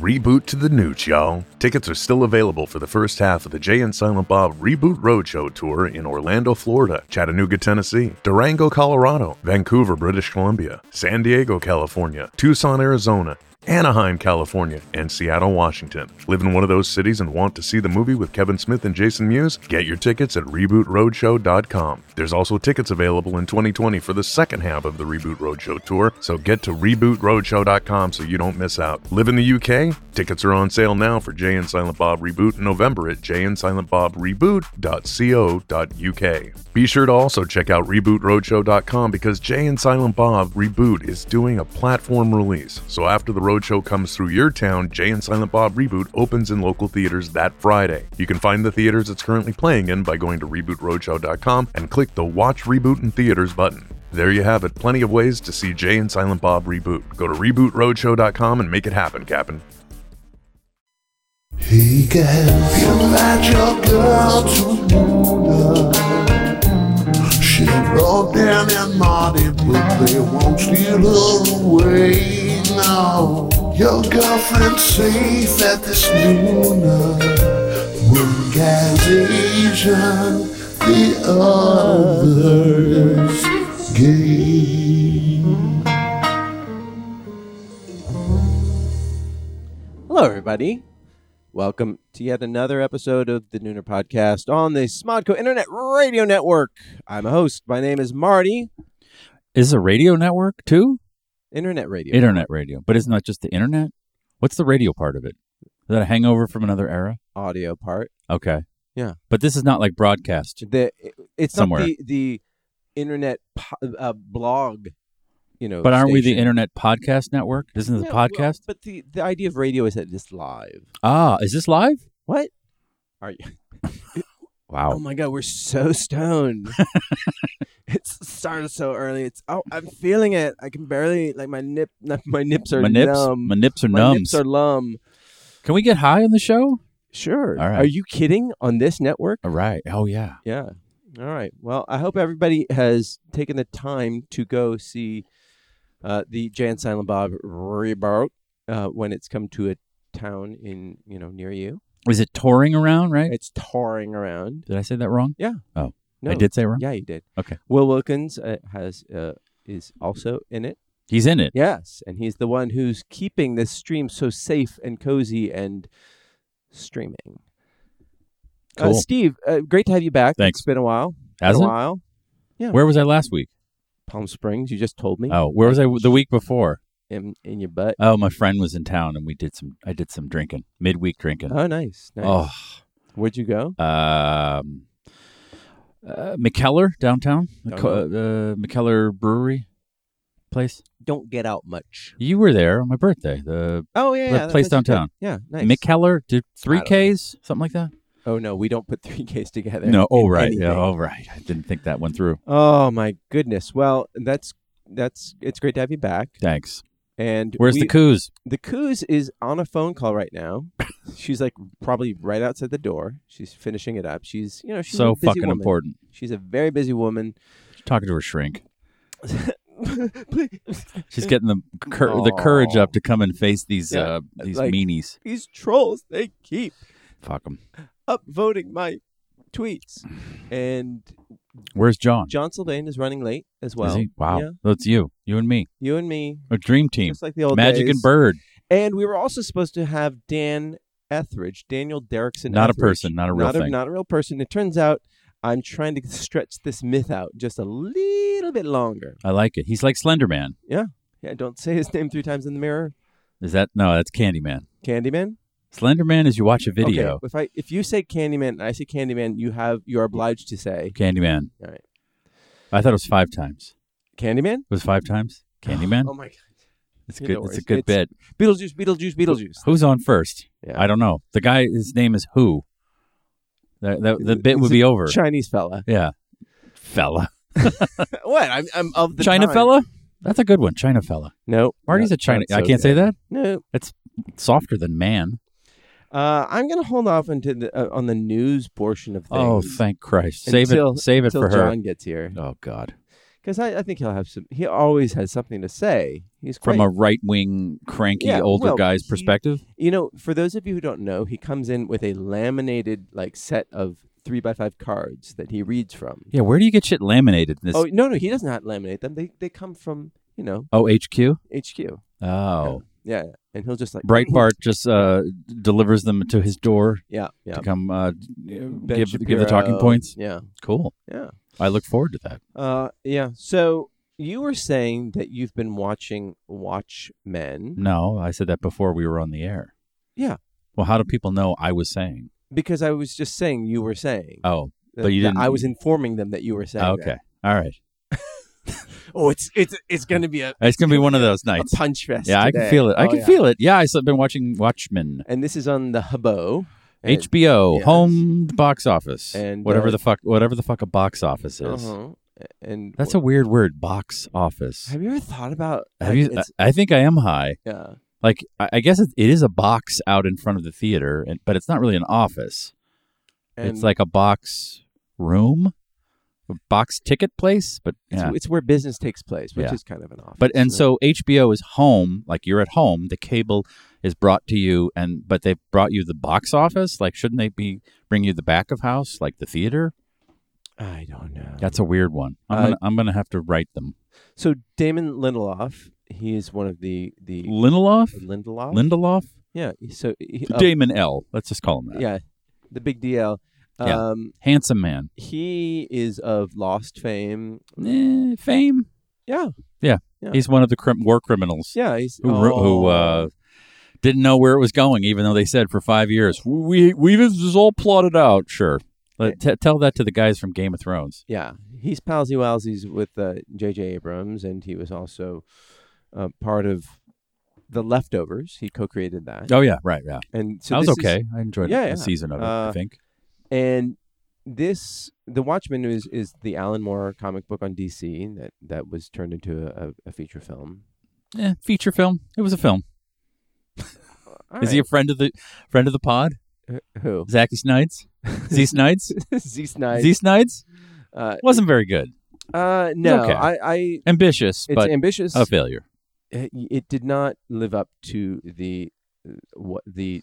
Reboot to the Nooch, y'all. Tickets are still available for the first half of the Jay and Silent Bob Reboot Roadshow Tour in Orlando, Florida, Chattanooga, Tennessee, Durango, Colorado, Vancouver, British Columbia, San Diego, California, Tucson, Arizona, Anaheim, California, and Seattle, Washington. Live in one of those cities and want to see the movie with Kevin Smith and Jason Mewes? Get your tickets at rebootroadshow.com. There's also tickets available in 2020 for the second half of the Reboot Roadshow tour, so get to rebootroadshow.com so you don't miss out. Live in the UK? Tickets are on sale now for Jay and Silent Bob Reboot in November at jandsilentbobreboot.co.uk. Be sure to also check out rebootroadshow.com because Jay and Silent Bob Reboot is doing a platform release. So after the roadshow comes through your town, Jay and Silent Bob Reboot opens in local theaters that Friday. You can find the theaters it's currently playing in by going to rebootroadshow.com and click the Watch Reboot in Theaters button. There you have it, plenty of ways to see Jay and Silent Bob Reboot. Go to rebootroadshow.com and make it happen, Captain. He can help you let your girl to Buddha. She broke down and naughty, but they won't steal her away. No, your girlfriend's safe at this lunar Asian, the others gay. Hello, everybody. Welcome to yet another episode of the Nooner Podcast on the Smodco Internet Radio Network. I'm a host. My name is Marty. Is a radio network too? Internet Radio. Internet radio. But it's not just the internet? What's the radio part of it? Is that a hangover from another era? audio part. Okay. Yeah. But this is not like broadcast. The it's Somewhere. not the the internet po- uh, blog. You know, But aren't we the station. internet podcast network? Isn't it the Yeah, well, podcast? but the the idea of radio is that it's live. ah, is this live? What are you? Oh Wow. my god, we're so stoned. it's started so early. It's oh, I'm feeling it. I can barely like my nip. My nips are My nips, numb. my nips are My numbs. nips are numb. Can we get high on the show? Sure. All right. Are you kidding? On this network? All right. Oh yeah. Yeah. All right. Well, I hope everybody has taken the time to go see uh, the Jan Silent Bob reboot uh, when it's come to a town in you know near you. Is it touring around? Right? It's touring around. Did I say that wrong? No, I did say wrong. Yeah, you did. Okay. Will Wilkins uh, has uh, is also in it. He's in it. Yes, and he's the one who's keeping this stream so safe and cozy and streaming. Uh, Cool. Steve, uh, great to have you back. Thanks. It's been a while. Has been a it? while. Yeah. Where was I last week? Palm Springs, you just told me. Oh, where was I the week before? in, in your butt. Oh, my friend was in town and we did some I did some drinking. Midweek drinking. Oh, nice. nice. Oh, Where'd you go? um, uh, McKellar downtown, Don't Co- uh, McKellar Brewery place. Don't get out much. You were there on my birthday. The Oh, yeah. The yeah, that place you did. downtown. Yeah, nice. McKellar did three I don't know. Ks, something like that. oh, no, we don't put three Ks together. No, oh in right, yeah, anything. oh right. I didn't think that one through. Oh, my goodness. Well, that's that's it's great to have you back. Thanks. And Where's we, the coos? The Coos is on a phone call right now. she's like probably right outside the door. She's finishing it up. She's, you know, she's a So busy fucking woman. important. She's a very busy woman. Talking to her shrink. Please. She's getting the cur- the courage Aw. up to come and face these Yeah, uh, these like- meanies. These trolls, they keep Fuck them. upvoting my tweets. And Where's John? John Sylvain is running late as Is well. he? Wow, Yeah, that's you. You and me. you and me, A dream team. just like the old Magic and days. Bird. And we were also supposed to have Dan Etheridge, Daniel Derrickson. Not a Etheridge. person, not a real not thing. A, not a real person. It turns out I'm trying to stretch this myth out just a little bit longer. I like it. He's like Slender Man. Yeah, don't say his name three times in the mirror. Is that no? That's Candyman. Candyman. Slenderman is you watch a video. Okay, if I if you say Candyman and I say Candyman, you have you are obliged to say Candyman. All right. I thought it was five times. Candyman. It was five times. Candyman. Oh my God. it's yeah, good. no it's a worries. good It's- bit. Beetlejuice, Beetlejuice, Beetlejuice. Who's on first? Yeah. I don't know. The guy. His name is who. The, the, the bit It's would a be over. Chinese fella. yeah. Fella. what? I'm, I'm of the China time. fella. That's a good one. China fella. No, Marty's no, a China. not I so can't say good. that. No, It's softer than man. Uh, I'm gonna hold off until the, uh, on the news portion of things. Oh, thank Christ. Save Until- it. Save it until for her. John gets here Oh God. because I, I think he'll have some. He always has something to say. He's quite, From a right wing, cranky Yeah, older well, guy's he- perspective, you know, for those of you who don't know, he comes in with a laminated like set of three by five cards that he reads from. yeah. Where do you get shit laminated? In this Oh no, no, he does not laminate them. They they come from you know OHQ. HQ. Oh, Yeah, yeah. and he'll just like Breitbart just uh, delivers them to his door Yeah, yeah. to come uh, Ben give give the talking Shapiro, points. Yeah, Cool. yeah, I look forward to that. uh, yeah. So you were saying that you've been watching Watchmen No, I said that before we were on the air. Yeah. Well, how do people know I was saying? because I was just saying you were saying. Oh, but that- you that didn't- I was informing them that you were saying. that. okay. All right. Oh, it's it's it's going to be a, It's gonna be one of those a nights. punch fest. Yeah, I today. can feel it. I Oh, can yeah. feel it. Yeah, I've been watching Watchmen. And this is on the Hubbo. And- HBO Yes. home box office And, whatever uh, the fuck whatever the fuck a box office is. Uh-huh. A- And That's a weird word, box office. Have you ever thought about? Have like, you? uh, it's- I, I think I am high. yeah. Like I, I guess it, it is a box out in front of the theater, and, but it's not really an office. And it's like a box room, a box ticket place, but it's, yeah. it's where business takes place, which Yeah. is kind of an office. But and right? so HBO is home, like you're at home. The cable is brought to you, and but they've brought you the box office. Like, shouldn't they be bring you the back of house, like the theater? I don't know. That's a weird one. I'm Uh, gonna, I'm gonna have to write them. So Damon Lindelof, he is one of the the Lindelof, Lindelof. Lindelof, yeah. So he, uh, Damon L. Let's just call him that. yeah, the big DL. Yeah. Um, handsome man. he is of Lost fame. Eh, fame. Yeah, Yeah. He's one of the crim- war criminals yeah. He's who ru- who uh, didn't know where it was going, even though they said for five years we we this is all plotted out. Sure, Let, t- tell that to the guys from Game of Thrones. Yeah, he's palsy walsies with uh, J.J. Abrams, and he was also uh, part of the Leftovers. He co-created that, Oh yeah, right, yeah. and so That was this is- okay. I enjoyed Yeah, a yeah. season of it. I Uh, think. and this, the Watchmen is is the Alan Moore comic book on DC that that was turned into a, a, a feature film. Eh, feature film. It was a film. All Is he a friend of the friend of the pod? right. Wh- who? Zachy Snides. Z Snides. Z Snyder. Z Snides uh, wasn't very good. uh, no, okay. I, I. Ambitious, It's but ambitious. a failure. it, it did not live up to the uh, what the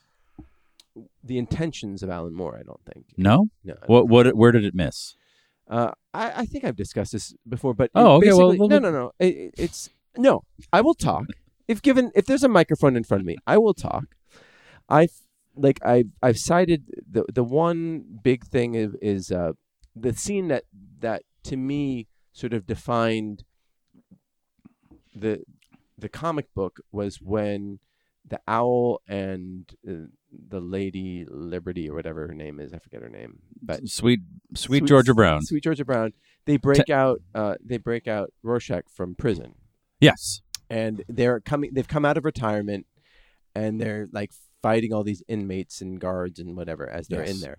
the intentions of Alan Moore. I don't think. No. No. I don't- What? What? Where did it miss? Uh, I, I think I've discussed this before, but Oh, okay, well, basically- we'll- no, no, no. It, it- it's no. I will talk if given if there's a microphone in front of me. I will talk. I like I I've cited the the one big thing is, is uh, the scene that that to me sort of defined the the comic book was when the owl and uh, the lady Liberty or whatever her name is I forget her name but Sweet, sweet, Georgia Brown. Sweet Georgia Brown. They break out. Uh, they break out Rorschach from prison, Yes. and they're coming. They've come out of retirement, and they're like fighting all these inmates and guards and whatever as they're in Yes. there,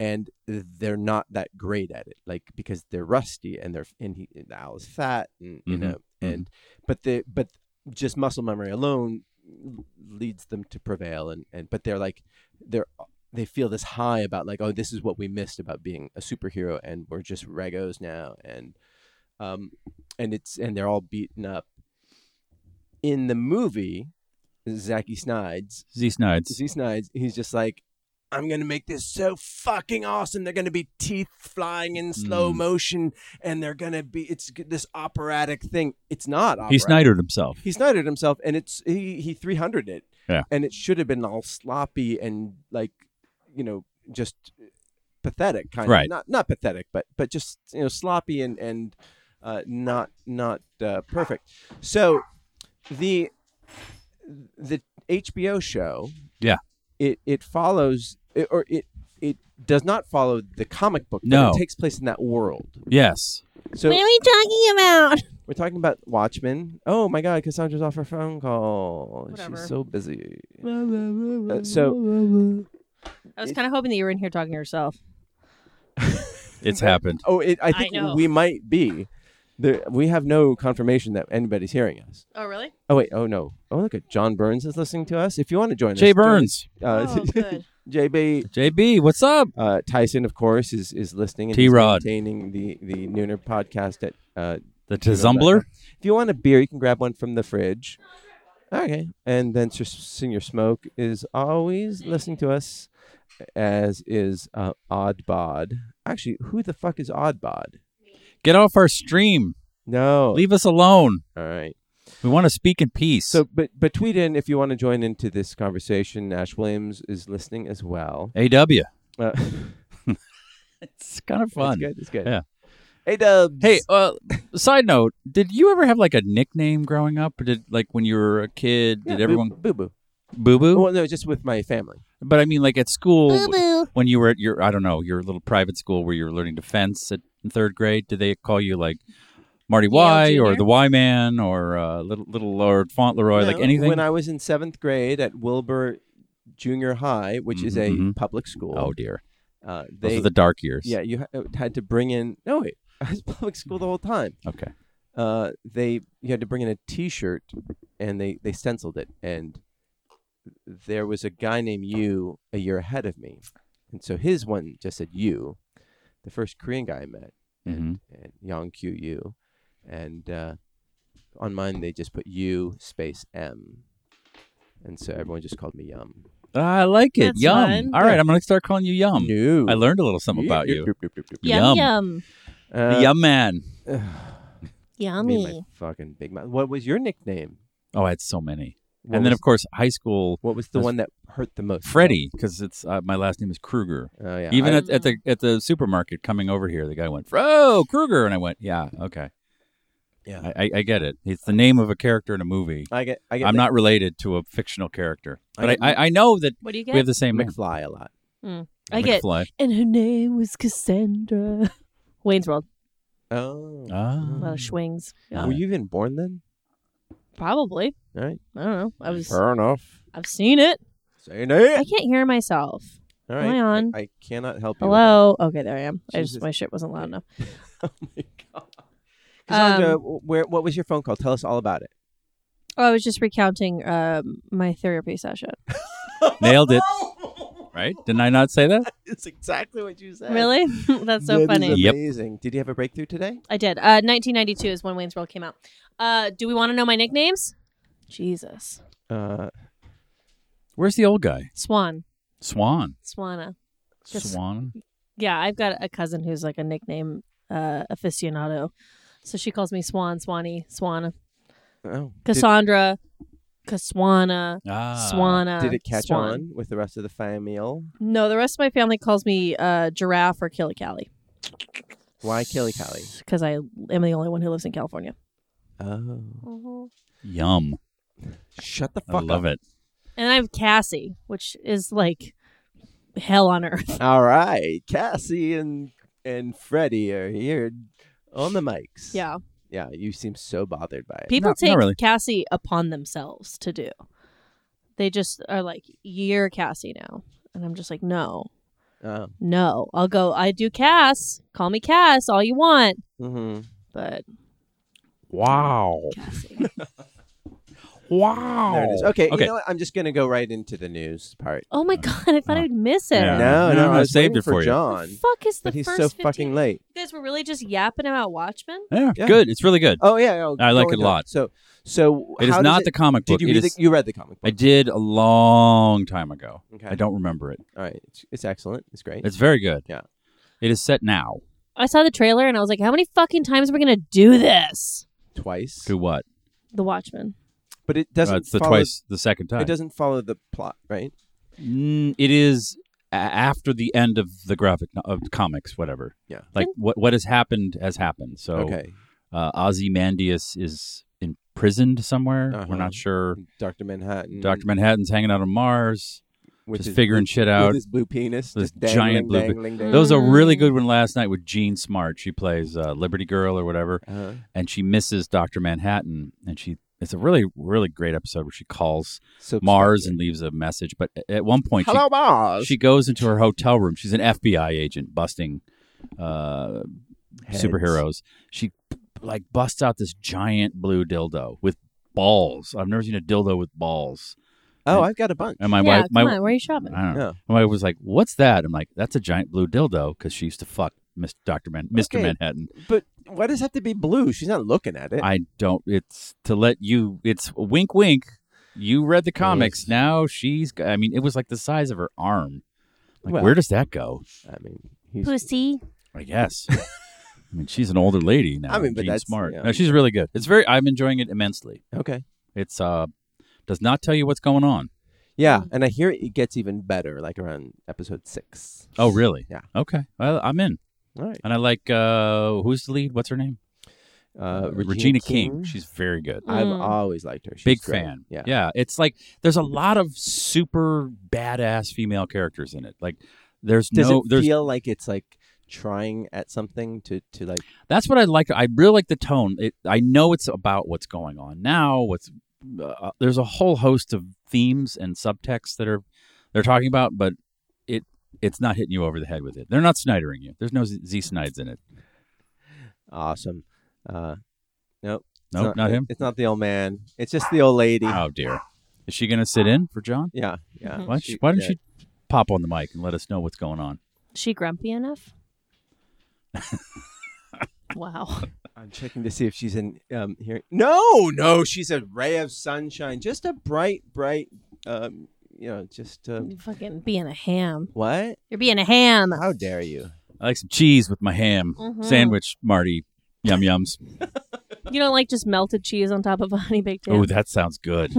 and they're not that great at it, like because they're rusty and they're and he and Al is fat and you Mhm, know and but the but just muscle memory alone leads them to prevail and and but they're like they're they feel this high about like oh this is what we missed about being a superhero and we're just regos now and um and it's and they're all beaten up in the movie Zacky Snides Mm-hmm. Z Snides. Z Snides he's just like I'm gonna make this so fucking awesome. They're gonna be teeth flying in slow Mm. motion, and they're gonna be it's g- this operatic thing. It's not. Operatic He Snydered himself. he snidered himself and it's he he 300 it Yeah. and it should have been all sloppy and like you know just pathetic kind Right. of not not pathetic but but just you know sloppy and and uh, not not uh, perfect so the the HBO show Yeah. it it follows it, or it it does not follow the comic book but No. it takes place in that world Yes. so what are we talking about? we're talking about Watchmen. Oh my God, Cassandra's off her phone call. Whatever. She's so busy. Uh, so I was kind of hoping that you were in here talking to yourself. It's happened. oh, it, I I think know. we might be. There, we have no confirmation that anybody's hearing us. Oh, really? Oh wait, oh no. Oh look, at John Burns is listening to us. If you want to join Jay us, uh, join Burns. us. oh, good. JB JB, what's up? uh, Tyson, of course, is is listening and T-Rod. maintaining the the Nooner podcast at uh, The you know, that Tizumbler? kind. If you want a beer, you can grab one from the fridge. Okay. And then Sir Senior Smoke is always listening to us, as is uh, Odd Bod. Actually, who the fuck is Odd Bod? Get off our stream. No. Leave us alone. All right. We want to speak in peace. So, but but tweet in if you want to join into this conversation. Ash Williams is listening as well. AW. Uh, It's kind of fun. It's good. It's good. Yeah. Hey, Dubs. Hey, uh, side note, did you ever have like a nickname growing up? Or did like when you were a kid, Yeah, did everyone boo boo? boo boo? Well, no, just with my family. But I mean, like at school, Boo boo. when you were at your, I don't know, your little private school where you were learning defense at, in third grade, did they call you like Marty Y Junior? or the Y Man or uh, little little Lord Fauntleroy, like No, anything? When I was in seventh grade at Wilbur Junior High, which is a Mhm. public school. oh dear, uh, those they are the dark years. yeah, you ha- uh, had to bring in. No wait, I was public school the whole time. Okay. Uh, they you had to bring in a T-shirt, and they they stenciled it, and there was a guy named Yu a year ahead of me, and so his one just said Yu, the first Korean guy I met, Mm-hmm. and, and Yang Q Yu, and uh, on mine they just put U space M, and so everyone just called me Yum. I like it. That's yum. fun. All right, I'm gonna start calling you Yum. No. I learned a little something about you. Yum. Yum yum. The Uh, Yum man. Me and my Yummy. fucking big mouth. What was your nickname? Oh, I had so many. What and then was- of course high school, what was the that's- one that hurt the most? Freddie, because it's uh, my last name is Kruger. Oh yeah. Even I, at, at the at the supermarket coming over here, the guy went, "Fro Kruger," and I went, "Yeah, okay, yeah. I, I, I get it. It's the name of a character in a movie. I get. I get. I'm Mc- not related to a fictional character, I but I, get I, I know that What do you we have get? the same name. McFly a lot. I get. McFly. And her name was Cassandra. Wayne's World. Oh. A lot Ah. of swings. Were you even born then? Probably. All right. I don't know. I was. enough. I've seen it. Say I it. can't hear myself. All am I on? I cannot help you. with Hello. Okay, there I am. I just Jesus. my shit wasn't loud enough. that. oh my god. Cassandra, Um, wh- where what was your phone call? Tell us all about it. Oh, I was just recounting um, my therapy session. Nailed it. Right? Didn't I not say that? It's exactly what you said. Really? That's so That is funny. Yep. Amazing. Did you have a breakthrough today? I did. Uh, 1992 is when Wayne's World came out. Uh, do we want to know my nicknames? Jesus. Uh, Where's the old guy? Swan. Swan. Swana. Just- Swan. Yeah, I've got a cousin who's like a nickname uh, aficionado. So she calls me Swan, Swanee, Swana, oh. Did, Cassandra, Caswana, Ah. Swana. did it catch Swan. on with the rest of the family? No, the rest of my family calls me uh, Giraffe or Killically Why Killy Cali? because I am the only one who lives in California. Oh. Yum. Shut the I fuck love up. it. And I have Cassie, which is like hell on earth. All right. Cassie and and Freddie are here on the mics. Yeah. Yeah, you seem so bothered by it. People Not- not take really. Cassie upon themselves to do. They just are like, you're Cassie now. And I'm just like, no, Oh. no. I'll go, I do Cass. Call me Cass all you want. hmm But Wow. Cassie. Wow. There it is. Okay, Okay. you know what? I'm just going to go right into the news part. oh my God, I thought I'd miss it. Uh, No, Yeah. no, No, no, I I was waiting saved it for you. The John, fuck is the but he's first so 15 fucking late. You guys were really just yapping about Watchmen? Yeah, Yeah. Good. It's really good. Oh yeah, I'll I like go it a into lot. So, so it is how does not it- the comic book. Did you It read is- the? You read the comic book? I did a long time ago. Okay. I don't remember it. All right, it's, it's excellent. It's great. It's very good. Yeah. It is set now. I saw the trailer and I was like, how many fucking times are we going to do this? twice, To what? The Watchmen. but it Uh, doesn't. it's the follow, twice the second time. It doesn't follow the plot, right? Mm, it is a- after the end of the graphic no- of comics, whatever. Yeah. Like what what has happened has happened. So okay. uh, Ozymandias is imprisoned somewhere. Uh-huh. We're not sure. Doctor Manhattan. Doctor Manhattan's hanging out on Mars, with just his figuring blue- shit out. With his blue penis, This just dangling, giant blue pe- dangling, Mm. There dangling. was a really good one last night with Jean Smart. She plays uh, Liberty Girl or whatever, Uh-huh. and she misses Doctor Manhattan, and she. It's a really, really great episode where she calls So Mars and leaves a message. But at one point, she hello Mars. She goes into her hotel room. She's an FBI agent busting uh, Heads. superheroes. She like busts out this giant blue dildo with balls. I've never seen a dildo with balls. Oh, I've got a bunch. And my yeah, wife, my come on, where are you shopping? I don't know. Yeah. My wife was like, "What's that?" I'm like, "That's a giant blue dildo," because she used to fuck Mr. Dr. Man, Mr. Okay. Manhattan. But why does it have to be blue? She's not looking at it. I don't. It's to let you. It's wink, wink. You read the comics. Now she's. g- I mean, it was like the size of her arm. Like, Well- where does that go? I mean, he's Pussy. I guess. I mean, she's an older lady now. I mean, but Jean that's- smart. yeah. No, she's really good. It's very. I'm enjoying it immensely. okay. It's uh, does not tell you what's going on. Yeah, and I hear it gets even better, like around episode six. Oh, really? Yeah. Okay. Well, I'm in, All right. and I like uh, who's the lead? What's her name? Uh, Regina, King. She's very good. I've Mm. always liked her. She's Big great. fan. Yeah. Yeah. It's like there's a lot of super badass female characters in it. Like there's Does no it there's feel like it's like trying at something to to like? that's what I like. I really like the tone. It, I know it's about what's going on now. What's uh, there's a whole host of themes and subtexts that are they're talking about, but it it's not hitting you over the head with it. They're not snidering you. There's no Z, Z Snides in it. Awesome. Uh, No, it's not, him. It's not the old man. It's just the old lady. Oh dear. Is she gonna sit in for John? Yeah, yeah. Mhm. Why, She- why don't yeah. you pop on the mic and let us know what's going on? Is she grumpy enough? wow. I'm checking to see if she's in um, here. No, no, she's a ray of sunshine. Just a bright, bright. Um, you know, just uh, You're fucking being a ham. what? You're being a ham. How dare you? I like some cheese with my ham Mhm. sandwich, Marty. Yum yums. You don't like just melted cheese on top of a honey baked ham. Oh, that sounds good.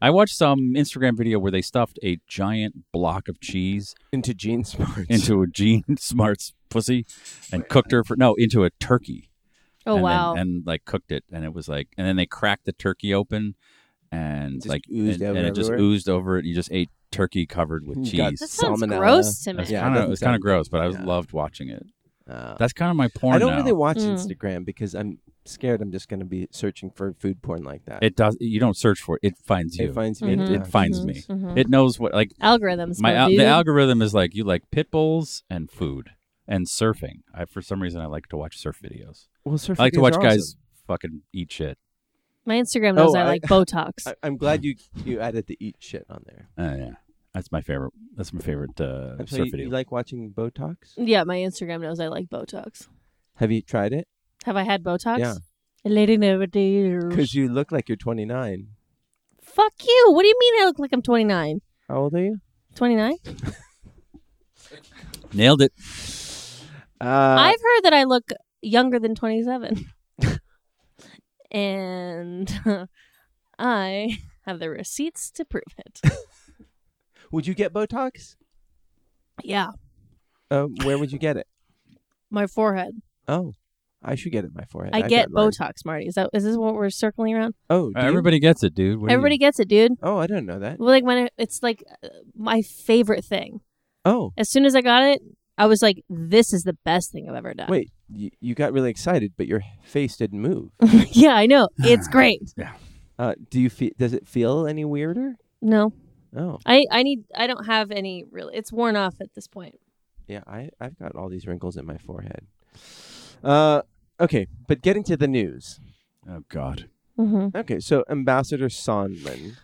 I watched some Instagram video where they stuffed a giant block of cheese Into Gene Smart. into a Jean Smart's pussy and cooked her for no into a turkey. oh and then- wow. and like cooked it, and it was like, and then they cracked the turkey open, and Just like oozed and, over and it just everywhere? oozed over it. And you just ate turkey covered with You got cheese. that sounds salmonella. gross to It me. was Yeah, it kinda- it doesn't was kind of sound- gross, but I was yeah. loved watching it. Uh, That's kind of my porn. I don't now. really watch Mm. Instagram because I'm scared I'm just going to be searching for food porn like that. It does. You don't search for it. It finds you. It finds me. It, Mhm. it finds Mhm, me. mhm. It knows what like Algorithms. my my al- dude. the algorithm is like. You like pit bulls and food and surfing. I for some reason I like to watch surf videos. Well, surf I like to videos watch are guys fucking eat shit. my Instagram knows Oh, I, I- like Botox. awesome. I, I'm glad you you added the eat shit on there. Uh, yeah, that's my favorite. That's my favorite uh, I'm surf sorry, you, video. you like watching Botox? yeah, my Instagram knows I like Botox. Have you tried it? Have I had Botox? Yeah. A lady never did. Because you look like you're 29. Fuck you. What do you mean I look like I'm 29? How old are you? 29? Nailed it. Uh, I've heard that I look younger than 27. and I have the receipts to prove it. Would you get Botox? Yeah, Um, where would you get it? my forehead. Oh, I should get it in my forehead. I I've get got lines. Botox, Marty. Is that is this what we're circling around? Oh, do you? Everybody gets it, dude. What do you- Everybody gets it, dude. Oh, I don't know that. Well, like when I, it's like uh, my favorite thing. Oh, As soon as I got it, I was like, "This is the best thing I've ever done." wait. You, you got really excited, but your face didn't move. yeah, I know it's great. Uh, do you feel? Does it feel any weirder? No, Oh, I I need I don't have any really. It's worn off at this point. yeah. I I've got all these wrinkles in my forehead. Uh, okay. But getting to the news. Oh God. Mm-hmm. Okay, so Ambassador Sondland.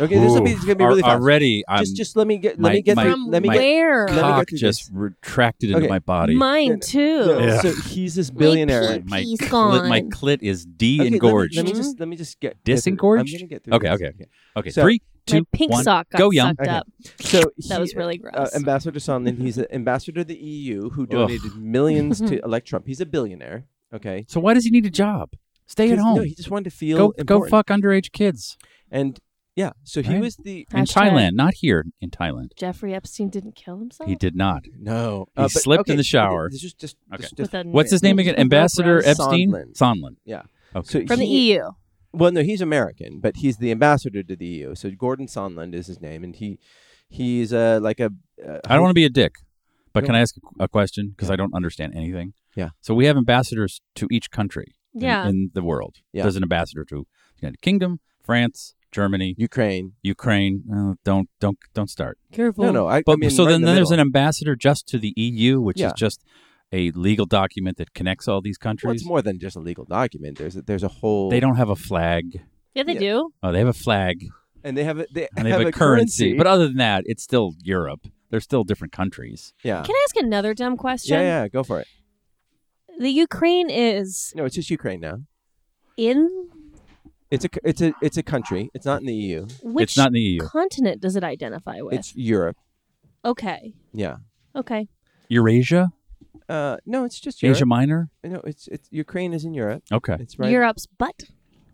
Okay, this will be, Ooh. it's gonna be Al- really fast. Already, I'm just just let me get um, my- let me get my- through, From let me my- get where? let me cock get through just this. retracted into Okay. my body. Mine No, too. Yeah. So he's this billionaire. pee my He's clit, my gone. clit is Okay, let me- de-engorged. Let me, just let me just get get through- Disengorged? I'm gonna get through. Okay, this. okay. okay, so- three, two, my pink one. sock got Go, yum. sucked Okay. up. So That he- was really uh, gross. Ambassador Sondland. He's an ambassador to the EU who donated millions to elect Trump. He's a billionaire. Okay, So why does he need a job? Stay at 'Cause, home. No, he just wanted to feel go important. go fuck underage kids And yeah, so he Right. was the in Hashtag- Thailand, not here in Thailand. Jeffrey Epstein didn't kill himself. He did not. no. He slipped in the shower. This is just, Okay. just, just With a What's his name again? with a Ambassador gross- Epstein Sondland. Yeah. Okay. So from the E he- EU. Well, no, he's American, but he's the ambassador to the EU. So Gordon Sondland is his name, and he he's uh, like a. Uh, I don't want to be a dick, but No. can I ask a- a question? Because I don't understand anything. Yeah. So we have ambassadors to each country. in- Yeah. In, the world, Yeah. there's an ambassador to the United Kingdom, France, Germany, Ukraine. Ukraine. Oh, don't don't don't start. Careful. No, no. I, But I mean, so right then, in the then there's an middle. ambassador just to the EU, which Yeah. is just a legal document that connects all these Well, it's countries. more than just a legal document. There's a, there's a whole. they don't have a flag. Yeah, they Yeah. do. Oh, they have a flag And they have a they, and they have, a, currency. But other than that, it's still Europe. They're still different countries. yeah. Can I ask another dumb question? Yeah, yeah. Go for it. The Ukraine is No, it's just Ukraine now. in It's a c- it's a it's a country. It's not in the EU. which it's not in the E EU. continent does it identify with? It's Europe. okay. Yeah. Okay. Eurasia, Uh, no, it's just Asia Europe. Minor. No, it's it's Ukraine is in Europe. Okay, It's right. Europe's butt.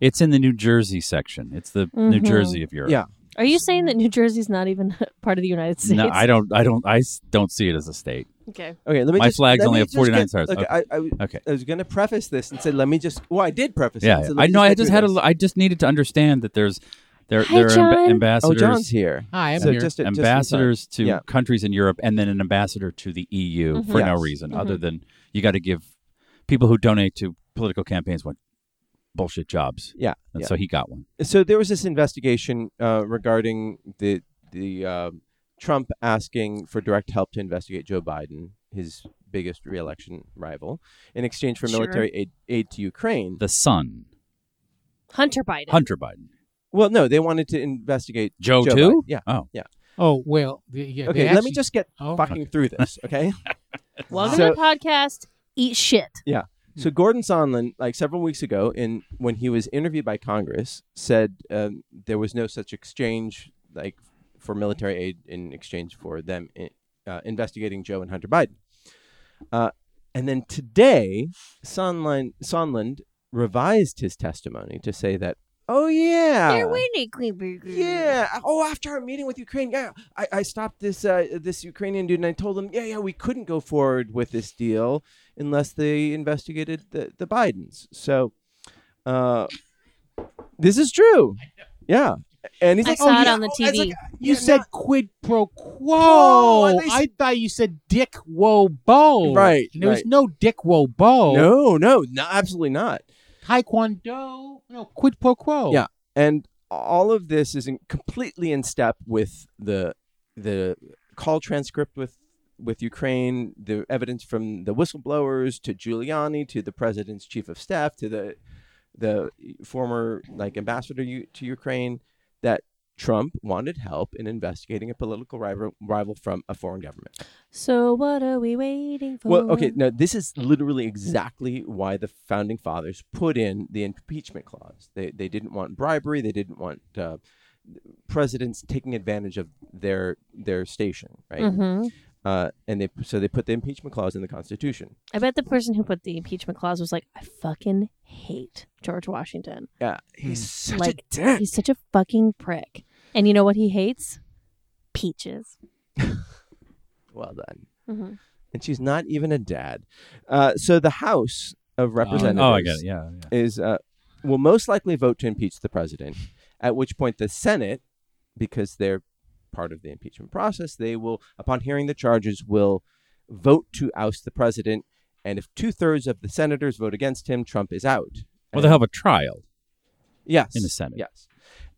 it's in the New Jersey section. It's the New Mhm. Jersey of Europe. Mm-hmm. Yeah. Are you saying that New Jersey's not even part of the United States? No, I don't. I don't. I s- don't see it as a state. Okay. Okay, let me. My just, flag's let only me at just 49 get- stars. look, Okay. I, I, w- Okay. I was gonna preface this and said, let me just. Well, I did preface. Yeah, it, so let I me know. I get just through had. this. A, I just needed to understand that there's there Hi, there are amb- John. Oh, ambassadors. John's here. Hi, I'm so here. just a- just in time. ambassadors to Yeah. Mm-hmm. countries in Europe and then an ambassador to the EU Mhm. for no Yes. reason other than you got to give people who donate to political campaigns what bullshit jobs. Yeah, And yeah. so he got one. so there was this investigation uh, regarding the the um Trump asking for direct help to investigate Joe Biden, his biggest reelection rival, in exchange for Sure. military aid, aid to Ukraine. The son, Hunter Biden. Hunter Biden. well, no, they wanted to investigate. Joe, Joe too? Biden, yeah. Oh. Oh well, the, yeah, they Okay, let me actually- just get Oh, fucking through this, okay? Welcome So- to the podcast. Eat shit. So Gordon Sondland, like several weeks ago, in when he was interviewed by Congress, said um, there was no such exchange, like for military aid in exchange for them i- uh, investigating Joe and Hunter Biden. Uh, and then today, Sondland, Sondland revised his testimony to say that, oh yeah, yeah. Oh, after our meeting with Ukraine, yeah, I, I stopped this uh, this Ukrainian dude and I told him, yeah, yeah, we couldn't go forward with this deal unless they investigated the the Bidens. So, uh, this is true. Yeah, and he's I like, saw oh, it yeah, on the oh, I was like, TV. You yeah, said no- quid pro Quo, Oh, quo. Oh, and they Oh, I thought you said dick wo bo. Right, And there was right. no dick wo bo. no, no, no, absolutely not. Taekwondo. No quid pro quo. Yeah. and all of this is in, completely in step with the the call transcript with with Ukraine, the evidence from the whistleblowers to Giuliani to the president's chief of staff to the the former like ambassador u- to Ukraine that Trump wanted help in investigating a political rival, rival from a foreign government. So what are we waiting for? Well, okay, no, this is literally exactly why the founding fathers put in the impeachment clause. They they didn't want bribery. They didn't want uh, presidents taking advantage of their their station, right? Mhm. Uh, and they so they put the impeachment clause in the Constitution. I bet the person who put the impeachment clause was like, I fucking hate George Washington. Yeah, he's such Like, a dick. He's such a fucking prick. And you know what he hates? Peaches. Well done. Mhm. And she's not even a dad. Uh, so the House of Oh, Representatives. oh, I get it. Yeah, yeah. is uh, will most likely vote to impeach the president. At which point, the Senate, because they're part of the impeachment process, they will, upon hearing the charges, will vote to oust the president. And if two thirds of the senators vote against him, Trump is out. Well, they'll have a trial. yes in the Senate. Yes,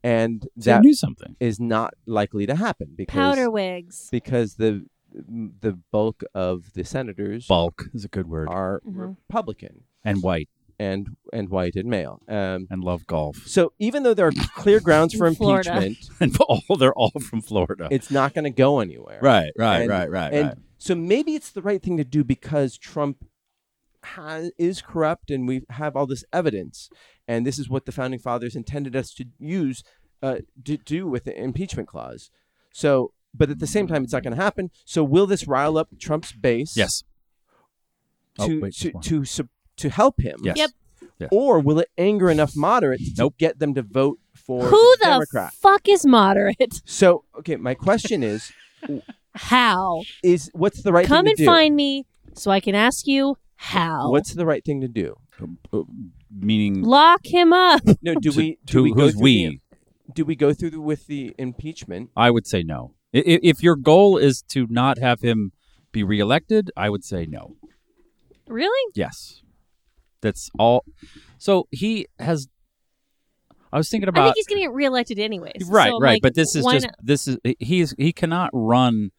and So I that knew something. is not likely to happen because Powder wigs. because the the bulk of the senators Bulk is a good word. are Mhm. Republican And white and and white and male. Um, and love golf. So even though there are clear grounds for In Florida. impeachment, And all they're all from Florida. it's not going to go anywhere. right, right, And- right, right, And right. so maybe it's the right thing to do because Trump has, is corrupt and we have all this evidence. And this is what the founding fathers intended us to use uh, to do with the impeachment clause. So, but at the same time, it's not going to happen. So will this rile up Trump's base? Yes. Oh, To wait, to one. to, sup- to help him. Yes. Yep. Yeah. Or will it anger enough moderates to Nope. get them to vote for Who the the Democrat? fuck is moderate? So, okay, my question is: How? is what's the right Come thing and to do? find me so I can ask you how. What's the right thing to do? Meaning Lock him up. No, do to- we? Do to- we go who's through we? the- do we go through the- with the impeachment? I would say no. I- i- If your goal is to not have him be reelected, I would say no. Really? Yes. That's all. So he has. I was thinking I about think he's going to get reelected anyways. right, So I'm right, like, but this is why just not- this is he is he cannot run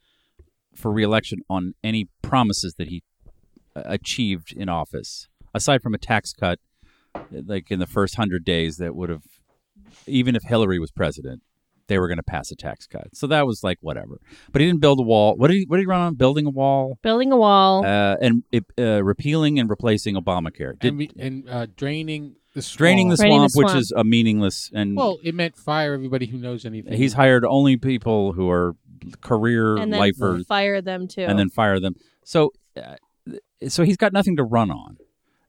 for reelection on any promises that he uh, achieved in office, aside from a tax cut, like in the first hundred days that would have, even if Hillary was president, they were going to pass a tax cut. So that was like whatever. But he didn't build a wall. What did he? What did he run on? Building a wall. Building a wall. Uh, and it, uh, repealing and replacing Obamacare. Did, and, we- and uh, draining the swamp. draining the Draining the swamp, which swamp. is a meaningless and Well, it meant fire everybody who knows anything. he's hired only people who are career and then lifers fire them too. and then fire them. So, uh, so he's got nothing to run on.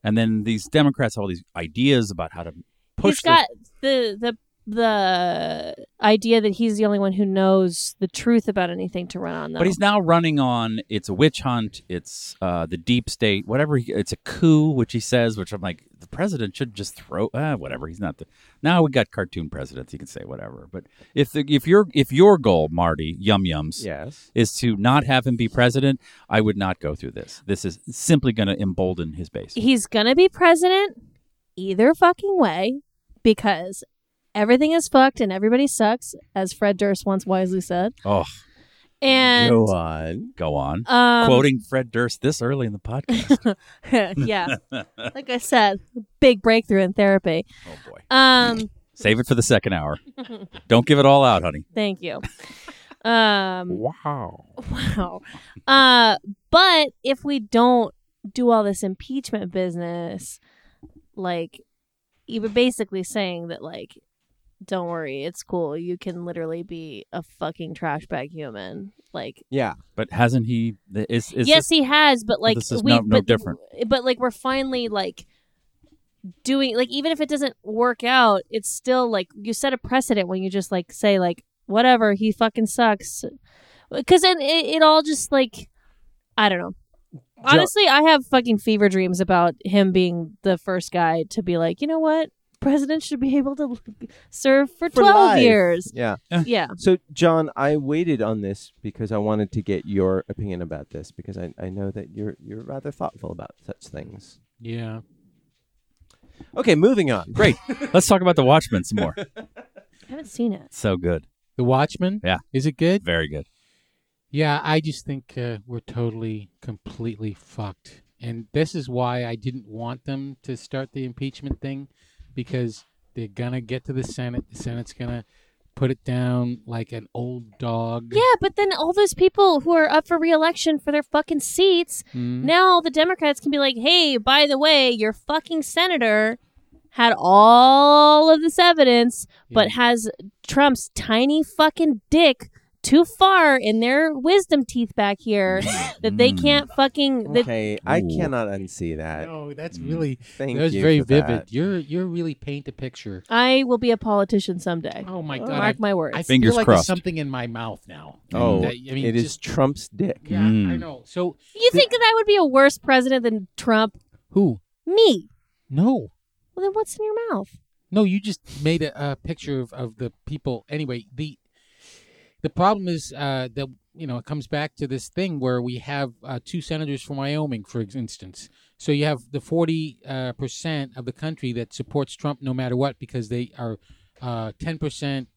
And then these Democrats have all these ideas about how to push. he's got the the the idea that he's the only one who knows the truth about anything to run on the, though. but he's now running on. It's a witch hunt. It's uh, the deep state. Whatever. He, it's a coup, which he says. Which I'm like, the president should just throw. Ah, whatever. He's not the. Now we got cartoon presidents. He can say whatever. But if the, if your if your goal, Marty, yum yums, Yes. is to not have him be president, I would not go through this. This is simply going to embolden his base. he's gonna be president either fucking way because everything is fucked and everybody sucks, as Fred Durst once wisely said. Oh, And Go on. go on. um, Quoting Fred Durst this early in the podcast. yeah, like I said, big breakthrough in therapy. oh boy. Um, Save it for the second hour. Don't give it all out, honey. thank you. Um, Wow. wow. Uh, but if we don't do all this impeachment business, like you were basically saying that, like, don't worry, it's cool. You can literally be a fucking trash bag human. Like, Yeah. But hasn't he is is yes, he has, but like this is we, no- no but, different. But like we're finally like doing like even if it doesn't work out, it's still like you set a precedent when you just like say like whatever he fucking sucks, because then it, it all just like I don't know. Honestly, I have fucking fever dreams about him being the first guy to be like, you know what, president should be able to serve for, For twelve life. years. Yeah. Yeah, So, John, I waited on this because I wanted to get your opinion about this because I, I know that you're you're rather thoughtful about such things. yeah. Okay, moving on. great. Let's talk about the Watchmen some more. I haven't seen it. So good. The Watchmen. Yeah. Is it good? Very good. Yeah, I just think uh, we're totally, completely fucked. And this is why I didn't want them to start the impeachment thing because they're going to get to the Senate. The Senate's going to put it down like an old dog. Yeah, but then all those people who are up for reelection for their fucking seats, Mm. now the Democrats can be like, hey, by the way, your fucking senator had all of this evidence, but Yeah. has Trump's tiny fucking dick too far in their wisdom teeth back here that they Mm. can't fucking. That, Okay, I Ooh. cannot unsee that. No, that's Mm. really Thank that was you. very for vivid. that. You're you're really paint a picture. I will be a politician someday. Oh my god. Mark I, my words. I Fingers feel like crossed. there's something in my mouth now. Oh, That- I mean it is just Trump's dick. yeah, I Mm. know. So you think that I would be a worse president than Trump? who? Me. No. Well, then what's in your mouth? No, you just made a, a picture of, of the people. Anyway, the the problem is uh, that you know it comes back to this thing where we have uh, two senators from Wyoming, for instance. So you have the forty uh, percent of the country that supports Trump no matter what because they are uh, ten percent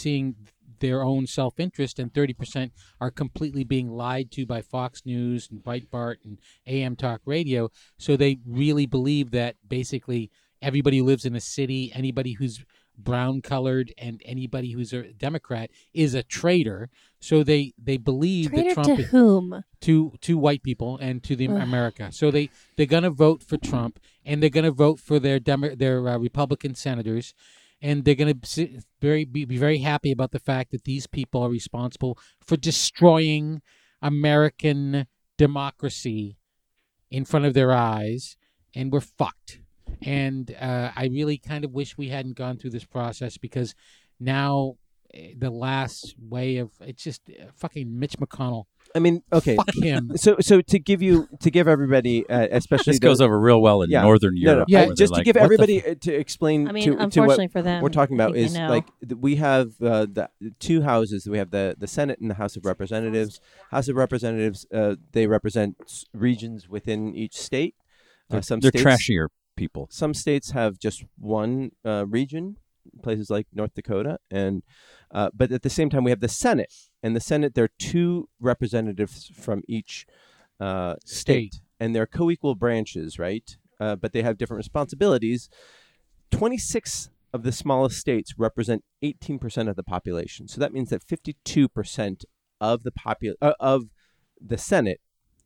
seeing their own self interest and thirty percent are completely being lied to by Fox News and Breitbart and AM talk radio. So they really believe that basically everybody who lives in a city, anybody who's brown colored, and anybody who's a Democrat is a traitor. So they they believe Traitor that Trump to is whom? to to white people and to the Ugh. America. So they they're gonna vote for Trump and they're gonna vote for their Demo- their uh, Republican senators, and they're gonna si- very be, be very happy about the fact that these people are responsible for destroying American democracy in front of their eyes, and we're fucked. And uh, I really kind of wish we hadn't gone through this process because now eh, the last way of it's just uh, fucking Mitch McConnell. I mean, okay. Fuck him. So, so to give you to give everybody, uh, especially This goes those- over real well in Yeah. Northern No, no, Europe. Yeah, I- where just they're to like, give "What the everybody uh, to explain I mean, to, to what unfortunately for them, we're talking I about think is they know. like th- we have uh, the the two houses. We have the the Senate and the House of Representatives. House of Representatives uh, they represent s- regions within each state. Uh, They're, some they're states, trashier people. Some states have just one uh, region, places like North Dakota, and uh, but at the same time we have the Senate. And the Senate, there are two representatives from each uh, state, State. and they're co-equal branches, right? Uh, but they have different responsibilities. Twenty-six of the smallest states represent 18% of the population. So that means that 52% of the popul- uh, of the Senate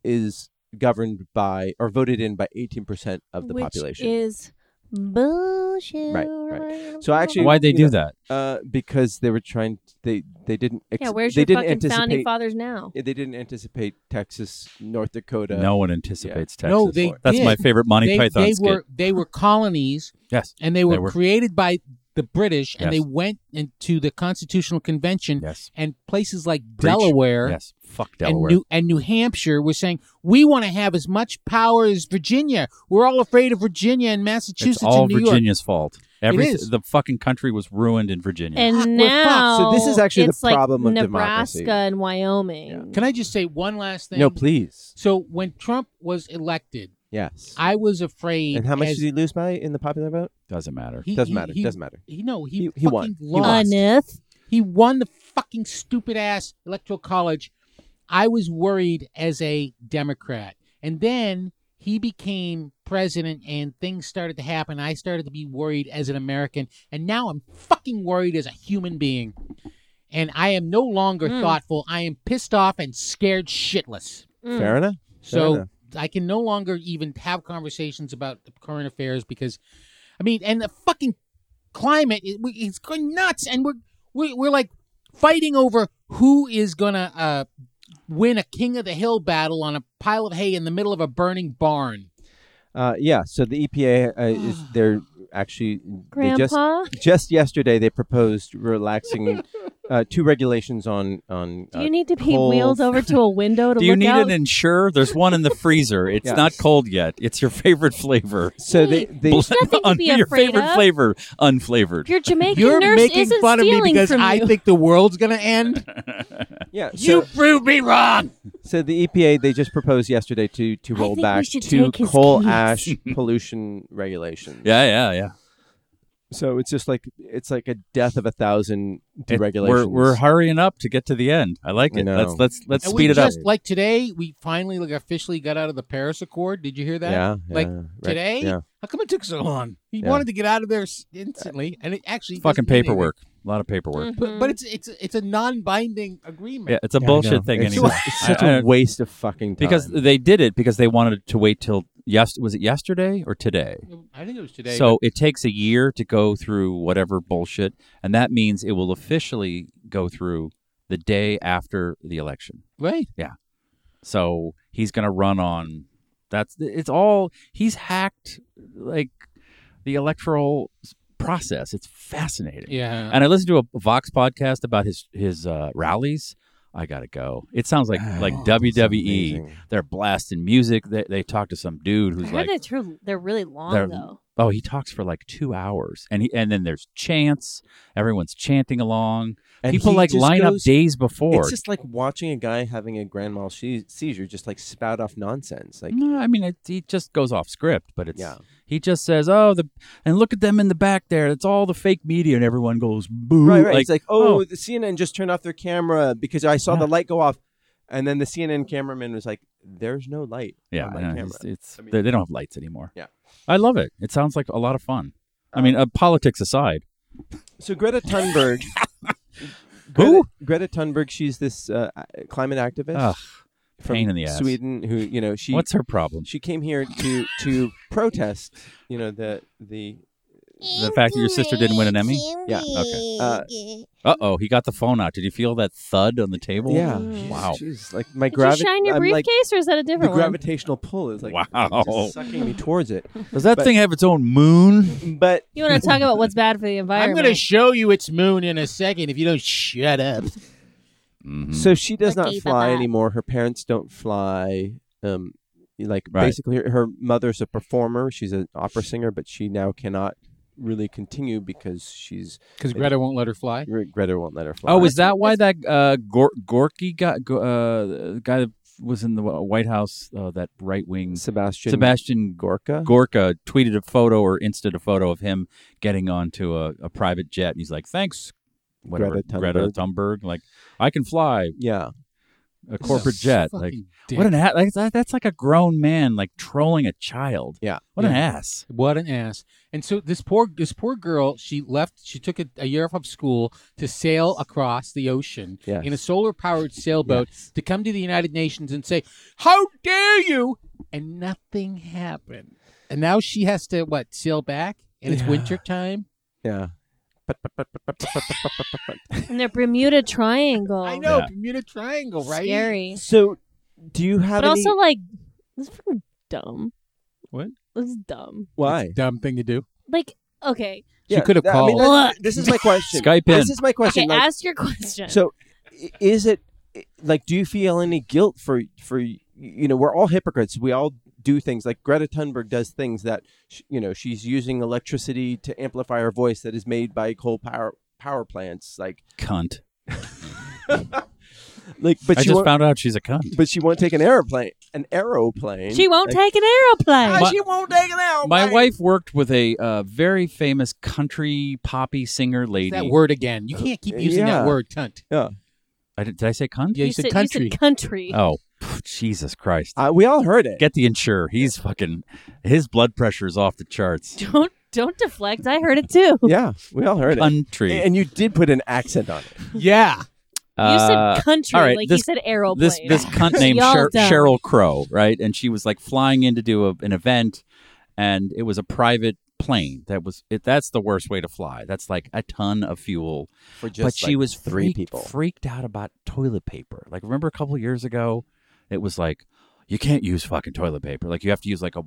is governed by or voted in by 18% of the Which population. is bullshit. Right, right. So I actually- Why'd they you do know, that? uh, because they were trying they they didn't ex- yeah, where's they your didn't fucking founding anticipate fathers now? they didn't anticipate Texas, North Dakota. No one anticipates Texas. No, they That's did. my favorite Monty they, Python they skit. were they were colonies yes, and they were, They were. created by the British and Yes. they went into the Constitutional Convention yes, and places like Preach. Delaware yes. Fuck and Delaware. New and New Hampshire were saying we want to have as much power as Virginia. We're all afraid of Virginia and it's Massachusetts all and New York. Virginia's fault. Every is. the fucking country was ruined in Virginia. Fuck, And we're fucked. now, So this is actually the it's like problem of Nebraska democracy. and Wyoming. Can I just say one last thing? No, please. So when Trump was elected, Yes. I was afraid. and how much as- did he lose by in the popular vote? Doesn't matter. he- Doesn't he- matter. He, Doesn't matter. He, no, he, He- he won. fucking He lost. won. Aneth. He won the fucking stupid ass electoral college. I was worried as a Democrat. And then he became president and things started to happen. I started to be worried as an American. And now I'm fucking worried as a human being. And I am no longer Hmm. Mm. thoughtful. I am pissed off and scared shitless. Mm. Fair enough. So enough. I can no longer even have conversations about the current affairs because, I mean, and the fucking climate it, we- it's going nuts, and we're we, we're like fighting over who is gonna uh, win a king of the hill battle on a pile of hay in the middle of a burning barn. Uh, yeah. So the EPA uh, is they're actually they just Grandpa, just yesterday they proposed relaxing uh, two regulations on on. do uh, you need to be coal- wheeled over to a window to Do you look need out? an insurer? There's one in the freezer. It's Yeah. not cold yet. It's your favorite flavor. so they they There's nothing to be your afraid favorite of. flavor, unflavored. Your Jamaican You're nurse making isn't fun of me stealing because from I you. think the world's gonna end. yeah. you So, proved me wrong. so the EPA they just proposed yesterday to to I roll think we back should two take his coal keys. ash pollution regulations. yeah, yeah, yeah. So it's just like it's like a death of a thousand It- deregulations. we're we're hurrying up to get to the end. I like I it. Let's know. let's let's and speed we it just, up. Like today, we finally like officially got out of the Paris Accord. Did you hear that? yeah, like, yeah, right, today? Yeah. How come it took so long? He Yeah. wanted to get out of there s- instantly, and it actually Fucking doesn't mean anything. paperwork. A lot of paperwork. Mm-hmm. But, but it's it's it's a non-binding Mm. agreement. Yeah, it's Yeah, a I know. bullshit thing It's anyway. just- It's I- such I a don't- waste of fucking time. because they did it because they wanted to wait till yes was it yesterday or today? I think it was today. so it takes a year to go through whatever bullshit, and that means it will officially go through the day after the election. but- right? So he's going to run on. That's it's all he's hacked like the electoral s- process. It's fascinating. Yeah. And I listened to a Vox podcast about his his uh, rallies. I gotta go. It sounds like like E, WWE. They're blasting music. They they talk to some dude I who's heard like, they're, too- they're really long They're- though. oh, he talks for like two hours, and he and then there's chants. Everyone's chanting along. And People he like just line up goes- days before. It's just like watching a guy having a grand mal she- seizure just like spout off nonsense. Like, No, I mean, it, he just goes off script, but it's yeah, he just says, "Oh, the and look at them in the back there. It's all the fake media," and everyone goes, "Boo!" right, right. Like, it's like, oh, the CNN just turned off their camera because I saw Yeah. the light go off, and then the CNN cameraman was like, "There's no light." yeah, on my I know, camera. it's, it's- I mean- they, they don't have lights anymore. Yeah. Um, I love it. It sounds like a lot of fun. I mean, uh, politics aside, So Greta Thunberg. Who? Greta, Greta Thunberg, she's this uh, climate activist Ugh, from pain in the ass. Sweden who, you know, she what's her problem? she came here to to protest, you know, the the The fact that your sister didn't win an Emmy. Yeah, okay. Uh, Uh oh, he got the phone out. Did you feel that thud on the table? yeah. Mm. Wow. She's like my Did you gravity shine your I'm like, briefcase, or is that a the different one? gravitational pull is like Wow. just sucking me towards it. Does that But- thing have its own moon? But You want to talk about what's bad for the I'm environment? going to show you its moon in a second if you don't shut up. Mm. so she does not Lucky for fly that. anymore. Her parents don't fly. Um, like Right. basically, her, her mother's a performer. She's an opera singer, but she now cannot really continue because she's Because Greta won't let her fly. Gre- Greta won't let her fly. Oh, is that why that uh, Gor- Gorky guy, go- uh, the guy that was in the Wh- White House, uh, that right wing Sebastian Sebastian Gorka? Gorka tweeted a photo or insted a photo of him getting onto a, a private jet, and he's like, "Thanks, whatever, Greta Greta Thunberg. Like, I can fly. yeah, a corporate jet. Like Fucking dick. what an ass! Like, that, that's like a grown man like trolling a child. Yeah. What an Yeah. ass! What an ass! And so this poor this poor girl, she left. She took a, a year off of school to sail across the ocean Yes. in a solar powered sailboat to come to the United Nations and say, "How dare you!" And nothing happened. And now she has to what sail back, and it's Yeah. winter time. Yeah. And the Bermuda Triangle. Oh, I know Yeah. Bermuda Triangle, right? Scary. So, do you have But any? also, like, this is fucking dumb. What? This is dumb. why? Dumb thing to do. Like, okay. She could have that- I mean, called. that's- this is my question. Skype in. This is my question. okay, like, ask your question. so, i- is it i- like? Do you feel any guilt for for you know? We're all hypocrites. We all do things like Greta Thunberg does things that sh- you know she's using electricity to amplify her voice that is made by coal power power plants. Like, Cunt. like, but I she just won't, found out she's a cunt. but she won't take an aeroplane, an aeroplane. she won't Like, take an aeroplane. My- she won't take an aeroplane. My wife worked with a uh, very famous country poppy singer It's lady. That word again. You can't keep using Uh, Yeah. that word, cunt. I did, did I say cunt? Yeah, you, said, country. country. Oh, pff, Jesus Christ! Uh, we all heard it. Get the insurer. He's fucking. His blood pressure is off the charts. Don't don't deflect. I heard it too. yeah, we all heard it. Country. And you did put an accent on it. yeah. you Uh, said country, all right, like this- you said aeroplane. this this cunt named Y'all Sher- dumb. Cheryl Crow, right? And she was like flying in to do a, an event, and it was a private plane. That was it. That's the worst way to fly. That's like a ton of fuel. For just but she like, was three freaked, people. freaked out about toilet paper. Like remember a couple years ago, it was like you can't use fucking toilet paper. Like you have to use like a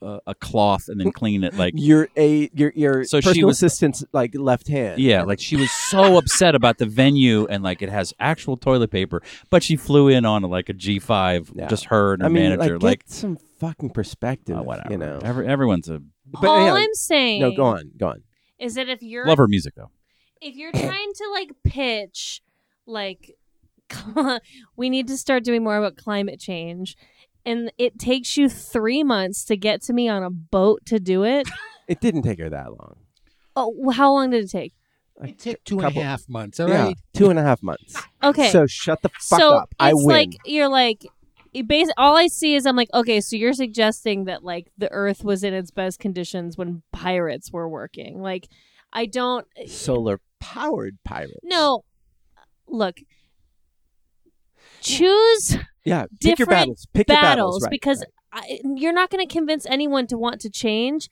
a, a cloth and then clean it. Like your a your your So she personal was- assistant's like left hand. Yeah, like she was so upset about the venue and like it has actual toilet paper, but she flew in on like a G five, Yeah. just her and I her mean, manager. like, Like, get some fucking perspective. oh, whatever. You know. Every, everyone's a But All hang on. I'm saying No, go on, go on. is that if you're lover of music though. if you're trying to like pitch like we need to start doing more about climate change and it takes you 3 months to get to me on a boat to do it. It didn't take her that long. Oh, well, how long did it take? Like, It took two and a half couple- months. All yeah, right. two and a half months. Okay. So shut the fuck so up. I it's win. like you're like you bas- all I see is I'm like, okay, so you're suggesting that like the earth was in its best conditions when pirates were working. Like I don't Solar powered pirates. uh, No. Look. Choose Yeah. Pick your different battles. Pick your battles right, because right. I, you're not going to convince anyone to want to change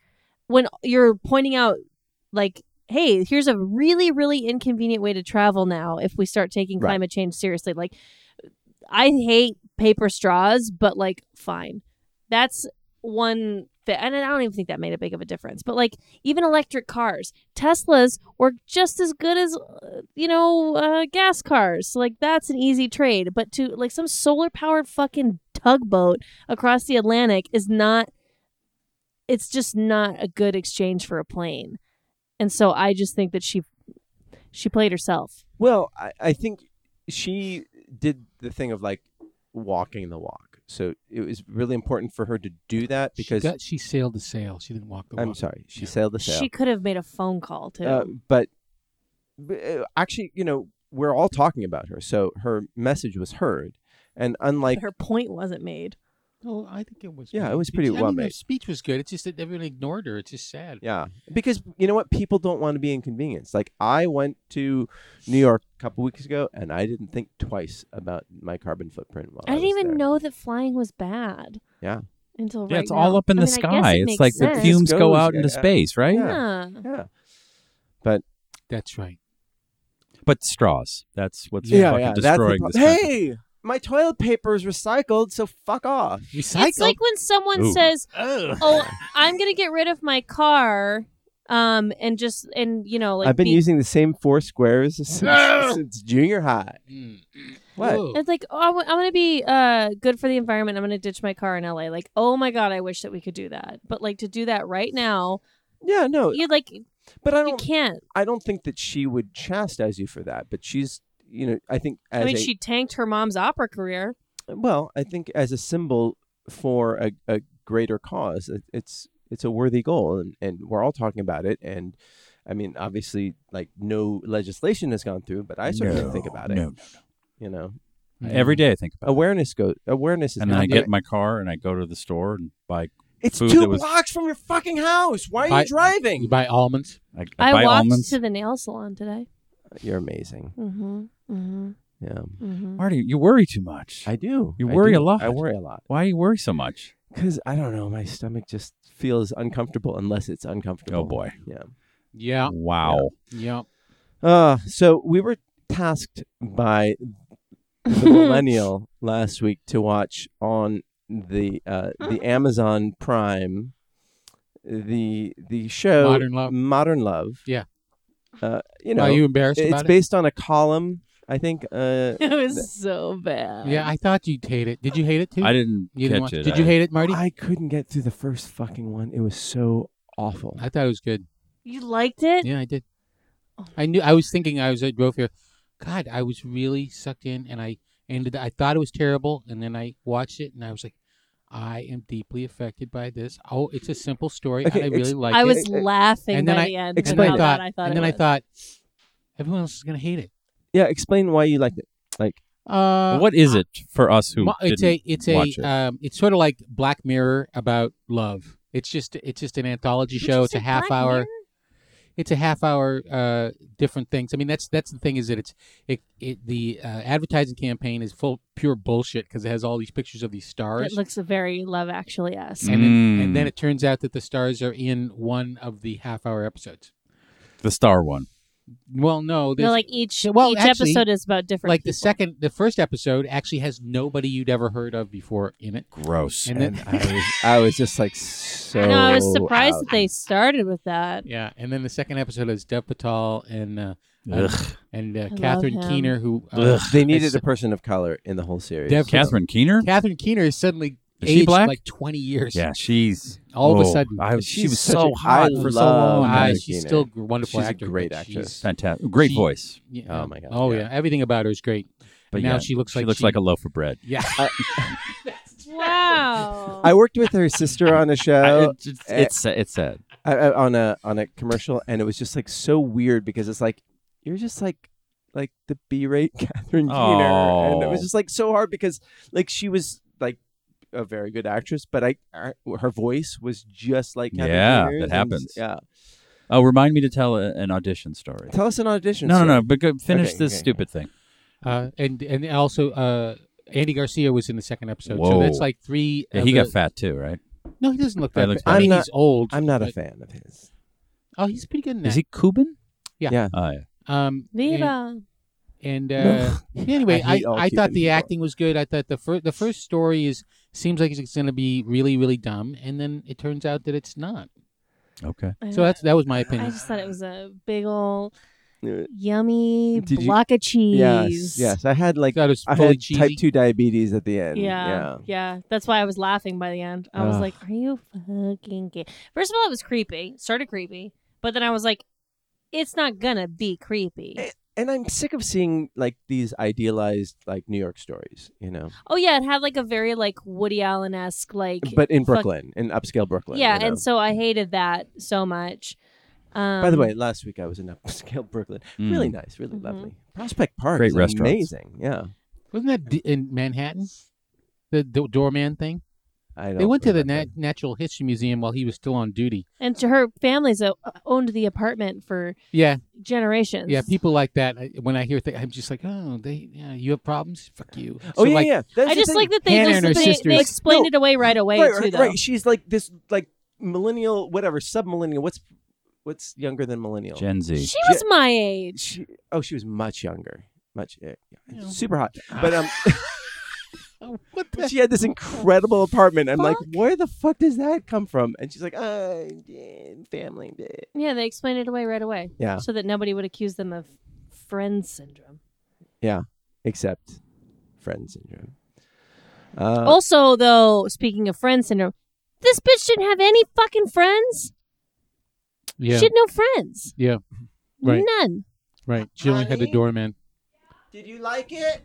when you're pointing out like hey here's a really really inconvenient way to travel now if we start taking Right. climate change seriously like i hate paper straws but like fine that's one fit and i don't even think that made a big of a difference but like even electric cars teslas were just as good as uh, you know uh, gas cars like that's an easy trade but to like some solar powered fucking tugboat across the Atlantic is not it's just not a good exchange for a plane. And so I just think that she she played herself. Well, I, I think she did the thing of like walking the walk. So it was really important for her to do that because she, got, she sailed the sail. She didn't walk the I'm walk. sorry, she Yeah. sailed the sail. She could have made a phone call too. Uh, but but, uh, actually, you know, we're all talking about her, so her message was heard. And unlike but her point wasn't made. No, I think it was. Yeah, good. it was Speech- pretty I mean, well the made. speech was good. It's just that everyone ignored her. It's just sad. yeah, because you know what, people don't want to be inconvenienced. Like I went to New York a couple weeks ago, and I didn't think twice about my carbon footprint. While I, I didn't Oh, was even there. know that flying was bad. Yeah. Until Yeah, right it's all now. up in I the mean, I guess sky. it It's makes like the sense. fumes go Goes, out into yeah. space, right? Yeah. Yeah. Yeah, That's right. But straws. That's what's yeah, fucking yeah. that's the destroying problem. this. country. Hey, my toilet paper is recycled, so fuck off. Recycle. It's like when someone Ooh. says, "Oh, I'm gonna get rid of my car," um, and just and you know, like I've been be- using the same four squares since, since junior high. Mm. What? Whoa. It's like, oh, I w- I'm going to be uh, good for the environment. I'm going to ditch my car in LA. Like, oh my God, I wish that we could do that. But like to do that right now, Yeah, no, you like, you but Oh, I don't. can't. I don't think that she would chastise you for that, but she's, you know, I think as I mean, a, she tanked her mom's opera career. well, I think as a symbol for a, a greater cause, it, it's it's a worthy goal, and, and we're all talking about it. And I mean, obviously, like no legislation has gone through, but I certainly No, think about it. Oh, no, no, You know, Every day I think about it. awareness goes awareness is And then I everything. get in my car and I go to the store and buy. it's food two that was- blocks from your fucking house why are Buy- you driving You buy almonds. I, I, I buy walked almonds. to the nail salon today. you're amazing Mm-hmm. Mm-hmm. yeah Mm-hmm. Marty, you worry too much. i do You I worry do. a lot. i worry a lot Why do you worry so much? because i don't know my stomach just feels uncomfortable unless it's uncomfortable Oh boy! yeah Yeah. Wow. Yeah. uh so we were tasked by the millennial last week to watch on the uh, the Amazon Prime the the show Modern Love. Modern Love. Yeah. Uh, you know, Are you embarrassed it's about based on a column. I think. Uh, It was so bad. it? Yeah, I thought you'd hate it. Did you hate it too? I didn't catch You didn't watch- it. Did you I- hate it, Marty? I couldn't get through the first fucking one. It was so awful. I thought it was good. You liked it? Yeah, I did. Oh I knew. I was thinking. I was. I drove here. God, I was really sucked in, and I ended. I thought it was terrible, and then I watched it, and I was like, I am deeply affected by this. Oh, it's a simple story, Okay, and ex- I really like I it. was it- laughing and by then I the end. and explain how it. bad I thought and it then I was. thought everyone else is gonna hate it. yeah, explain why you liked it. Uh, what is it for us who mo- it's didn't a it's watch a it? um, it's sort of like Black Mirror about love. It's just it's just an anthology Did show. you It's a say half Black hour. Mirror? it's a half hour uh, different things. I mean, that's that's the thing is that it's it, it the uh, advertising campaign is full pure bullshit because it has all these pictures of these stars, It looks very Love Actually esque. and then Mm. and then it turns out that the stars are in one of the half hour episodes. the star one. Well, no, No, there's- like each Well, each actually, episode is about different. like the people. second the first episode actually has nobody you'd ever heard of before in it. Gross. And And then I was, I was just like so. I know. I was surprised out. that they started with that. yeah, and then the second episode is Dev Patel and uh, Ugh. and uh, love Catherine him. Keener who uh, They It's- needed a person of color in the whole series. Dev- Catherine Keener. Catherine Keener is suddenly Is she aged black? like twenty years. Yeah, she's All of a oh, sudden. I, she She's was such so a- hot I for so love long. her. Ah, Anna she's Keener. still a wonderful She's a actor. but great she's- actress. fantastic. Great She- voice. yeah. Oh, my God, Oh yeah. yeah. Everything about her is great. But now yeah, she looks she like looks she- like a loaf of bread. Yeah. Wow. I worked with her sister on a Uh, I- show, it's, it's, eh. it's sa- it's sad. I, I, on a on a commercial, and it was just like so weird because it's like you're just like like the B-rate Catherine Keener, and it was Oh. just like so hard because like she was like a very good actress, but I I- her voice was just like Catherine Yeah, Keener's, that and- happens. Yeah, Oh, remind me to tell a, an audition story. tell us an audition. No, no, story. no. But go, finish Okay, this okay. stupid thing. Uh, and and also uh, Andy Garcia was in the second episode. So Whoa. that's like three. Yeah, of he got the- fat too, right? No, he doesn't look That that. looks bad. I bad. mean, I'm he's old. I'm not a but- fan of his. Oh, he's pretty good in that. Is he Cuban? Yeah. Yeah. Oh, yeah. Um, and, Viva. and No. uh, anyway, I I, hate all I, thought Cuban the people. acting was good. I thought the first the first story is seems like it's going to be really really dumb, and then it turns out that it's not. Okay. I So don't- that's that was my I opinion. just thought it was a big old Uh, yummy Did you- block of cheese. Yes, yes. I had I like thought it was I fully had cheesy. type two diabetes at the end. Yeah, yeah, That's why I was laughing by the end. I was like, "Are you fucking kidding?" First of all, it was creepy. Started creepy, but then I was like, "It's not gonna be creepy." Eh. And I'm sick of seeing like these idealized like New York stories, you know. Oh yeah, it had like a very like Woody Allen esque like. But in fuck- Brooklyn, in upscale Brooklyn. yeah, you know? and so I hated that so much. Um, By the way, last week I was in upscale Brooklyn. Mm. Really nice, really Mhm. lovely. Prospect Park, Great is restaurants. amazing. Yeah, Wasn't that d- in Manhattan? The, the doorman thing. I don't They went to the remember. Nat- Natural History Museum while he was still on duty. and to her family's o- owned the apartment for Yeah, generations. yeah. People like that. I, when I hear, th- I'm just like, oh, they. Yeah, you have problems? Fuck you. Oh So, yeah, like, yeah. That's I the just thing. like that they Hannah just and her they, they sisters. explained No. it away right away right, too, right, though. right. She's like this, like millennial, whatever, sub millennial. What's what's younger than millennial? Gen Z. She was my age. She, oh, she was much younger, much yeah, yeah, Yeah. super hot. But um, Ah. Oh, what the? she had this incredible apartment. I'm like, where the fuck does that come from? And she's like, uh, yeah, family. blah." Yeah, they explained it away right away. Yeah. So that nobody would accuse them of friend syndrome. Except friend syndrome. Uh, also, though, speaking of friend syndrome, this bitch didn't have any fucking friends. yeah, She had no friends. yeah. Right. None. Right. She only had the Honey? doorman. Did you like it?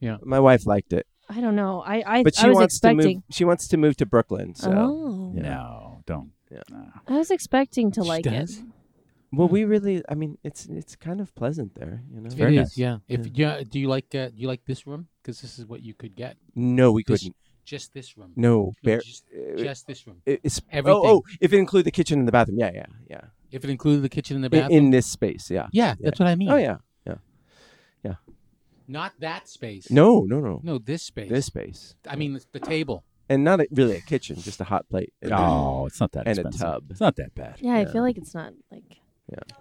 Yeah. My wife liked it, I don't know. I I, but I she was wants to move. expecting. She wants to move to Brooklyn. So oh, No, don't. Yeah. No. I was expecting to She like does? it. Well, we really, I mean, it's it's kind of pleasant there, you know. It very is, nice. yeah. If yeah, do you like uh, do you like this room? Because this is what you could get. No, we This- couldn't. Just this room. No, No, bare. just, uh, just this room. it- it's everything. Oh, oh, if it include the kitchen and the bathroom, yeah, yeah, yeah. If it included the kitchen and the In- bathroom. In, this space, yeah. yeah, that's what I mean. Oh yeah. Not that space. No, no, no. No, this space. This space, I mean, the, the table. and not a, really a kitchen, just a hot plate. and- Oh, it's not that And a expensive. tub. It's not that bad. Yeah, Yeah. I feel like it's not like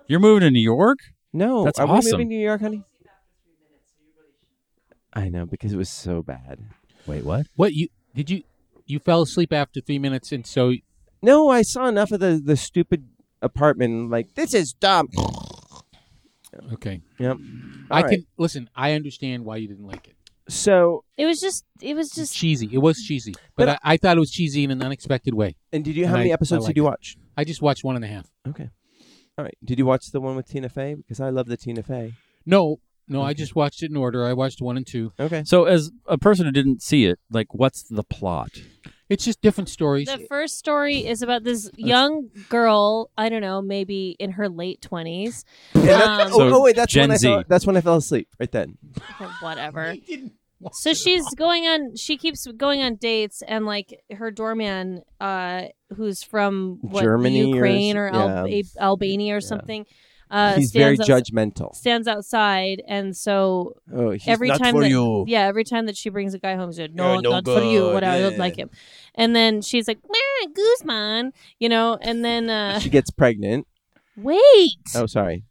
You're moving to New York? No, That's are we awesome. moving to New York, honey? I know because it was so bad. Wait, what? What you did you you fell asleep after three minutes, and so No, I saw enough of the the stupid apartment. and Like this is dumb. okay. Yep. I All right. can listen. I understand why you didn't like it. So, it was just it was It's just cheesy. It was cheesy, but, But I, I thought it was cheesy in an unexpected way. and did you? And How many I- I episodes like did you it. watch? I just watched one and a half. Okay. All right. Did you watch the one with Tina Fey? Because I love the Tina Fey. No, no, I just watched it in order. I watched one and two. Okay. So, as a person who didn't see it, like, what's the plot? It's just different stories. the first story is about this young girl, I don't know, maybe in her late 20s. Um, So, oh, oh, wait, that's Gen when I fell, Z. that's when I fell asleep right then. or whatever. didn't watch So she's going on. She keeps going on dates, and like her doorman, uh, who's from what, Germany or Ukraine, or, s- Al- yeah. Ab- Albania, or something. Uh, He's very stands outs- judgmental. Stands outside, and so Oh, he's every not time for that, you. yeah, every time that she brings a guy home, she's like, "No, You're no not for you. good, What I don't yeah." like him." And then she's like, "Meh, "Guzman," you know, and then uh, She gets pregnant. wait. Oh, sorry.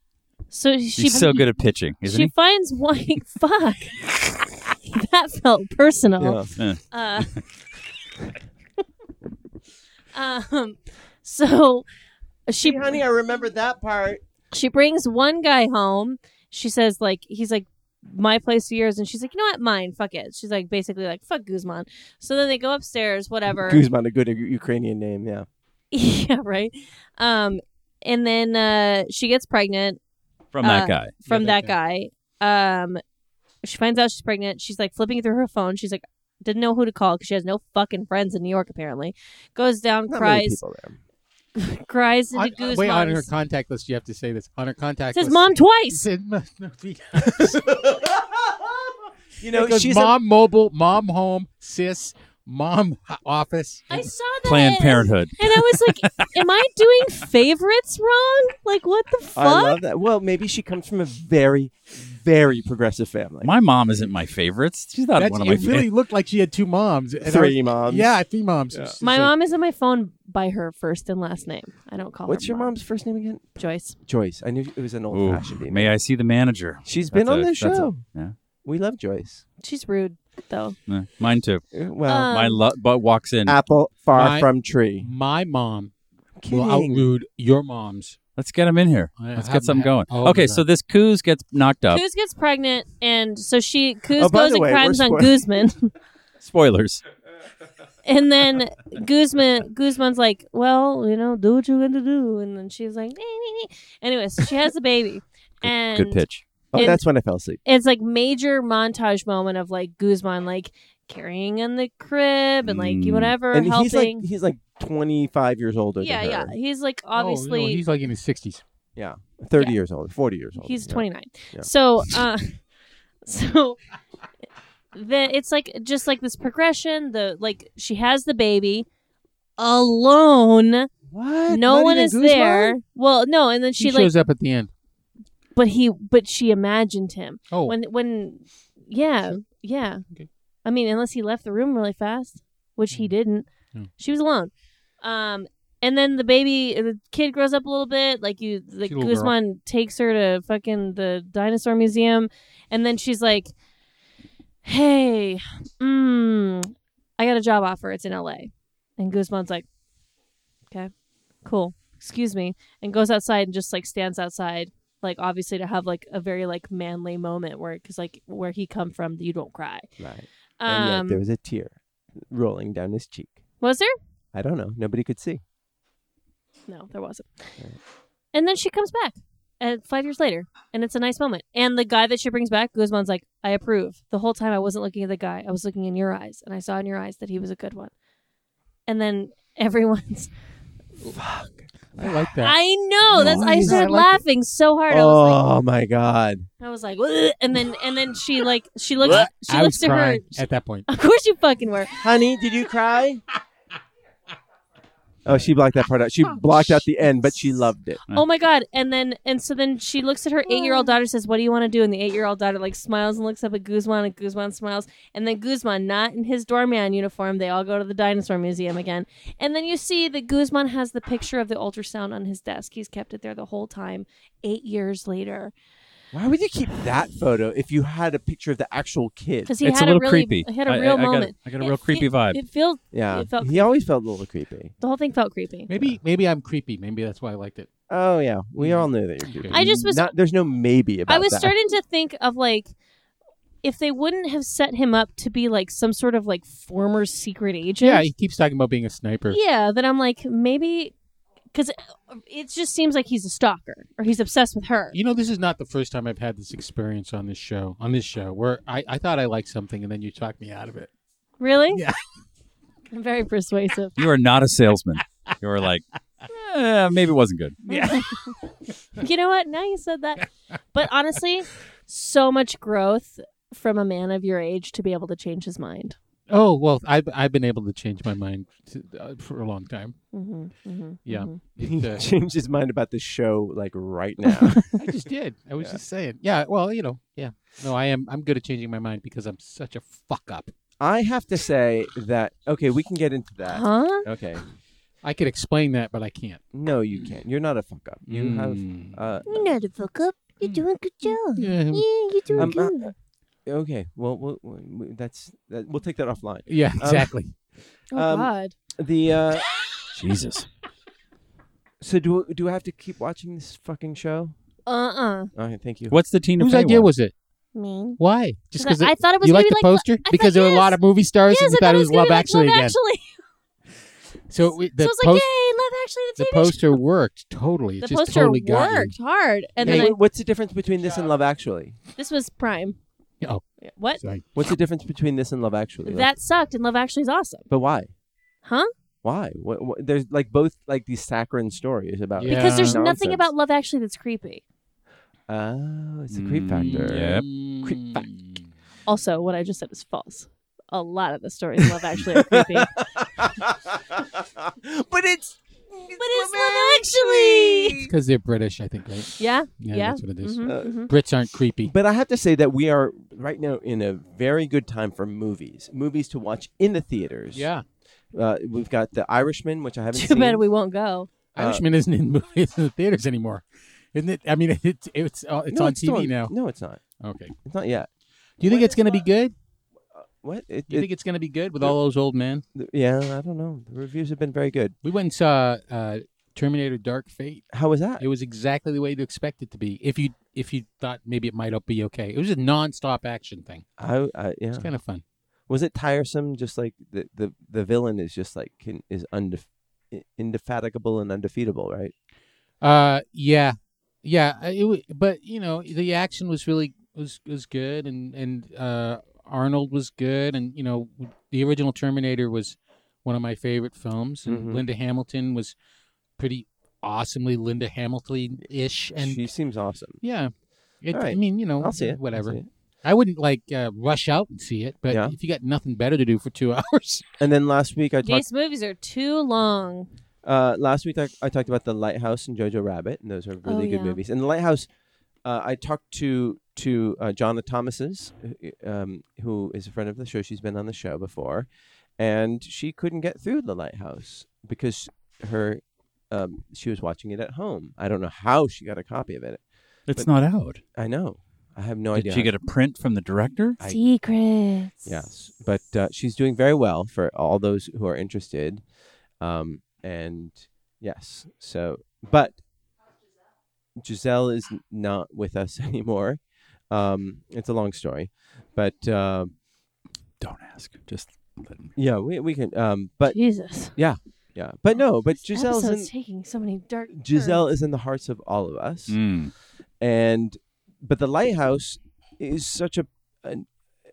So she She's so good at pitching, isn't she finds one. Fuck. that felt personal. Yeah. he? Eh. Uh, um, so uh, she honey, I remember that part. she brings one guy home. She says like he's like my place or yours, and she's like you know what mine. Fuck it. She's like basically like fuck Guzman. So then they go upstairs, whatever. Guzman, a good U- Ukrainian name, yeah. yeah, right. Um, and then uh, she gets pregnant From Uh, that guy. from that, that guy. Um, she finds out she's pregnant. She's like flipping through her phone. She's like didn't know who to call because she has no fucking friends in New York apparently. Goes down, Not many cries. people there. cries into On, Guzman's. wait, on her contact list, you have to say this. On her contact says list, mom it twice. said mo- no, three- You it goes mom mobile, mom home, sis, mom ho- office. I saw that. Planned Parenthood. And I was like, am I doing favorites wrong? Like, what the fuck? I love that. Well, maybe she comes from a very, very progressive family. My mom isn't my favorites. She's not That's, one it of my favorites. really looked like she had two moms. and I was- Three moms. Yeah, three moms. Yeah. She's my like- mom is on my phone by her first and last name. I don't call What's her your mom. mom's first name again? Joyce. Joyce. I knew it was an old Ooh, fashioned name. may I see the manager? She's That's been on a- this that's a- show. yeah. We love Joyce. She's rude, though. Eh, Mine too. Uh, Well, Um, my lo- butt walks in. apple far my- from tree. My mom Kidding. will outrude your mom's. Let's get him in here. I Let's haven't get something had- going. Oh, my okay, God. so this Coos gets knocked up. Kuz gets pregnant, and so she Kuz Uh, Oh, by goes the and way, crimes we're on spoil- Guzman, Spoilers. and then Guzman Guzman's like, "Well, you know, do what you got to do," and then she's like, "Anyway, so she has a baby, and Good pitch. oh, in- that's when I fell asleep. it's like major montage moment of like Guzman like carrying in the crib and like Mm. whatever and he's like helping. he's like 25 years older yeah, than yeah. her. He's like Oh, no, obviously he's he's, like in his sixties. 30 yeah. years old, 40 years old. 29. Yeah. So uh so the it's like just like this progression the like she has the baby alone What? no Not one even is Guzman? there well no and then She she like shows up at the end. but he but she imagined him Oh, when when yeah yeah Okay. i mean unless he left the room really fast which he didn't Mm. Yeah. she was alone um and then the baby the kid grows up a little bit like you like little girl. guzman takes her to fucking the dinosaur museum and then she's like hey mm, i got a job offer it's in la and guzman's like okay cool excuse me and goes outside and just like stands outside like obviously to have like a very like manly moment where because like where he come from you don't cry Right. and yet um there was a tear rolling down his cheek. was there I don't know. Nobody could see. no there wasn't and then she comes back uh, five years later and it's a nice moment and the guy that she brings back guzman's like i approve the whole time i wasn't looking at the guy i was looking in your eyes and i saw in your eyes that he was a good one and then everyone's I like that. I know. That's I Nice. started I like it. laughing so hard. I was like, Oh my god. I was like, "Ugh," and then and then she like she looks she I looks was to her. crying at that point. Of course you fucking were. Honey, did you cry? Oh, she blocked that part out. She blocked out the end, but she loved it. Oh my god! And then and so then she looks at her eight year old daughter says, "What do you want to do?" And the eight year old daughter like smiles and looks up at Guzman and Guzman smiles. And then Guzman, not in his doorman uniform, they all go to the dinosaur museum again. And then you see that Guzman has the picture of the ultrasound on his desk. He's kept it there the whole time. Eight years later, Why would you keep that photo if you had a picture of the actual kid? because he it's had a little really creepy. he had a real I, I moment. Got a, I got It a real fe- creepy vibe. It felt Yeah, It felt he always felt a little creepy. the whole thing felt creepy. Maybe maybe I'm creepy. Maybe that's why I liked it. Oh yeah, we all knew that you're creepy. I just was- Not, there's no maybe about. I was that. starting to think of like if they wouldn't have set him up to be like some sort of like former secret agent. Yeah, he keeps talking about being a sniper. Yeah, then I'm like maybe because it just seems like he's a stalker or he's obsessed with her. You know, this is not the first time I've had this experience on this show. On this show, where I, I thought I liked something and then you talked me out of it. Really? Yeah. I'm very persuasive. You are not a salesman. You were like, eh, maybe it wasn't good. Yeah. you know what? Now you said that. But honestly, so much growth from a man of your age to be able to change his mind. Oh well, I've I've been able to change my mind to, uh, for a long time. Mm-hmm, mm-hmm, Yeah. mhm. It, uh, changed his mind about the show like right now. I just did. I was just saying. Yeah. Well, you know. Yeah. No, I am. I'm good at changing my mind because I'm such a fuck up. I have to say that okay, we can get into that. Huh? Okay, I could explain that, but I can't. no, you can't. You're not a fuck up. You Mm. have. Uh, You're not a fuck up. You're doing a good job. Yeah, Yeah. you're doing Um, uh, good. okay, well, we'll, we'll that's that, we'll take that offline. Yeah. Exactly. oh um, God. The uh, Jesus. so do do I have to keep watching this fucking show? Uh-uh. Okay, thank you. What's the Tina Whose Fey idea one? was it? Mean. Why? Just because I thought it was you gonna liked be the like poster I thought- because there were a lot of movie stars Yes, and you I thought it was gonna Love be like Actually Love again. Actually. So it- the so it's like, post- yay, Love Actually, the the TV show. poster worked totally. It The just poster totally got you. worked hard, and Hey, then what's the difference between this and Love Actually? I, this was Prime. Yeah, oh. Yeah, what? Sorry. What's the difference between this and Love Actually? Like, That sucked, and Love Actually is awesome, but why? huh? Why? What, what, there's like both like these saccharine stories about Yeah. Because there's nothing nonsense. about Love Actually that's creepy. Oh, it's the creep Mm, factor. Yep. mm, Creep fact. Also, what I just said is false. A lot of the stories in Love Actually are creepy, but but it's it's Love Actually. Because they're British, I think. Right? Yeah, Yeah, Yeah. That's what it is. mhm, Uh, mhm. Brits aren't creepy. But I have to say that we are right now in a very good time for movies. Movies to watch in the theaters. Yeah. Uh, we've got The Irishman, which I haven't too seen. bad we won't go. Uh, Irishman isn't in movies in the theaters anymore, isn't it? I mean, it's it's uh, it's No, on still TV now. No, it's not. Okay. It's not yet. Do you think it's going to be good? What? It, Do you it- think it's going to be good with all those old men? yeah, I don't know. The reviews have been very good. We went and saw uh, Terminator: Dark Fate. How was that? It was exactly the way you expect it to be. If you if you thought maybe it might be okay, it was a non-stop action thing. I, I yeah. It's kind of fun. Was it tiresome? Just like the the, the villain is just like can, is undef- i- indefatigable and undefeatable, right? Uh, yeah, yeah. uh, It, wa- but you know, the action was really was was good, and and uh, Arnold was good, and you know, the original Terminator was one of my favorite films, and Mhm. Linda Hamilton was pretty awesomely Linda Hamilton ish, and she seems awesome. yeah. It, All right. I mean, you know, I'll see it. I'll whatever. see it. I wouldn't like uh, rush out and see it, but Yeah. if you got nothing better to do for two hours, And then last week I talked. These movies are too long. Uh, last week I, I talked about the Lighthouse and Jojo Rabbit, and those are really good yeah. movies. And the Lighthouse, uh, I talked to to uh, Jonna Thomas's, uh, um, who is a friend of the show. She's been on the show before, and she couldn't get through the Lighthouse because her um, she was watching it at home. I don't know how she got a copy of it. It's not out. I know. I have no Did idea. she how get a print from the director? I- Secrets. Yes, but uh, she's doing very well for all those who are interested. Um, and yes, so but Giselle is n- not with us anymore. Um, it's a long story, but uh, Don't ask. Just let him. yeah, we we can. Um, but Jesus. yeah, but no, but This Giselle's in, episode's taking so many dark. Giselle turns. is in the hearts of all of us. Mm. and but the lighthouse is such a an,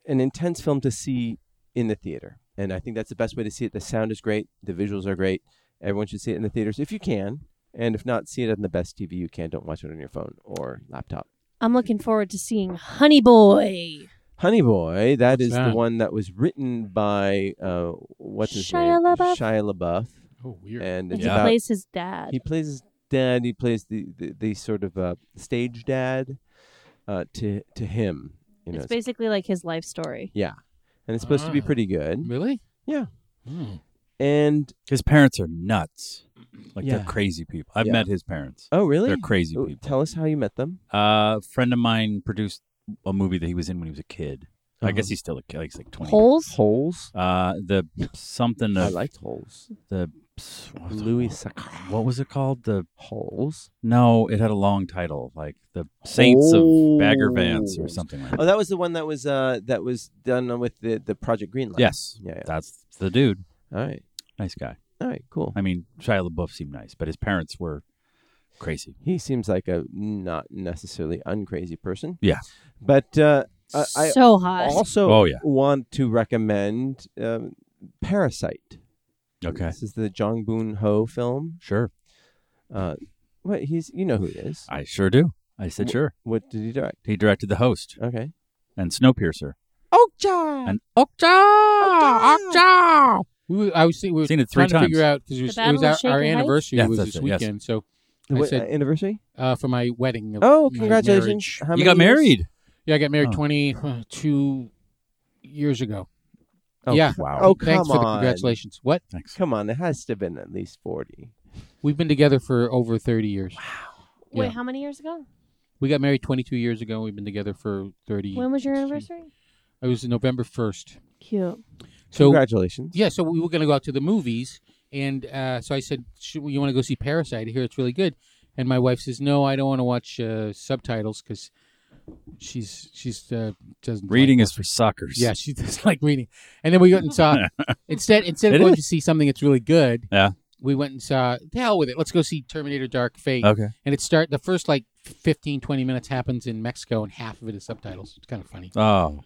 an intense film to see in the theater and i think that's the best way to see it the sound is great the visuals are great everyone should see it in the theaters if you can And if not, see it on the best TV you can. Don't watch it on your phone or laptop. I'm looking forward to seeing Honey Boy. Honey Boy, that What's is the that? one that was written by uh, what's his Shia name? LaBeouf? Shia LaBeouf, Oh, weird. and And it's he about plays his dad. he plays his dad. He plays the the, the sort of uh, stage dad uh, to to him. You know, it's basically like his life story. and it's supposed to be Ah. pretty good. really? Yeah. Hmm. And His parents are nuts. Like Yeah. they're crazy people. I've Yeah. met his parents. oh, really? They're crazy Oh, people. Tell us how you met them. Uh, a friend of mine produced a movie that he was in when he was a kid. I Uh-huh. guess he's still a kid. Like, he's like twenty. Holes? Holes. Uh, the something I of liked holes. the what was it- Louis Sac- What was it called? The Holes. no, it had a long title, like the Saints of Bagger Vance or Holes. something like that. Oh, that was the one that was uh that was done with the the Project Greenlight. yes, Yeah. yeah. that's the dude. All right. Nice guy. All right. Cool. I mean, Shia LaBeouf seemed nice, but his parents were crazy. He seems like a not necessarily uncrazy person. Yeah. But uh, I, I so hot. also Oh, yeah. want to recommend um, Parasite. Okay, This is the Jong Boon Ho film. sure. Uh, what he's you know who he is. I sure do. I said Wh- sure. What did he direct? He directed The Host Okay. and Snowpiercer Okja. and Okja. Okja. We were, I was see, we were Seen it trying three to figure out because it was, it Battle was of our, Shaken our Heights? anniversary Yes, was that's this it, yes. weekend. So I What, said- uh, anniversary? uh, for my wedding. Of Oh, my congratulations! marriage. How You many years? got married. Yeah, I got married Oh. 22 years ago. Oh, yeah. Wow. Oh, Thanks come for the on. congratulations. What? Thanks. Come on, it has to have been at least forty. We've been together for over 30 years. Wait, Yeah. how many years ago? We got married 22 years ago. We've been together for 30. When was your anniversary? It was November 1st. Cute. So congratulations! yeah, so we were going to go out to the movies, and uh, so I said, "Sh- "You want to go see Parasite? I hear it's really good." And my wife says, "No, I don't want to watch uh, subtitles because she's she's uh, Oh. doesn't like Reading those." is for suckers. yeah she doesn't like reading." And then we went and saw instead instead It of going is. to see something that's really good. Yeah. we went and saw the hell with it. Let's go see Terminator: Dark Fate. Okay. And it start the first like 15, 20 minutes happens in Mexico, and half of it is subtitles. It's kind of funny. Oh,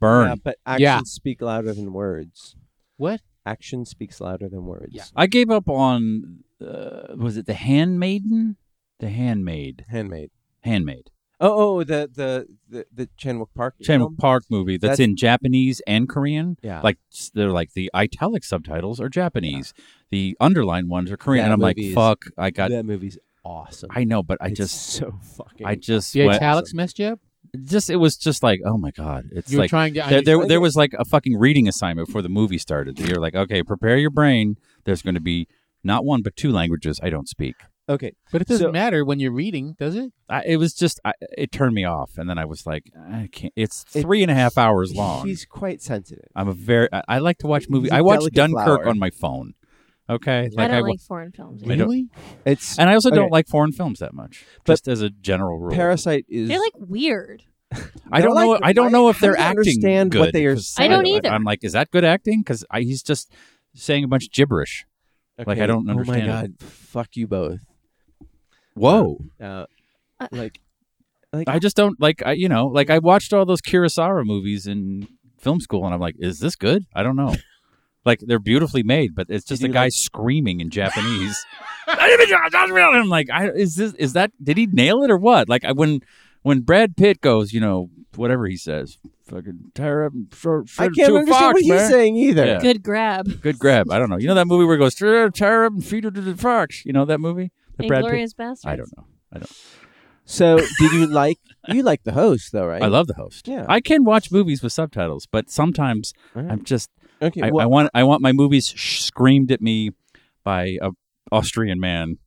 burn. Yeah, but actions Yeah. speak louder than words. What? Action speaks louder than words. Yeah. I gave up on uh, was it the handmaiden? The handmaid, Handmade. handmaid. Oh, oh, the the the, the Chanwook Park. Chan film? Park movie that's, That's- in Japanese and Korean. Yeah. Like s- they're like the italic subtitles are Japanese, the underlined ones are Korean. That and I'm like, movie is- fuck, I got. that movie's awesome. I know, but I It's just, so fucking. I just, The went, italics messed you up. just it was just like, oh my god, it's You were like trying to. there, there, understand there it. was like a fucking reading assignment before the movie started. You're like, okay, prepare your brain. There's going to be not one but two languages I don't speak. okay. but it doesn't so- matter when you're reading, does it? I, it was just I, it turned me off, and then I was like, I can't. It's It- three and a half hours long. He's quite sensitive. I'm a very. I, I like to watch movies. He's a I watch delicate Dunkirk flower. on my phone. Okay, I don't wa- like foreign films. I don't- It's and I also don't Okay. like foreign films that much. But just as a general rule, Parasite is. They're like weird. I don't they're know. like- I don't know if how do they're you acting. understand what good, they are 'cause I don't I- either. I'm like, is that good acting? Because he's just saying a bunch of gibberish. like, I Okay, don't Oh my understand god! it. Fuck you both. Whoa. Uh, Uh, like, like I just don't like I you know like I watched all those Kurosawa movies in film school and I'm like is this good? I don't know. like they're beautifully made but it's just Did a you, guy like- screaming in Japanese. I'm like I, is this is that did he nail it or what? Like I, when when Brad Pitt goes, you know, whatever he says, fucking tear up for, I can't understand what he's saying either. Yeah. Good grab. Good grab. I don't know. You know that movie where he goes tear up and feed her to the fox. You know that movie? The Brad Pitt. Inglorious Bastards. I don't know. So, did you like you like the host though, right? I love the host. Yeah. I can watch movies with subtitles, but sometimes All right. I'm just Okay. I, I well, want I want my movies sh- screamed at me by a Austrian man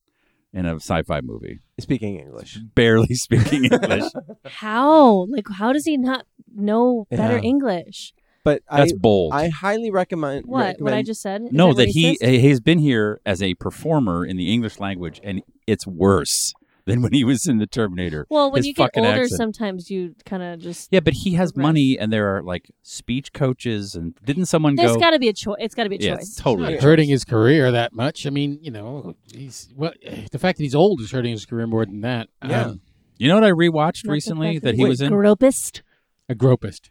in a sci-fi movie, speaking English. barely speaking English. How? Like, how does he not know better Yeah. English? But I, That's bold. I highly recommend. What? What I recommend- just said? Is no, that he racist? he's been here as a performer in the English language, and it's worse than when he was in the Terminator. Well, when his you get fucking older, accent. sometimes you kind of just. Yeah, but he has Right. money, and there are like speech coaches, and didn't someone There's go? got to be a choice. It's got to be a yeah, choice. it's totally. Not hurting his career that much. I mean, you know, he's well. The fact that he's old is hurting his career more than that. Yeah. Um, You know what I rewatched Not the recently fact that he he's was a in? Gropist. a The Gropist.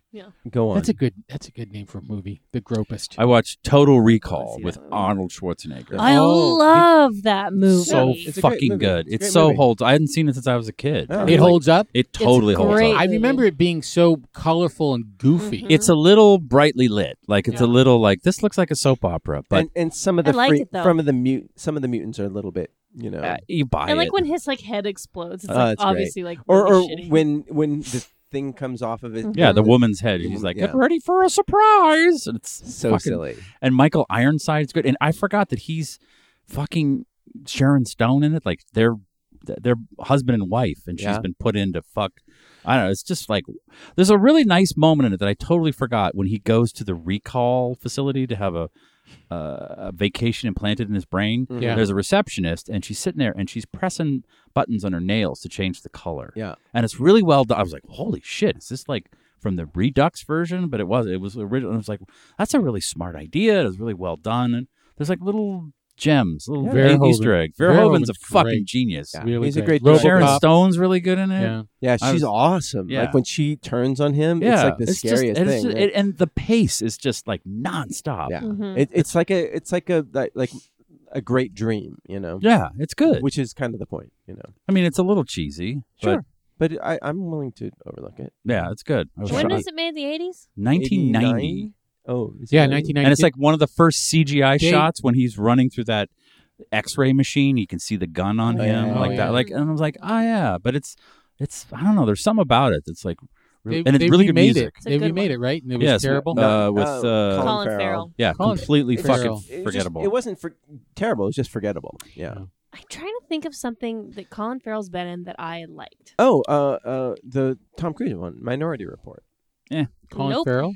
Go on. That's a good. That's a good name for a movie. The Gropist. I watched Total Recall see with that movie. Arnold Schwarzenegger. I Oh, it- love that movie. so It's a great fucking movie. good. It's a It's, great so movie. Oh. holds. I hadn't seen it since I was a kid. Yeah. it holds up. It totally holds great. up. I movie. remember it being so colorful and goofy. Mhm. It's a little brightly lit. Like it's a Yeah. little like this looks like a soap opera, but and, and some of I the like free- it, though. some of the mute some of the mutants are a little bit you know uh, you buy it. and Uh, like when his like head explodes, it's Oh, like it's great. obviously like or or really shitty. when when the thing comes off of it Mhm. yeah, the woman's head. The She's woman- like, yeah. "Get ready for a surprise!" And it's so fucking- silly And Michael Ironside's good. And I forgot that he's fucking Sharon Stone in it. Like they're th- they're husband and wife, and she's Yeah. been put in to fuck. I don't know. It's just like there's a really nice moment in it that I totally forgot when he goes to the recall facility to have a uh, a vacation implanted in his brain. Mm-hmm. Yeah. There's a receptionist, and she's sitting there, and she's pressing buttons on her nails to change the color. Yeah. and it's really well done. I was like, "Holy shit! Is this like from the Redux version?" But it was. It was original. And I was like, "That's a really smart idea. It was really well done." And there's like little gems, little Yeah. Verhoeven. Easter egg. Verhoeven's a Verhoeven's fucking great. genius. Yeah. really He's a great. great director. Sharon RoboCop. Stone's really good in it. Yeah. yeah I she's was- awesome yeah. like when she turns on him it's like the it's just- scariest it's thing just- right? it- and the pace is just like nonstop. yeah Mhm. it, it's like a it's like a like, like a great dream you know Yeah, it's good. which is kind of the point you know I mean, it's a little cheesy. Sure. but I I'm willing to overlook it But yeah, it's good. I was when shocked. was it made? The eighties? 1990. 89? oh is it Yeah, 90? 1990. and it's like one of the first CGI They- shots when he's running through that X-ray machine. You can see the gun on Oh, him, yeah. like Oh, that. yeah. Like, and I was like, oh yeah, but it's, it's. I don't know. There's some about it that's like, they, and it's they really good remade music. It. It's a They good one. remade it, right? And it was Yes, terrible. Uh, No, with uh, uh, Colin Oh, Colin Farrell. Farrell. yeah, Colin completely Farrell. fucking It was just- forgettable. it wasn't for terrible it was just forgettable yeah I'm trying to think of something that Colin Farrell's been in that I liked. oh uh uh the Tom Cruise one Minority Report Colin nope. Farrell.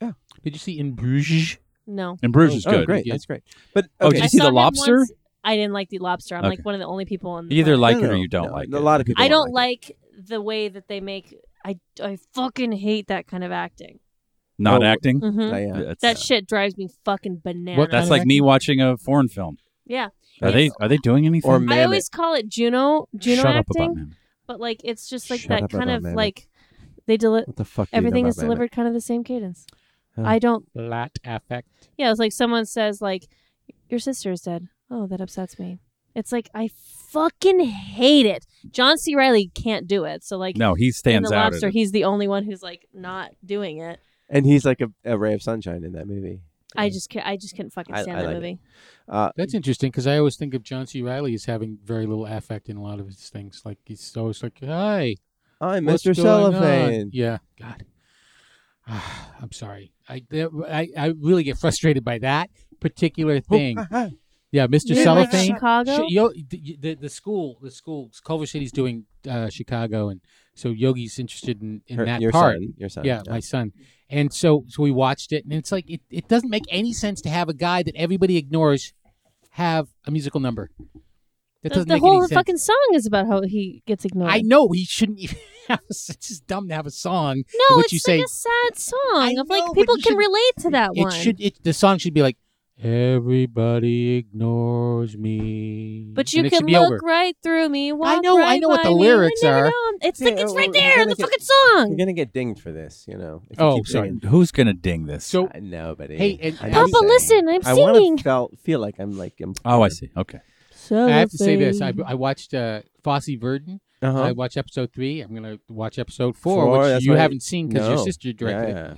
Yeah. Did you see In Bruges? No. and Bruges is oh, good. great Yeah. that's great but Oh, okay. did I you see saw the him lobster? once. I didn't like the lobster. I'm Okay. like one of the only people on the You either planet. No, like it or no, you don't no, like it. a lot of people I don't like like the way that they make. I I fucking hate that kind of acting. not Oh, acting. Mhm. it. Yeah, yeah. That's, That shit drives me fucking bananas. What that's kind of like me watching a foreign film. Yeah. Are they are they doing anything? Or Mammoth. I always call it Juno Juno Shut up acting, about him. but like it's just like Shut that up kind about of Mammoth. like they deli- What the fuck? do you know everything about is Mammoth? delivered kind of the same cadence. Huh. I don't. Flat affect. Yeah, it's like someone says like your sister is dead. Oh, that upsets me. It's like I fucking hate it. John C. Riley can't do it. So like No, he in stands the out. at lobster, it. he's the only one who's like not doing it. And he's like a, a ray of sunshine in that movie. I just can I just couldn't fucking I- stand I that like it. movie. Uh, That's interesting because I always think of John C. Riley as having very little affect in a lot of his things. Like he's always like, "Hi, I'm what's Mr. going on?" Cellophane. Yeah, God, I'm sorry. I, that- I I really get frustrated by that Oh, particular thing. Yeah, Mr. You didn't like Cellophane. Chicago? Sh- Yo, the, the, the school, the school, Culver City's doing uh, Chicago, and so Yogi's interested in, in Her- that your part. son. Your son. Yeah, my son. And so, so we watched it, and it's like it, it doesn't make any sense to have a guy that everybody ignores have a musical number. That The, doesn't the make whole any sense. fucking song is about how he gets ignored. I know he shouldn't even. Have, it's just dumb to have a song. No, what it's you like say- a sad I song of know, like but people you can should- relate to that it one. should. It the song should be like everybody ignores me. but you and it can should be look over. right through me. Walk know- I right know what by the me, lyrics you never are. oh, know. It's Yeah, like it's uh, right we're there in gonna the get- fucking We're song. gonna get dinged for this, you know. if you Oh, keep sorry. singing. Who's gonna ding this? So I know, but it- Hey, and- I know Papa, what you're saying. listen, I'm I wanna singing. Feel, feel like I'm like. I'm, oh, I see. Okay. So I have to say this. I, I watched uh, Fosse Verdon. Uh-huh. I watched episode three. I'm gonna watch episode four, Four, which that's you right. haven't seen because your No. sister directed. it. Yeah,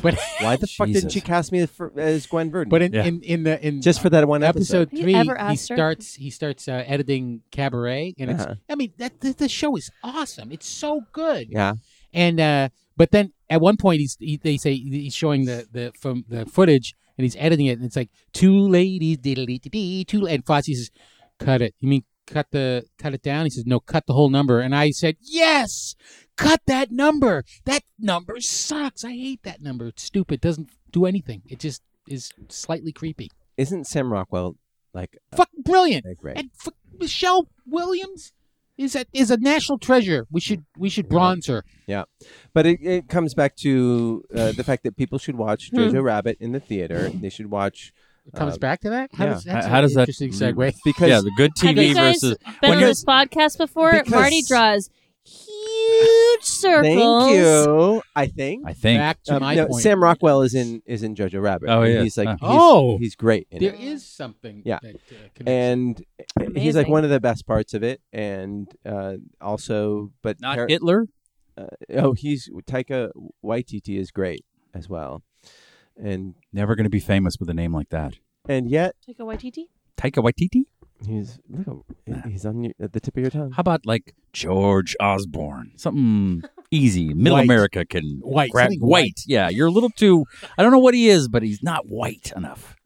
But yeah. Why the fuck didn't Jesus. she cast me for, as Gwen Verdon? but in, Yeah. in, in the in just for that one episode episode. Have you three, ever he asked her? starts he starts uh, editing Cabaret, and Uh-huh. it's I mean that the, the show is awesome. It's so good. Yeah. And uh, but then at one point he's he, they say he's showing the, the from the footage and he's editing it and it's like two ladies diddly-dee-dee, two and Fosse says cut it. You mean cut the cut it down? He says no, cut the whole number. And I said yes, cut that number. That number sucks. I hate that number. It's stupid. Doesn't do anything. It just is slightly creepy. Isn't Sam Rockwell like Fuck brilliant. like, great? And f- Michelle Williams is a is a national treasure. We should we should bronze her. But it, it comes back to uh, the fact that people should watch Hmm. Jojo Rabbit in the theater. They should watch Comes Uh, back to that. How yeah. does, that's How- how an does that interesting re- segue? because yeah, the good Have TV you guys versus been when on you're- this podcast before? Because- Marty draws huge circles. Thank you. I think. I think. Back to Um, my no, point. Sam Rockwell is in is in Jojo Rabbit. Oh, and yeah. He's like Uh. he's, Oh! he's great. In there it. is something. Yeah. That, uh, connects. and eh, he's like Amazing. one of the best parts of it, and uh, also, but Not Har- Hitler. uh, oh, he's Taika Waititi is great as well, and Never going to be famous with a name like that. and yet Take a YTT. Taika Waititi. he's look at- he's on your, at the tip of your tongue. How about like George Osborne? Something easy. Middle White. America can White, grab something white. white. Yeah, you're a little too. I don't know what he is, but he's not white enough.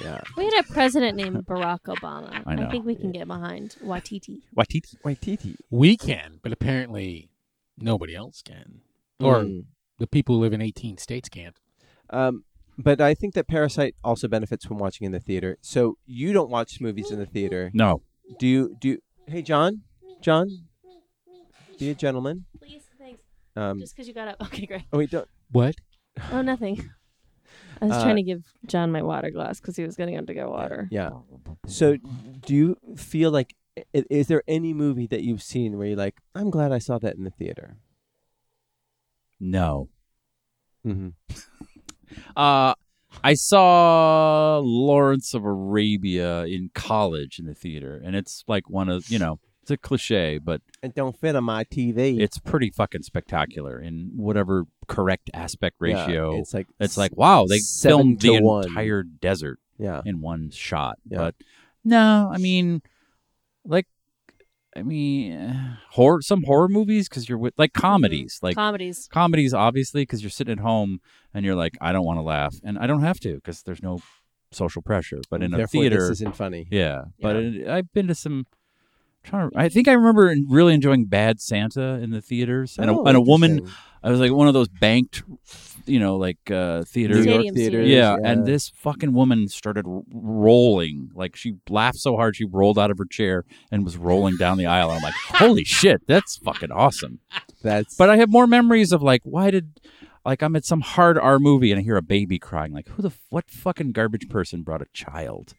Yeah, We had a president named Barack Obama. I know. think we can get behind Watiti. Waititi. Waititi we can, but apparently nobody else can, or Mm. the people who live in 18 states can't. Um, but I think that Parasite also benefits from watching in the theater. So you don't watch movies in the theater. No, Do you? Do you, hey, John, John, be a gentleman. Please, thanks. Um, Just because you got up. Okay, great. oh wait, don't. What? Oh, nothing. I was Uh, trying to give John my water glass because he was going to go get water. Yeah. So, do you feel like i- is there any movie that you've seen where you're like, I'm glad I saw that in the theater? no. Mm-hmm. Uh, I saw Lawrence of Arabia in college in the theater, and it's like one of you know it's a cliche, but It don't fit on my TV. it's pretty fucking spectacular in whatever correct aspect Yeah, ratio. it's like it's like wow, they seven filmed to the one. entire desert. yeah. in one shot. Yeah. But no, I mean, like, I mean, eh, horror some horror movies because you're with like comedies, like Comedies. comedies, obviously because you're sitting at home and you're like, I don't want to laugh, and I don't have to because there's no social pressure. But in a Therefore, theater, this isn't funny. yeah. But Yeah. it, I've been to some. Trying to, I think I remember en- really enjoying Bad Santa in the theaters, and, a, Oh, and a woman. interesting. I was like one of those banked, you know, like uh, theaters. Stadium theaters, seating. Yeah, and this fucking woman started r- rolling. Like she laughed so hard she rolled out of her chair and was rolling down the aisle. I'm like, holy shit, that's fucking awesome. that's But I have more memories of like, why did, like, I'm at some hard R movie and I hear a baby crying. Like, who the f- what fucking garbage person brought a child?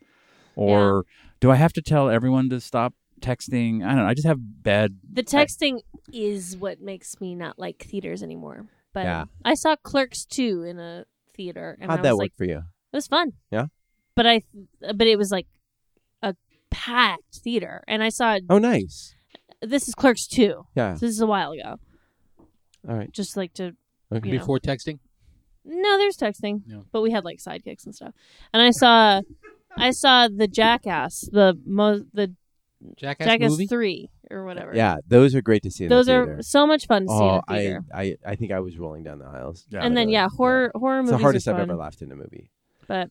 Or do I have to tell everyone to stop texting? I don't know. I just have bad. The texting is what makes me not like theaters anymore. But Yeah. I saw Clerks 2 in a theater. And I how'd was that work like, for you? It was fun. Yeah? But I, but it was like a packed theater, and I saw Oh, nice. this is Clerks two. Yeah. So this is a while ago. All right. Just like to Okay. You know. Before texting, no, there's texting, No. but we had like sidekicks and stuff. And I saw, I saw the Jackass, the mo- the Jackass, Jackass movie. three or whatever. Yeah, those are great to see. In those the are theater. so much fun to see in Oh, a I, theater. I, I think I was rolling down the aisles. and then yeah, horror horror It's movies. the hardest are I've fun. ever laughed in a movie. But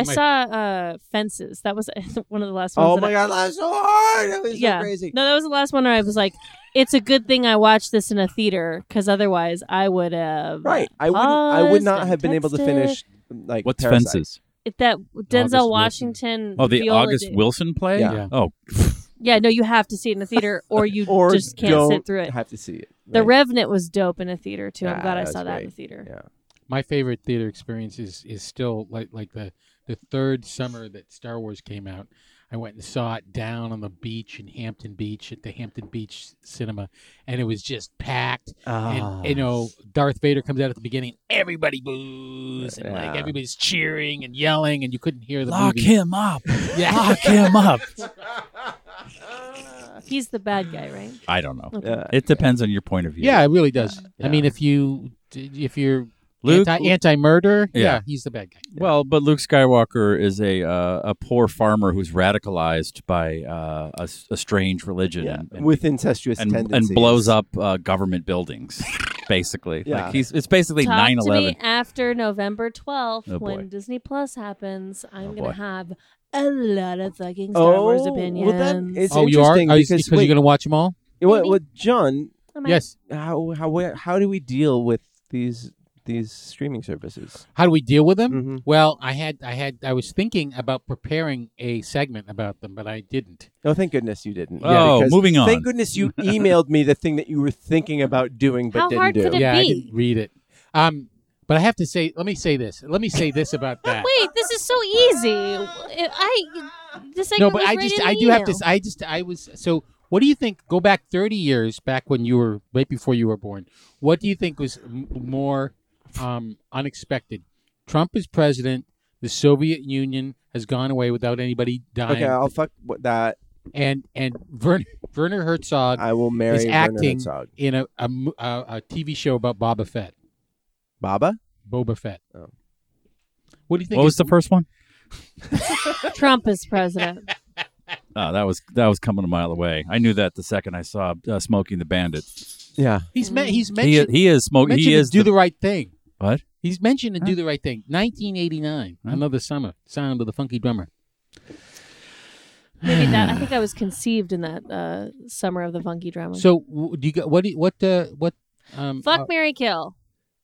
I of my- saw uh, Fences. That was one of the last ones. Oh that my I- god, that was so hard. That was Yeah. so crazy. No, that was the last one where I was like, it's a good thing I watched this in a theater because otherwise I would have. Right. I would I would paused not and have been able to texted. finish mm, like What's Parasite. fences? If that August Denzel Wilson. Washington. Oh, the Viola August Davis- Wilson play. Yeah. Yeah. Oh, Yeah, no, you have to see it in a theater or you Or just can't don't sit through it. Have to see it. The right? Revenant was dope in a theater too. I'm Yeah, glad I that's saw that in great. the theater. Yeah. my favorite theater experience is is still like like the the third summer that Star Wars came out. I went and saw it down on the beach in Hampton Beach at the Hampton Beach Cinema, and it was just packed. Ah. And you know, Darth Vader comes out at the beginning, everybody boos, and Yeah. like everybody's cheering and yelling, and you couldn't hear the lock movie. him up. Yeah. Lock him up. Uh, He's the bad guy, right? I don't know. Okay. Yeah. It depends on your point of view. Yeah, it really does. Yeah. I mean, if you if you're Luke. anti anti murder, Yeah. yeah. he's the bad guy. well, but Luke Skywalker is a uh, a poor farmer who's radicalized by uh, a, s- a strange religion Yeah. and, and, With incestuous and, and tendencies. blows up uh, government buildings. Basically, Yeah. like he's it's basically Talk nine to me eleven. after November 12th Oh, boy. when Disney Plus happens. I'm Oh, going boy. to have a lot of fucking Star Oh, Wars well, opinions. that is oh, you are interesting Oh, is- because- you're wait. going to watch them all. Well, Maybe. well, John, I might- Yes. how how where- how do we deal with these these streaming services? How do we deal with them? Um, Mm-hmm. Mhm. Well, I had I had I was thinking about preparing a segment about them, but I didn't. Oh, thank goodness you didn't. Oh, because- moving on. Thank goodness you emailed me the thing that you were thinking about doing but How didn't hard do. could it- yeah, I be? didn't read it. Um, but I have to say, let me say this. Let me say this about that. Wait, this is so easy. I this no, segment but was I right just in I the do have to. email. s- I just I was so What do you think? Go back 30 years, back when you were right before you were born. What do you think was m- more um, unexpected? Trump is president. The Soviet Union has gone away without anybody dying. Okay, I'll fuck with that. And and Werner, Werner Herzog I will marry Werner acting- Herzog. in a a, mo- a a TV show about Boba Fett. Baba? Boba Fett. Oh. What do you think? What was is- the first one? Trump is president. Oh, that was that was coming a mile away. I knew that the second I saw uh, Smoking the Bandit. Yeah. he's Mm. me- he's He, oh, mentioned he is smoking. mentioned He to is do the, the right thing. what? He's mentioned to Huh? do the right thing. 1989, Huh? another summer. Sound of the funky drummer. Maybe that. Hmm. I think I was conceived in that uh, summer of the funky drama. So w- do you got what? Do you, what? Uh, what? Um, Fuck uh, Mary Kill.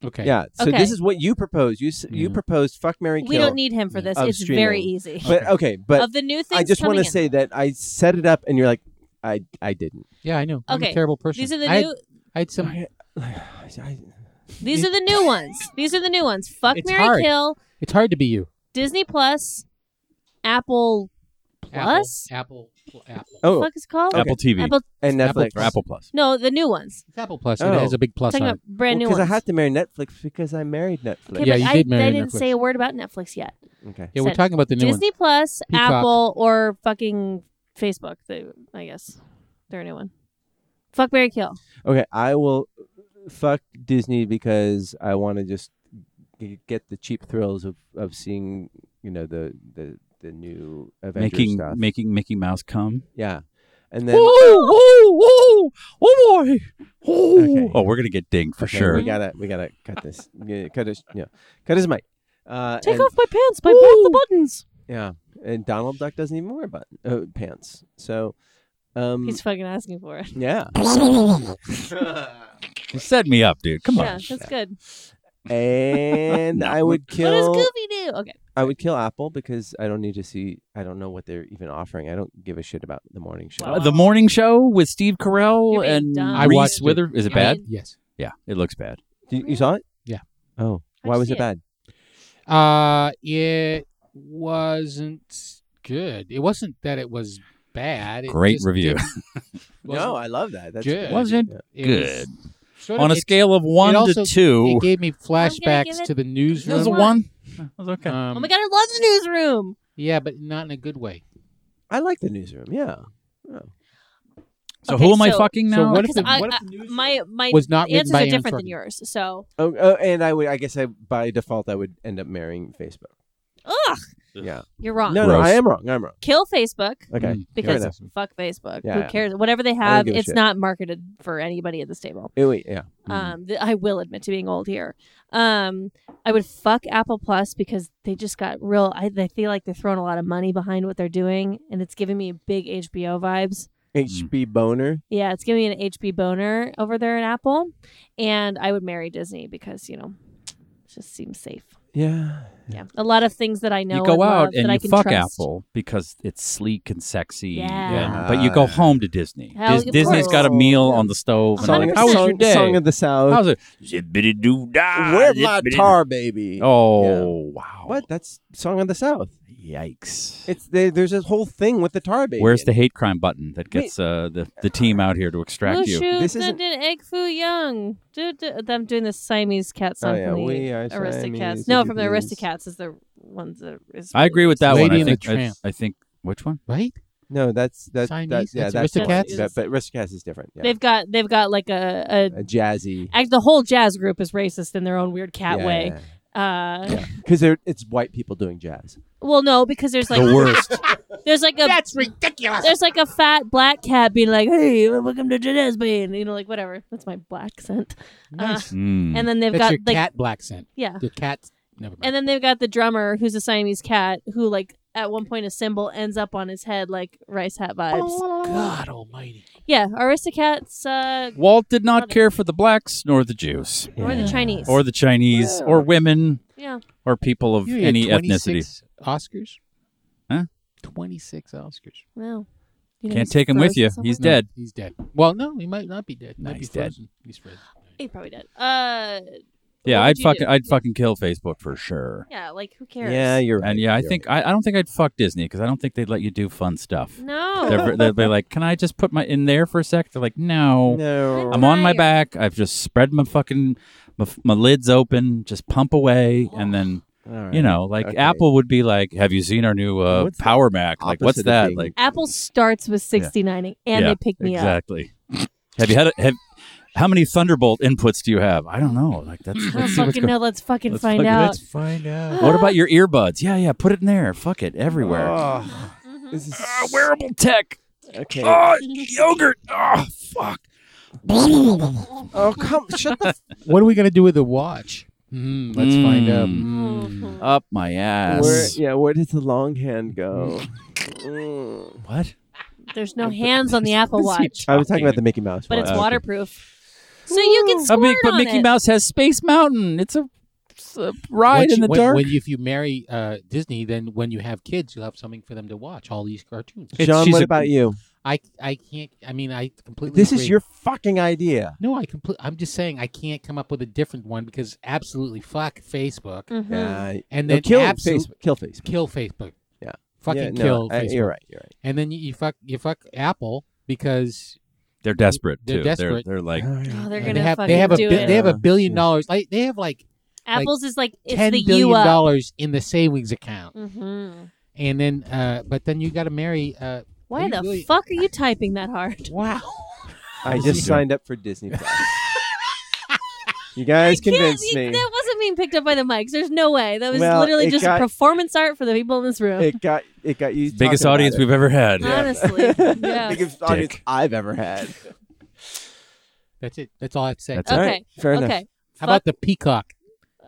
okay. Yeah. So Okay. this is what you propose. You s you Mm. Yeah. proposed fuck Mary We Kill. don't need him for this. Of it's very streaming. easy. But okay, but of the new things, I just want to say that I set it up and you're like I I didn't. Yeah, I know. I'm Okay. a terrible person. these are the I, new. Had, I had some. These are the new ones. These are the new ones. Fuck It's Mary hard. Kill. It's hard to be you. Disney Plus, Apple Plus. Apple, Apple, Apple. oh, Fuck is it called? Apple TV Apple. and Apple Netflix. or Apple Plus. No, the new ones. It's Apple Plus. Oh. It has a big plus talking on about it. brand new Because ones. Oh, I had to marry Netflix because I married Netflix. okay, Yeah, but you I, did marry I didn't Netflix. say a word about Netflix yet. Okay. Yeah, we're said talking about the new Disney Plus, Peacock. Apple, or fucking Facebook. They, I guess they're a new one. Fuck Mary Kill. Okay, I will fuck Disney because I want to just g- get the cheap thrills of, of seeing, you know, the the, the new Avengers Making stuff. making Mickey Mouse come. yeah. And then Oh, oh, oh, oh boy! Oh, Okay. oh we're gonna get dinged for Okay, sure. We got to we got to cut this. yeah, cut his yeah. Cut his mic. Uh, Take and- off my pants by both the buttons. Yeah. And Donald Duck doesn't even wear button, uh, pants. So Mm. um He's fucking asking for it. yeah. You set me up, dude. Come on. yeah, that's good. And I would What does kill Goofy do? Okay. I would kill Apple because I don't need to see. I don't know what they're even offering. I don't give a shit about the morning show. Uh, the morning show with Steve You're Carell being and dumb. I watched Reese it. Wither. Is it I bad? didn't- Yes. Yeah, it looks bad. you, you saw it? Yeah. Oh, How'd why you was see it it? bad? Uh, it wasn't good. It wasn't that it was bad. It Great just review. didn't- wasn't- no, I love that. That's good. Wasn't Yeah. it Good. was sort of- On a it- scale of one it to also- two, It gave me give flashbacks it- to the it was newsroom. a one. Uh, That was okay. Um, oh my god, I love the newsroom. Yeah, but not in a good way. I like the newsroom. Yeah. so okay, who am I so- fucking so now? what if Because the- I, what I- my my was not written answers by are Anne different Trump? than yours. So Oh, oh and I would. I guess I by default I would end up marrying Facebook. ugh, Yeah. you're wrong. No, no, Gross. I am wrong. I'm wrong. Kill Facebook. Okay. Hmm. Mm, Because- fair enough. Fuck Facebook. Yeah, Who yeah. cares? Whatever they have, give a it's shit. not marketed for anybody at this table. Eh, wait, yeah. Mm. Um, th- I will admit to being old here. Um, I would fuck Apple Plus because they just got real. I, I feel like they're throwing a lot of money behind what they're doing, and it's giving me big HBO vibes. Hmm. HB boner. Yeah, it's giving me an HB boner over there in Apple, and I would marry Disney because you know, it just seems safe. Yeah. Yeah, a lot of things that I know. you go and love out and that I you can fuck trust. Apple because it's sleek and sexy. Yeah. and- but you go home to Disney. Hell, Dis- of Disney's course. got a meal on the stove. And I'm like, 100%. how was your song, day? Song of the South. How's it? Zippity doo dah. Where my tar baby? Oh Yeah. wow! What? That's Song of the South. Yikes! It's they, there's this whole thing with the tar baby. Where's the in it. hate crime button that gets uh, the the team out here to extract Who you? shoots This the isn't- d- egg foo young? Do, do, I'm doing the Siamese cat Oh, song yeah, from the we are Aristocats. Siamese No, from the citizens. Aristocats is the one that is. I agree with that one. Lady I and the think. I, Tramp. I think which one? Right? No, that's that's Siamese? that's yeah, That's that's, the one. Aristocats? That- but Aristocats is different. Yeah. They've got they've got like a, a jazzy a, act the whole jazz group is racist in their own weird cat way. Uh, Because they're it's white people doing jazz. Well, no, because there's like the worst. there's like a that's ridiculous. There's like a fat black cat being like, "Hey, welcome to jazz band," you know, like whatever. That's my black scent. Nice. Mm. And then they've That's Uh, got your like cat black scent. yeah, Your cat. Never mind. and then they've got the drummer who's a Siamese cat who like at one point a symbol ends up on his head like rice hat vibes. God Almighty. Yeah, Aristocats uh, Walt did not care for the blacks nor the Jews or the Chinese. or the Chinese or women yeah, or people of You had any 26 ethnicity. Oscars. Huh? Twenty six Oscars. well, you know, Can't he's take him with frozen you. somewhere. He's dead. No, he's dead. Well, no, he might not be dead. He No, might he's be dead. frozen. He's frozen. He probably did. Uh, Yeah, What would I'd you do? fucking I'd Yeah. fucking kill Facebook for sure. Yeah, like who cares? Yeah, you're right. And yeah, I you're think right. I, I don't think I'd fuck Disney because I don't think they'd let you do fun stuff. No. They're, they'd be like, "Can I just put my in there for a sec?" They're like, "No, no. I'm on my Tired. back. I've just spread my fucking my, f- my lids open. Just pump away, and then All right. you know, like Okay. Apple would be like, "Have you seen our new uh, What's the Power Mac? Like, what's opposite of that? being- Like, Apple starts with 69 ing and Yeah, they pick me up. exactly. have you had a, have how many Thunderbolt inputs do you have? I don't know. Like, that's I let's don't see what's fucking going. know. Let's fucking Let's find fucking- out. let's- Find out. What about your earbuds? Yeah, yeah, put it in there. Fuck it, everywhere. Oh, Mhm. this is Ah, wearable tech. okay. Oh, yogurt. Oh, fuck. Oh, come shut the f- What are we gonna do with the watch? Mm, let's find out. Mhm. Mm. Up my ass. where, yeah, where does the long hand go? Mm. What? There's no hands on the Apple What is he Watch, I was talking about the Mickey Mouse but one. it's Okay. waterproof. So you can I squirt mean, but on Mickey it. Mouse has Space Mountain. It's a, it's a ride Once in you- the when, dark. When you, if you marry uh, Disney, then when you have kids, you'll have something for them to watch. All these cartoons. It's- John, she's what a- about you? I I can't. I mean, I completely. This is agree. your fucking idea. No, I complete. I'm just saying I can't come up with a different one because absolutely fuck Facebook Mhm. Yeah, and Uh, no, then kill absolute- Facebook. Kill Facebook. kill Facebook. Yeah. Fucking Yeah, no, kill I- Facebook. you're right. You're right. And then you, you fuck you fuck Apple because they're desperate They're too. desperate. They're, they're like, All right. Oh, they're uh, gonna they have fucking they have a do bi- it. they have a Yeah. billion Yeah. doll's like they have like Apple's is like it's ten the billion U up. dollars in the savings account. hmm And then uh but then you got to marry uh Why you the really- fuck are you typing that hard? wow. I This just is- signed up for Disney Plus. you guys I can't- convinced me. That wasn't being picked up by the mics. There's no way. That was Well, literally it just got- performance art for the people in this room. It got it got you. talking biggest about audience it. we've ever had. Yeah. Honestly, yeah. biggest audience Dick. I've ever had. That's it. That's all I have to say. That's Okay. All right, fair enough. okay. How fuck- about the peacock?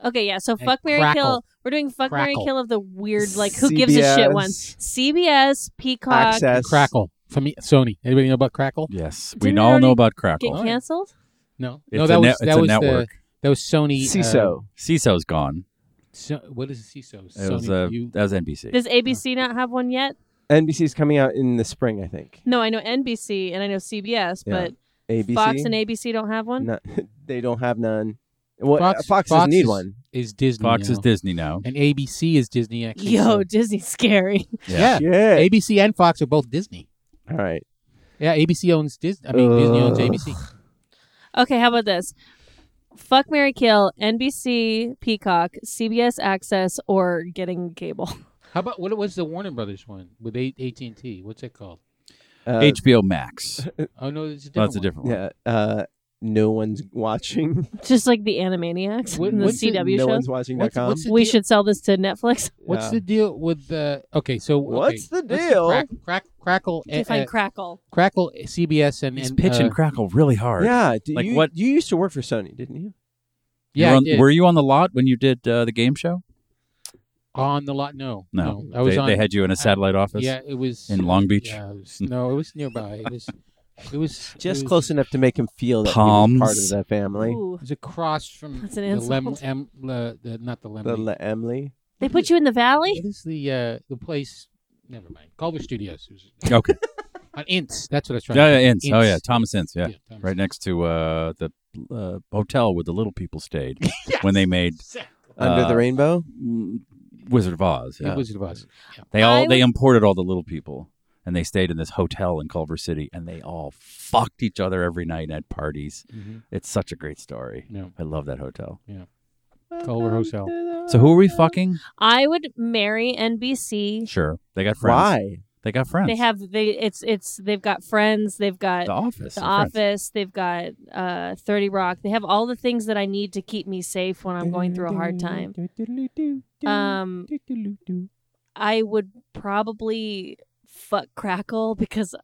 Okay, yeah. So And fuck Mary crackle. Kill. We're doing fuck Mary Crackle. Kill of the weird, like who gives a shit one. CBS, Peacock, Access. Crackle from E- Sony. Anybody know about Crackle? Yes, we Didn't it all know already about get Crackle. Alright. canceled. No, It's no, a that net- was it's that a was the network. that was Sony. uh, CISO. CISO's gone. so, what is the CISO? It was Sony uh, U- that was NBC. Does ABC not have one yet? NBC's coming out in the spring, I think. No, I know NBC and I know CBS, Yeah. but ABC. Fox and ABC don't have one. No, they don't have none. Well, Fox- Fox, Fox, Fox doesn't need is- one. is Disney. Fox now. is Disney now. and ABC is Disney. Actually, Yo, so- Disney's scary. yeah. Yeah. ABC and Fox are both Disney. All right. Yeah, ABC owns Disney. I mean, Disney owns Ugh. ABC. Okay, how about this? Fuck Mary Kill, NBC, Peacock, CBS Access, or getting cable. How about what was the Warner Brothers one with AT and T? What's it called? Uh, HBO Max. Oh no, it's a different. That's a one. different one. yeah. Uh, no one's watching. Just like the Animaniacs What- and the what's the- CW no show. one's watching. What's- com. what's the We deal- should sell this to Netflix. What's Yeah. the deal with the? Okay, so okay, What's the let's deal? Crack, crack, crackle, To eh, find eh, Crackle. crackle, eh, CBS, and He's and, pitching uh, Crackle really hard. Yeah. Do Like you, what- You used to work for Sony, didn't you? You yeah, were I on- did. were you on the lot when you did uh, the game show? on the lot. No, No, I was they, on. they had you in a satellite office. yeah, it was in Long Beach? Yeah, it was- no, it was nearby. It was, it was Just it was, close enough to make him feel that he was part of Palms. the family. Ooh. It was across from That's an the lem, insult. em, le, the, not the lemon. The Le- Emily. They put you in the valley? What is the uh, the place? Never mind. Culver Studios. It was- Okay. on Ince. That's what I was trying. Yeah, to yeah, Ince. Oh yeah, Ince. Thomas Ince. Yeah, Thomas. right next to uh, the uh, hotel where the little people stayed when they made Exactly. Under Uh, the Rainbow. mm, Wizard of Oz. Yeah. The Wizard of Oz. They all I they would- imported all the little people and they stayed in this hotel in Culver City and they all fucked each other every night at parties. Mm-hmm. It's such a great story. No. I love that hotel. Culver Hotel. So who are we fucking? I would marry NBC. Sure, they got friends. Why? They got friends. They have they it's it's they've got friends, they've got the office. The and Friends. Office, they've got uh 30 Rock. They have all the things that I need to keep me safe when I'm going through a hard time. Um I would probably fuck Crackle because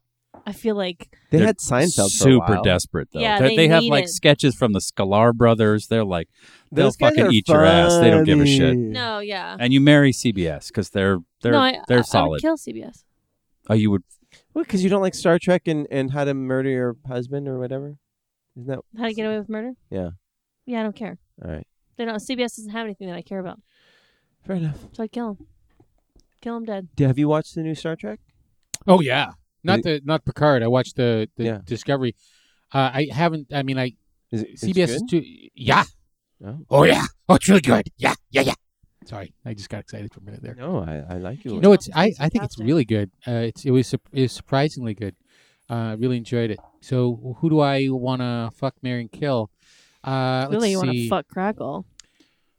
I feel like They They're had Seinfeld for a Super while. desperate though. Yeah, They're- they have need like it. sketches from the Scalar brothers. They're like, they'll Those guys fucking are eat your ass. They don't give a shit. funny. no, yeah. and you marry CBS because they're they're no, I, I- they're I would solid. kill CBS. oh, you would What? Because you don't like Star Trek and, and How to Murder Your Husband or whatever? Isn't that How to get away with murder? Yeah. Yeah, I don't care. all right? They don't CBS doesn't have anything that I care about. Fair enough. So I'd kill him. Kill him dead. D- Have you watched the new Star Trek? Oh yeah. Not It- the not Picard. I watched the, the Yeah. Discovery. Uh, I haven't. I mean, I Is it it's CBS is good? too. Yeah, No, Oh yeah. Oh, it's really good. Yeah, yeah, yeah. Sorry, I just got excited for a minute there. no, I, I like you. You No, it's I, It's I think it's fantastic. really good. Uh, it's it was sup- it was surprisingly good. Uh, I really enjoyed it. So who do I want to fuck, marry, and kill? Uh, let's really, you want see. to fuck Crackle?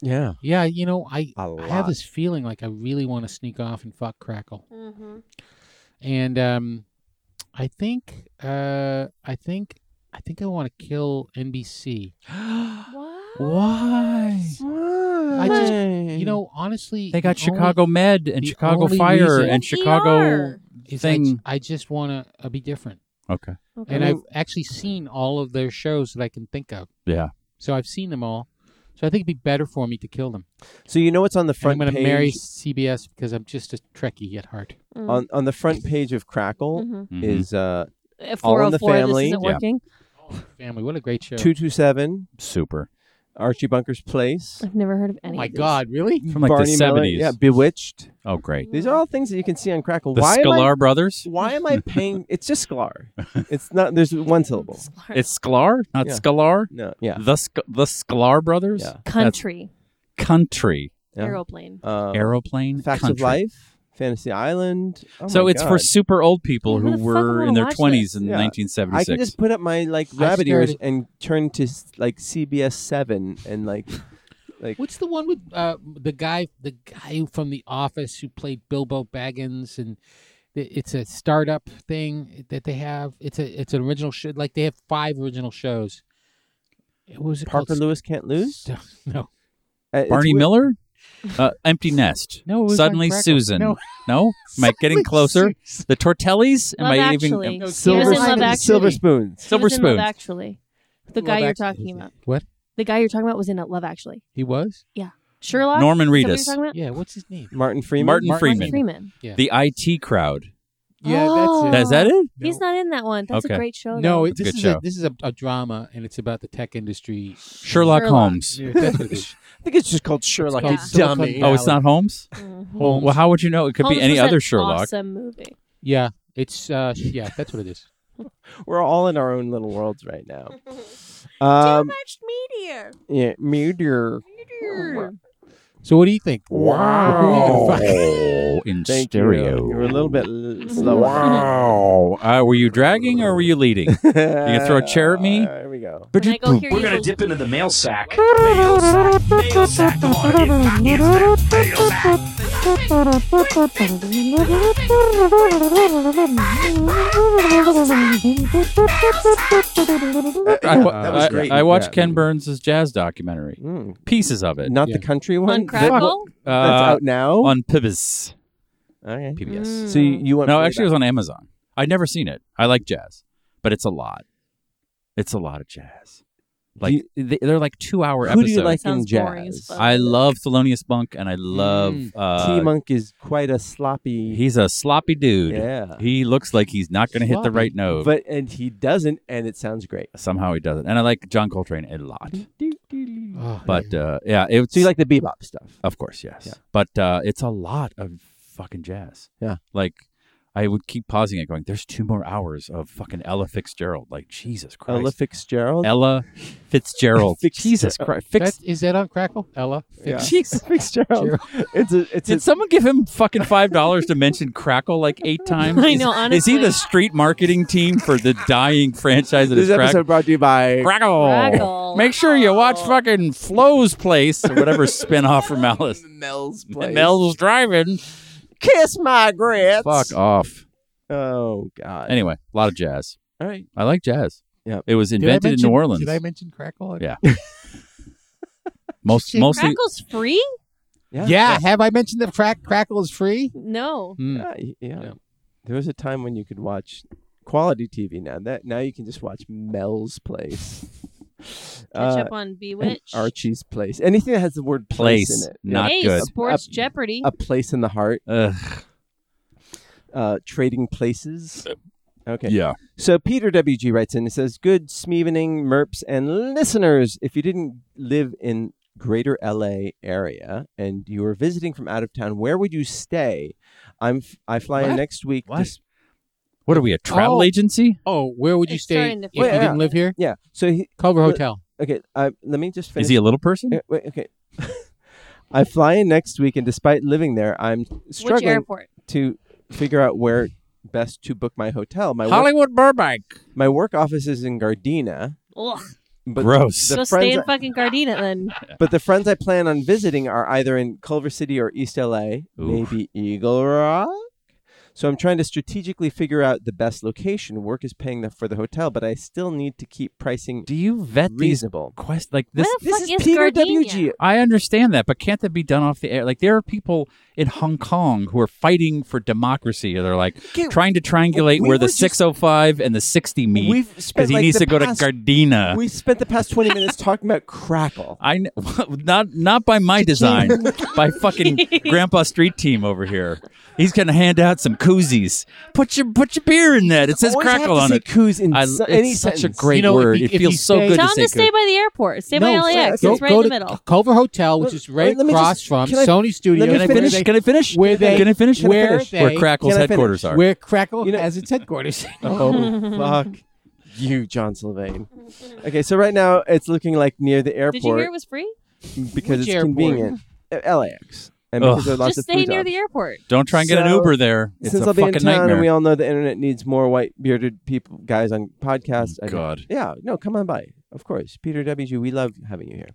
yeah, Yeah, you know, I a I lot. have this feeling like I really want to sneak off and fuck Crackle, Mm-hmm. and um, I think uh, I think I think I want to kill NBC. What? Why? I just- You know, honestly, They got the only- Chicago Med and the Chicago only Fire reason- and Well, Chicago. ER. is I, thing. I just want to uh, be different. Okay. Okay. and I've actually seen all of their shows that I can think of. Yeah. So I've seen them all. So I think it'd be better for me to kill them. so you know what's on the And I'm front going to page marry CBS because I'm just a Trekkie at heart. on on the front page of Crackle Mhm. Mm-hmm. is uh At All in the 404, Family. This isn't Yeah. working. Family, what a great show! two two seven super Archie Bunker's Place. I've never heard of oh any. my of these. God, really? from like Barney the Miller, seventies. yeah, Bewitched. Oh, great. These are all things that you can see on Crackle. The why am Sklar I? brothers. Why am I paying? It's just Sklar. It's not. There's one syllable. It's Sklar, not Yeah. Sklar. No. Yeah. The Sk- the Sklar brothers. Yeah. country That's country yeah. aeroplane. Uh, aeroplane. Facts country. of Life, Fantasy Island. Oh so my it's for God. super old people Yeah, who who the fuck would were wanna in their watch twenties in Yeah. nineteen I seventy can six. just put up my like rabbit ears started- and turn to s- like CBS Seven and like like What's the one with uh, the guy, the guy from The Office who played Bilbo Baggins, and i- it's a startup thing that they have. It's a it's an original show. Like they have five original shows. What was it Parker called? Lewis can't lose. No, Uh, it's Barney weird. Miller. Uh, empty nest. No, it was on suddenly Crackle. Susan. No. No? am I getting Suddenly closer? Susan. The Tortellis. Am Love I Actually. even? No, He Silver, was in Love Spoon- Actually. Silver spoons. Silver He was in Love Spoon. actually, the Love guy you're Actually. talking about. What? The guy you're talking about was in Love Actually. He was? Sherlock. Norman Is that what Reedus. you're talking about? Yeah, what's his name? Martin Freeman. Martin Martin Freeman. Freeman. The IT crowd. Yeah, Oh. that's Is that it? He's not in that one. That's Okay. a great show. it. though. No, it, That's a this, good is show. a, this is a, a drama, and it's about the tech industry. Sherlock, Sherlock. Holmes. Yeah, that's what it is. I think it's just called Sherlock. called you Silicon dummy. Valley. Oh, it's not Holmes. Mhm. Well, well, how would you know? It could Holmes be any was an other Sherlock. Awesome movie. Yeah, it's uh, yeah, that's what it is. We're all in our own little worlds right now. Um, much meteor. yeah, meteor. So, what do you think? Wow. Who are you gonna fuck? Oh, in Thank stereo. you. You're a little bit l- slower. Wow. Uh, were you dragging or were you leading? you can throw a chair at me? There we go. When I go hear We're you gonna go- dip into the mail sack. Mail sack. Mail sack. Come on, it's- it's the mail sack. I, wa- That was I- great. I watched Yeah. Ken Burns' jazz documentary. Mm. Pieces of it. Not Yeah. the country on one. That- Crackle. That's Uh, out now. on PBS. okay. PBS. So you, you want No, actually, it was on Amazon. I'd never seen it. I like jazz, but it's a lot. It's a lot of jazz. Like they, they're like two-hour Who episodes. do you like in Sounds boring as jazz? fuck. I love Thelonious Monk, and I love Mm. T uh, Monk is quite a sloppy. He's a sloppy dude. yeah, He looks like he's not going to hit the Sloppy. right note. but and he doesn't, and it sounds great. somehow he doesn't. And I like John Coltrane a lot. Mm-hmm. So Oh, But uh, yeah, it's you like the bebop stuff? of course, yes. Yeah. But uh, it's a lot of fucking jazz. Yeah. Like I would keep pausing it, going, "There's two more hours of fucking Ella Fitzgerald." Like Jesus Christ, Ella Fitzgerald. Ella Fitzgerald. Jesus Christ, that, Fitz. is that on Crackle, Ella? Yeah. Jesus. Fitzgerald. it's a. It's Did a, someone give him fucking five dollars to mention Crackle like eight times? I Is- know, Is he the honestly. street marketing team for the dying franchise that this is Crackle? episode brought to you by. Crackle. Crackle. Make sure you watch Oh. Crackle. fucking Flo's Place or whatever spinoff from Alice. Mel's place. Mel's driving. kiss my grits. Fuck off. Oh God. Anyway, a lot of jazz. All right. I like jazz. Yep. It was Did I invented mention- in New Orleans. Did I mention Crackle? Yeah. Most mostly Crackle's free? Yeah. Have I mentioned that crack, Crackle is free? No. Mm. Yeah, y- yeah. Yeah. There was a time when you could watch quality TV. Now that now you can just watch Mel's Place, Catch Uh, up on and Bewitched. Archie's Place, anything that has the word place, place, in it. Yeah. not hey, good. Sports Up- Jeopardy. A place in the heart. Ugh, Uh, trading places. Okay. Uh, Yeah. So Peter WG writes in and says, Good smeevening, merps and listeners. If you didn't live in greater LA area and you were visiting from out of town, where would you stay? I'm f- I fly in What? next week. to What? s- What are we? A travel Oh. agency? Oh, where would you It's stay starting to if feel you like didn't that. live here? yeah. So he, Culver Well, Hotel. okay, I, let me just finish. Is he a little person? Uh, Wait, okay. I fly in next week, and despite living there, I'm Which struggling airport? to figure out where best to book my hotel. My work, Hollywood Burbank. my work office is in Gardena, Ugh. but Gross. The So friends stay in I- fucking Gardena then. but the friends I plan on visiting are either in Culver City or East LA, Oof. maybe Eagle Rock. So I'm trying to strategically figure out the best location. Work is paying the, for the hotel, but I still need to keep pricing Do you vet these reasonable. quest like this? What the This fuck is is Peter Gardena? WG. I understand that, but can't that be done off the air? Like there are people in Hong Kong who are fighting for democracy. They're like Okay, trying to triangulate we where the were just- 605 and the 60 meet We've because spent he like needs the to go past- to Gardena. We spent the past 20 minutes talking about Crackle. I kn- not not by my design, by fucking Grandpa Street Team over here. He's gonna hand out some koozies. Put your put your beer in that. It says Always have crackle to on say it. Coos in I- so- it's any such sentence. a great You know, if word. you- it if feels you so stay- good Tell to him say. to stay good. by the airport. Stay no, by LAX. go, it's right go in the to middle. Culver Hotel, which Let- is right let me just- across from can I- let Sony me Studios. Can I where finish? they- Can I finish? where they- Can I finish? Can I where finish? where Crackle's Can I headquarters finish? are? where Crackle You know- has its headquarters. Oh, fuck you, John Sylvain. Okay, so right now it's looking like near the airport Did you hear it was free? because Which it's airport? convenient. Uh, LAX. And Ugh. because there are lots Just of stay food near options. the airport. Don't try and get an So, Uber there. It's Since a I'll be in fucking town nightmare. and we all know the internet needs more white bearded people guys on podcasts. I- Oh, God. Yeah, no, come on by. Of course. Peter WG, we love having you here.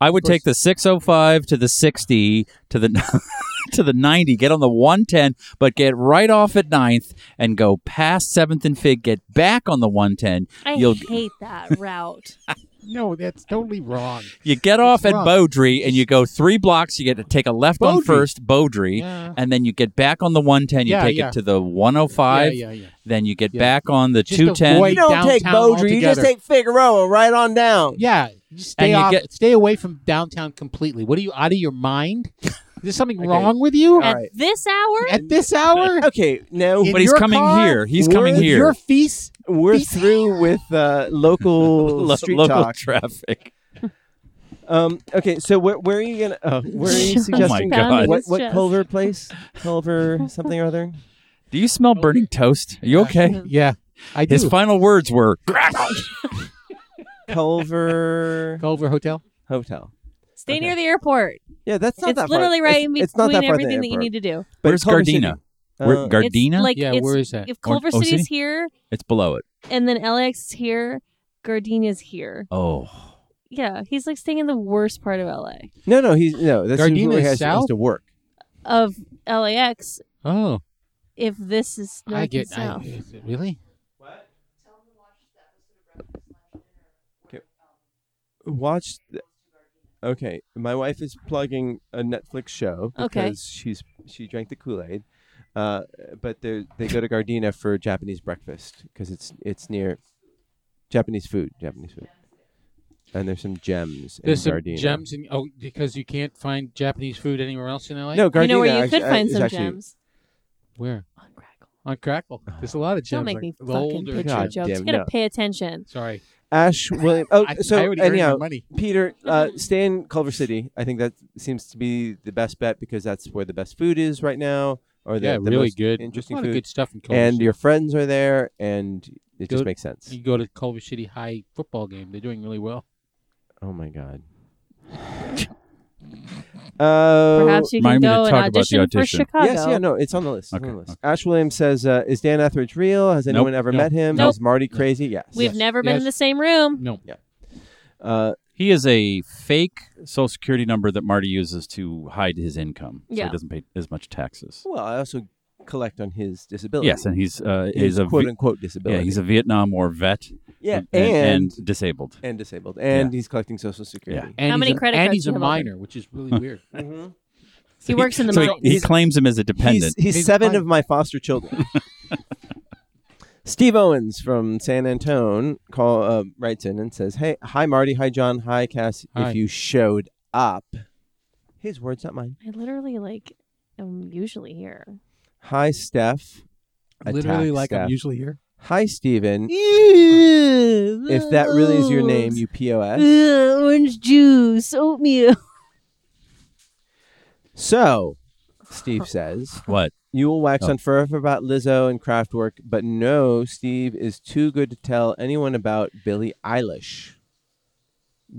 I would take the 605 to the 60 to the to the 90, get on the 110, but get right off at 9th and go past 7th and Fig, get back on the 110. I You'll- hate that route. no, that's totally wrong. You get off It's at rough. Beaudry and you go 3 blocks, you get to take a left on Beaudry. first Beaudry. Yeah. And then you get back on the 110, you Yeah, take yeah. it to the 105, yeah, yeah, yeah. then you get Yeah. back on the Just 210. avoid- You don't take Downtown Beaudry, you just altogether. take Figueroa right on down. Yeah, just stay And you off, get- stay away from downtown completely. What are you out of your mind? Is there something Okay. wrong with you All At right. this hour? at this hour? Okay, now In But he's your coming car? here. He's With coming here. Your feast. we're Be- through with uh, local Lo- street local talk. traffic. Um, okay, so where, where are you gonna? Uh, where are you Sean's suggesting? found Oh God. What, his what chest. Culver place? Culver something or other. Do you smell burning toast? Are you okay? Oh. Yeah, I do. His final words were Culver Culver Hotel. Hotel. Stay Okay. near the airport. Yeah, that's not it's that literally far. right It's- in between it's not that far everything that you need to do. But Where's Culver Gardena? City, Where- uh, Gardena? It's like yeah, it's, where is that? if Or- Culver oh, City is city? here it's below it. and then LAX is here, Gardena's here. Oh. Yeah, he's like staying in the worst part of LA. no, no, he's no. That's Gardena where he is has, has south? to work. Of LAX, Oh, if this is north I get. and south. I, really? Watch. th- okay, my wife is plugging a Netflix show because Okay. she's she drank the Kool Aid. Uh, but they they go to Gardena for Japanese breakfast because it's it's near Japanese food, Japanese food, and there's some gems There's in some Gardena. gems in. Oh, because you can't find Japanese food anywhere else in LA. No, Gardena. you know where you actually- uh, could find is some actually- gems? Where? On Crackle. On Crackle. There's a lot of gems. Don't make like me the fucking older picture God gems. jokes. damn, You gotta no. pay attention. Sorry. Ash William. Oh, I, I so already earned anyhow, my money. Peter, uh, stay in Culver City. I think that seems to be the best bet because that's where the best food is right now, or the, yeah, the really most good. interesting a lot food. of good stuff in Culver and City. your friends are there, and it just Good. makes sense. You go to Culver City High football game. They're doing really well. Oh my god. Uh, Perhaps you can Remind me to go and talk about the audition, for audition. Chicago. Oh, yes, yeah, no, it's on the list. it's on Okay, the list. Ash Williams says, uh, "Is Dan Etheridge real? Has anyone ever No. met him? Nope. Is Marty crazy? Yes. We've Yes. never been Yes. in the same room. No. Uh, He is a fake social security number that Marty uses to hide his income. So Yeah. he doesn't pay as much taxes. well, I also collect on his disability. Yes, and he's uh, his is a quote Vi- unquote yeah, disability. he's a Vietnam War vet yeah, and, and and disabled. and disabled, and he's collecting Social Security. And How many he's a, credit And cards he's do a you have open? minor, which is really weird. Mm-hmm. Mhm. He works in the so he- mines. He, claims him as a He's, dependent. he's He's seven fine. of my foster children. Steve Owens from San Antone call uh, writes in and says, "Hey, hi Marty, hi John, hi Cass. Hi. If you showed up, his words, not mine. I literally like am usually here. Hi Steph, Literally Attack like Steph. I'm usually here. hi Steven. if If that really is your name, you pos. orange juice, oatmeal. So, Steve says." what? You will wax Oh. on forever about Lizzo and Kraftwerk, but no, Steve is too good to tell anyone about Billie Eilish.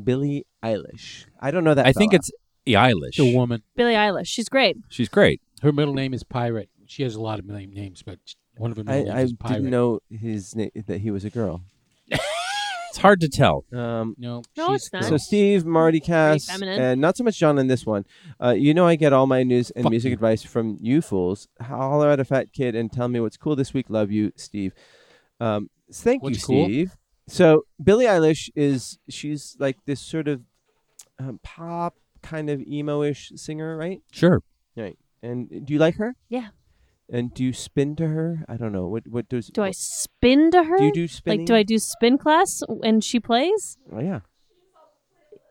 Billie Eilish. I don't know that. I think fella. it's Eilish. The woman. Billie Eilish. She's great. She's great. Her middle name is Pirate. She has a lot of million names, but one of her middle I, I names is Pirate. didn't know his name that he was a girl. It's hard to tell. Um, No, No, she's it's not. girl. so Steve, Marty, Cass, feminine. and not so much John in this one. Uh, you know, I get all my news and Fuck music you. advice from you fools. Holler at a fat kid and tell me what's cool this week. Love you, Steve. Um, s- thank you, What's cool? Steve. So Billie Eilish is she's like this sort of um, pop kind of emo-ish singer, right? Sure. And do you like her? Yeah. And do you spin to her? I don't know. What what does Do I what- spin to her? do you do spinning? like, do I do spin class and she plays? Oh, yeah.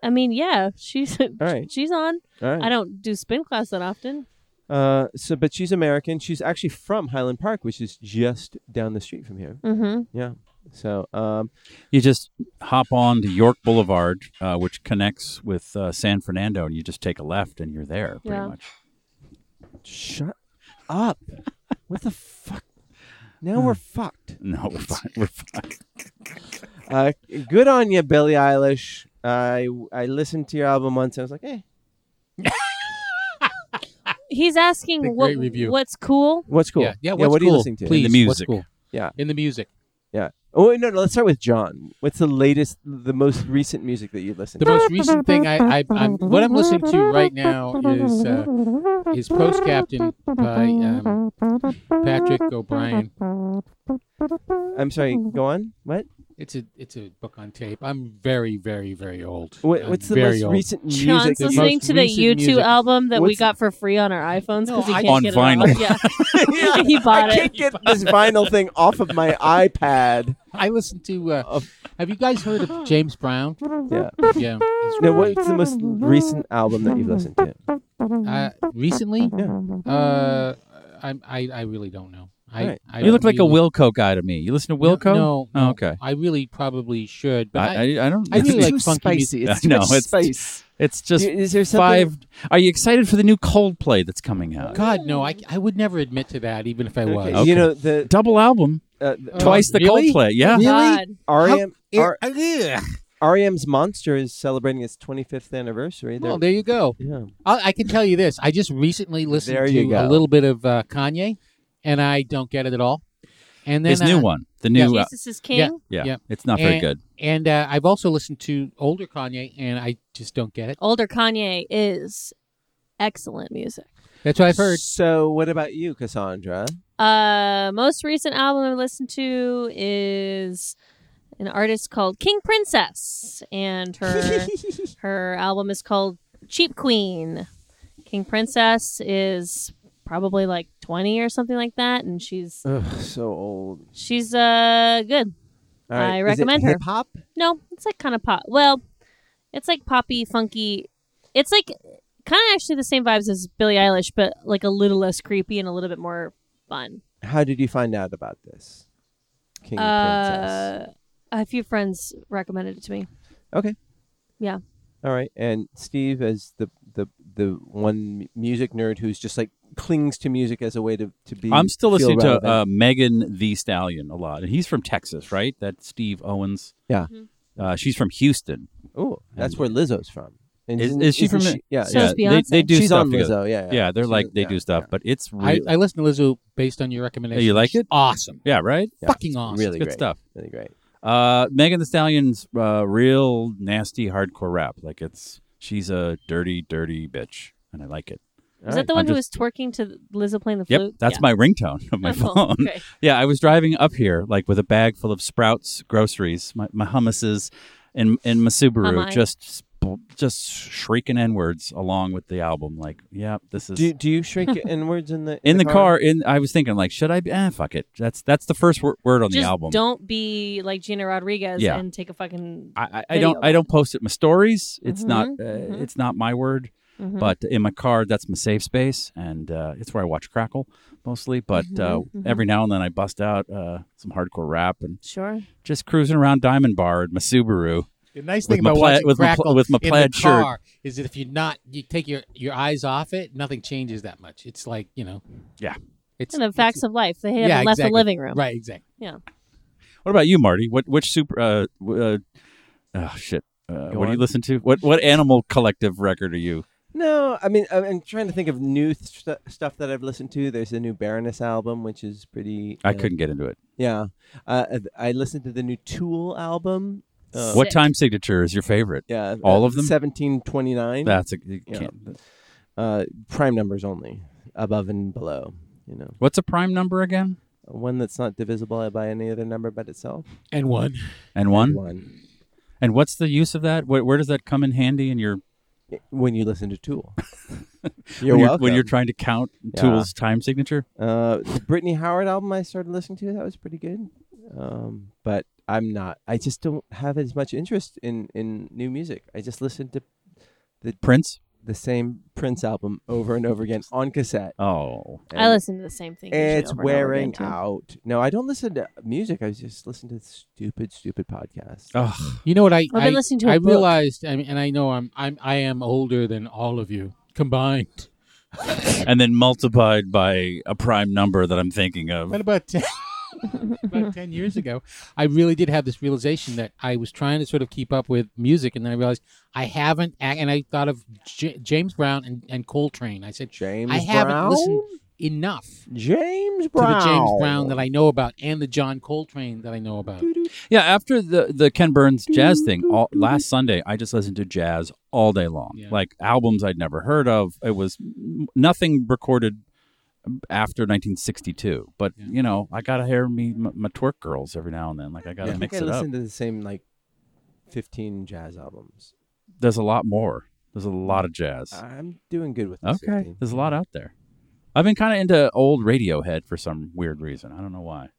I mean, yeah, she's right. she's on. All right. I don't do spin class that often. Uh, so, but she's American. She's actually from Highland Park, which is just down the street from here. Mm-hmm. Yeah. So, um, You just hop on to York Boulevard, uh, which connects with uh, San Fernando, and you just take a left, and you're there pretty Yeah. much. shut up. what the fuck? Now we're fucked. No, we're fine. We're fine. Uh, good on you, Billie Eilish. I I listened to your album once. And I was like, eh, He's The asking what great review. what's cool. what's cool? Yeah, yeah. What's what cool? are you listening to? Please, In the music. What's cool? Yeah. in the music. Oh wait, no, no. Let's start with John. What's the latest, the most recent music that you listen The to? most recent thing I, I I'm, what I'm listening to right now is uh, is Post Captain by um, Patrick O'Brien. I'm sorry. Go on. What? It's a it's a book on tape. I'm very very very old. what I'm what's the very most old. recent music? John's The that most listening to the recent U2 music. album that we What's- got for free on our iPhones because he No, I- can't On get vinyl. it off. Yeah, he bought I it. can't get this vinyl thing off of my iPad. I listen to. Uh, Of- have you guys heard of James Brown? Yeah. Yeah. he's Now, great. what's the most recent album that you've listened to? Uh, recently, Yeah. uh, I, I I really don't know. I, All right. I You look like a really- Wilco guy to me. You listen to No, Wilco? No, Oh, no. okay. I really probably should, but I, I, I, I don't. I it's, really like too funky spicy. music. It's too No, much it's- spice. it's just is there something? five. Are you excited for the new Coldplay that's coming out? God no, I, I would never admit to that, even if I was. Okay, You know the Double album, uh, the- Uh, twice the really? Coldplay. Yeah. Really? God. REM It- R- Ugh. REM's Monster is celebrating its 25th anniversary. They're- Well, there you go. yeah. I, I can tell you this: I just recently listened There to you a go. little bit of uh, Kanye, and I don't get it at all. And then His new uh, one, the new. uh, Jesus is King. Yeah. yeah. Yeah. It's not very And- good. And uh, I've also listened to older Kanye, and I just don't get it. Older Kanye is excellent music. That's what I've heard. So, what about you, Cassandra? Uh, most recent album I listened to is an artist called King Princess, and her her album is called Cheap Queen. King Princess is probably like twenty or something like that, and she's Ugh, so old. she's uh good. All I is it recommend her. hip-hop? No, it's like kind of pop. Well, it's like poppy, funky. It's like kind of actually the same vibes as Billie Eilish, but like a little less creepy and a little bit more fun. How did you find out about this? King Princess. Uh, a few friends recommended it to me. All right, and Steve as the the the one mu- music nerd who's just like clings to music as a way to to be. I'm still feel listening to relevant. uh, Megan the Stallion a lot, and he's from Texas, right? That's Steve Owens. Yeah. Mhm. Uh, she's from Houston. oh, that's where Lizzo's from. And Is, isn't- is she isn't from? yeah, So yeah. is they, they Beyonce. do she's stuff on together. Lizzo. Yeah, Yeah, they're She's like on- they yeah, do stuff, but it's I, really Oh, I listened to Lizzo based on your recommendation. you like it? Awesome. yeah, right. yeah. Fucking awesome. Really good great. stuff. Really great. Uh, Megan the Stallion's uh, real nasty hardcore rap. Like it's she's a dirty, dirty bitch, and I like it. All Is right. that the one I'm who was twerking to Lizzo playing the Yep, flute? that's Yeah. my ringtone of my Oh, phone. okay. Yeah, I was driving up here like with a bag full of Sprouts groceries, my, my hummuses, and and my Subaru, Hummus. just sp- just shrieking n words along with the album. Like, yeah, this is Do do you shrink inwards in the in the car. In I was thinking like, should I? Be, ah, fuck it. That's that's the first wor- word on Just the album. don't be like Gina Rodriguez Yeah. and take a fucking. I, I, I don't. video I don't post it in my stories. It's not. Uh, Mhm, mhm. It's not my word. Mhm. But in my car, that's my safe space, and uh, it's where I watch Crackle mostly. But uh, Mhm, mhm. every now and then, I bust out uh, some hardcore rap and sure. just cruising around Diamond Bar in my Subaru. The nice With thing my about plaid- watching with my pl- Crackle with my in the plaid shirt. car is that if you're not, you take your your eyes off it, nothing changes that much. It's like you know, Yeah. it's And the facts of life. They haven't yeah, left exactly. the living room. right, exactly. What about you, Marty? What which super? Uh, w- uh, oh shit! Uh, Go what on. do you listen to? What what animal collective record are you? No, I mean, I- I'm trying to think of new st- stuff that I've listened to. There's the new Baroness album, which is pretty. uh, I couldn't get into it. Yeah, uh, th- I listened to the new Tool album. Uh, What Sick. time signature is your favorite? Yeah, uh, All of them? Seventeen twenty nine. That's a you Yeah. can't- Uh, prime numbers only, above and below. You know, What's a prime number again? one that's not divisible by any other number but itself. and one. And one. One. And what's the use of that? Where, where does that come in handy in your When you listen to Tool, you're when welcome. when you're trying to count Yeah. Tool's time signature? Uh, the Brittany Howard album I started listening to that was pretty good, um, but I'm not. I just don't have as much interest in in new music. I just listen to Prince. the same Prince album over and over again on cassette. Oh, I and listen to the same thing. usually It's over and over again, wearing too. out. No, I don't listen to music. I just listen to stupid, stupid podcasts. oh, You know what I? I've been I, listening to a I book. realized, I mean, and I know I'm I'm I am older than all of you combined. Mm-hmm. and then multiplied by a prime number that I'm thinking of. But about ten, about ten years ago, I really did have this realization that I was trying to sort of keep up with music, and then I realized I haven't. a- And I thought of J- James Brown and, and Coltrane. I said James I haven't Brown. listened enough James Brown. to the James Brown that I know about and the John Coltrane that I know about. Yeah, after the the Ken Burns jazz thing all, last Sunday, I just listened to jazz all day long, Yeah. like albums I'd never heard of. It was n- nothing recorded after 1962, but Yeah. you know, I gotta hear me my, my twerk girls every now and then. Like I gotta I think I mix it up. listen to the same like fifteen jazz albums. There's a lot more. There's a lot of jazz. I'm doing good with this. okay, 15. there's a lot out there. I've been kind of into old Radiohead for some weird reason. I don't know why.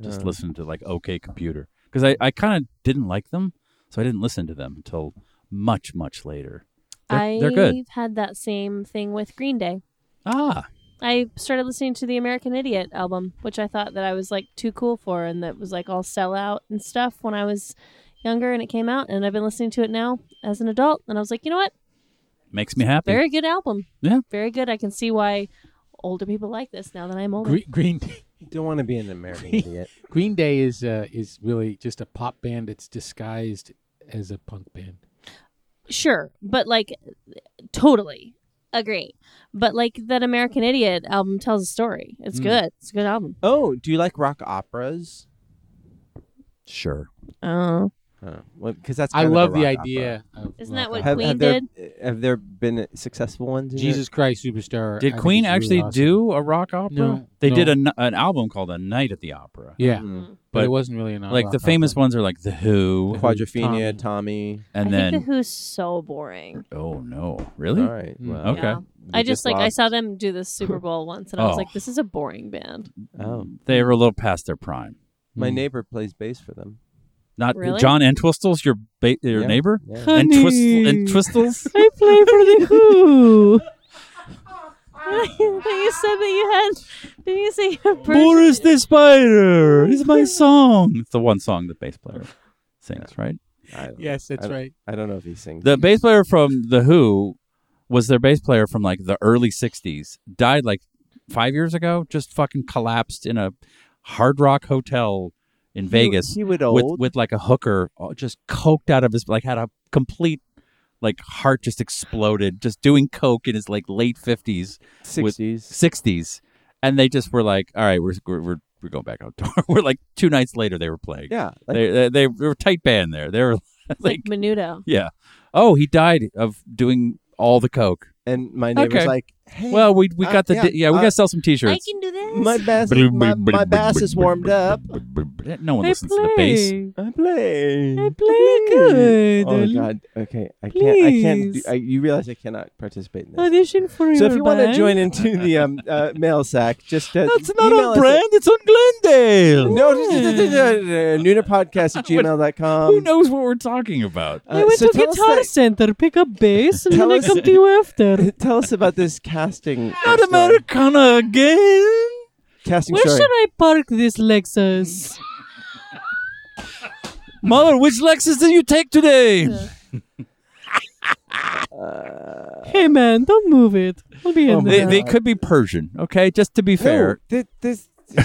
Just Uh, listening to like OK Computer because I I kind of didn't like them, so I didn't listen to them until much much later. They're, I've they're good. had that same thing with Green Day. Ah, I started listening to the American Idiot album, which I thought that I was like too cool for, and that was like all sellout and stuff when I was younger, and it came out, and I've been listening to it now as an adult, and I was like, you know what? makes me happy. Very good album. Yeah. Very good. I can see why older people like this now that I'm older. Green, Green Don't want to be an American idiot. Green Day is uh, is really just a pop band. It's disguised as a punk band. Sure, but like, totally agree. But like that American Idiot album tells a story. It's Mm. good. It's a good album. Oh, do you like rock operas? Sure. Mm. Oh, Because that's I kind of a love the rock idea. Of Isn't rock that what opera. Have, Queen have there have there been successful ones? in your- Jesus Christ Superstar? I Did think Queen is really actually awesome. do a rock opera? No, They no. did an, an album called A Night at the Opera. Yeah, Mm. but Mm-hmm. But, it wasn't really an Like the famous ones are like The Who, Quadrophenia, Tommy. and I then think the Who's so boring. oh no, really? All right. Mm. Well, Okay. Yeah. we I just, like I lost- saw them do the Super Bowl once, and I Oh. was like, "This is a boring band." Oh, They were a little past their prime. my Mm. neighbor plays bass for them. Not Really? John Entwistle's your ba- your Yeah. neighbor. Yeah. And Twistl Honey. and Twistles. I play for the Who. you said that you had. Didn't you say you had Boris the Spider is my song. It's the one song the bass player sings, right? I don't, Yes, that's I don't- right. I don't know if he sings. The bass player from The Who was their bass player from like the early 60s, died like five years ago, just fucking collapsed in a hard rock hotel in Vegas He, he would with, old. with like a hooker uh, just coked out of his, like had a complete like heart just exploded, just doing coke in his like late 50s, sixties. 60s. And they just were like, all right, we're, we're, we're, we're going back on tour. we're like two nights later, they were playing. Yeah. Like, They, they, they were a tight band there. They were like Menudo? yeah. Oh, he died of doing all the coke. and my neighbor's Okay. like, hey, Well, we we Uh, got the yeah, yeah, yeah we uh, got to sell some I t-shirts. can do this. my bass, my, my bass is warmed up. No one listens to the bass. I play. I play good. Oh my god. Okay, I can't. I can't. Do, Please. I, you realize I cannot participate in this. Audition for So if you want to join into the um, uh, mail sack, just uh, email us at- It's on Glendale. No, uh, Nunapodcast at gmail.com. Who knows what we're talking about? Uh, so tell us that- Center, pick up bass, and Tell us- to you after. Tell us about this casting. Not story. Americana again. Casting story. I park this Lexus? Mother, which Lexus did you take today? Hey man, don't move it. We'll be Oh, in They, there. they could be Persian, okay? Just to be No, fair. thi- this,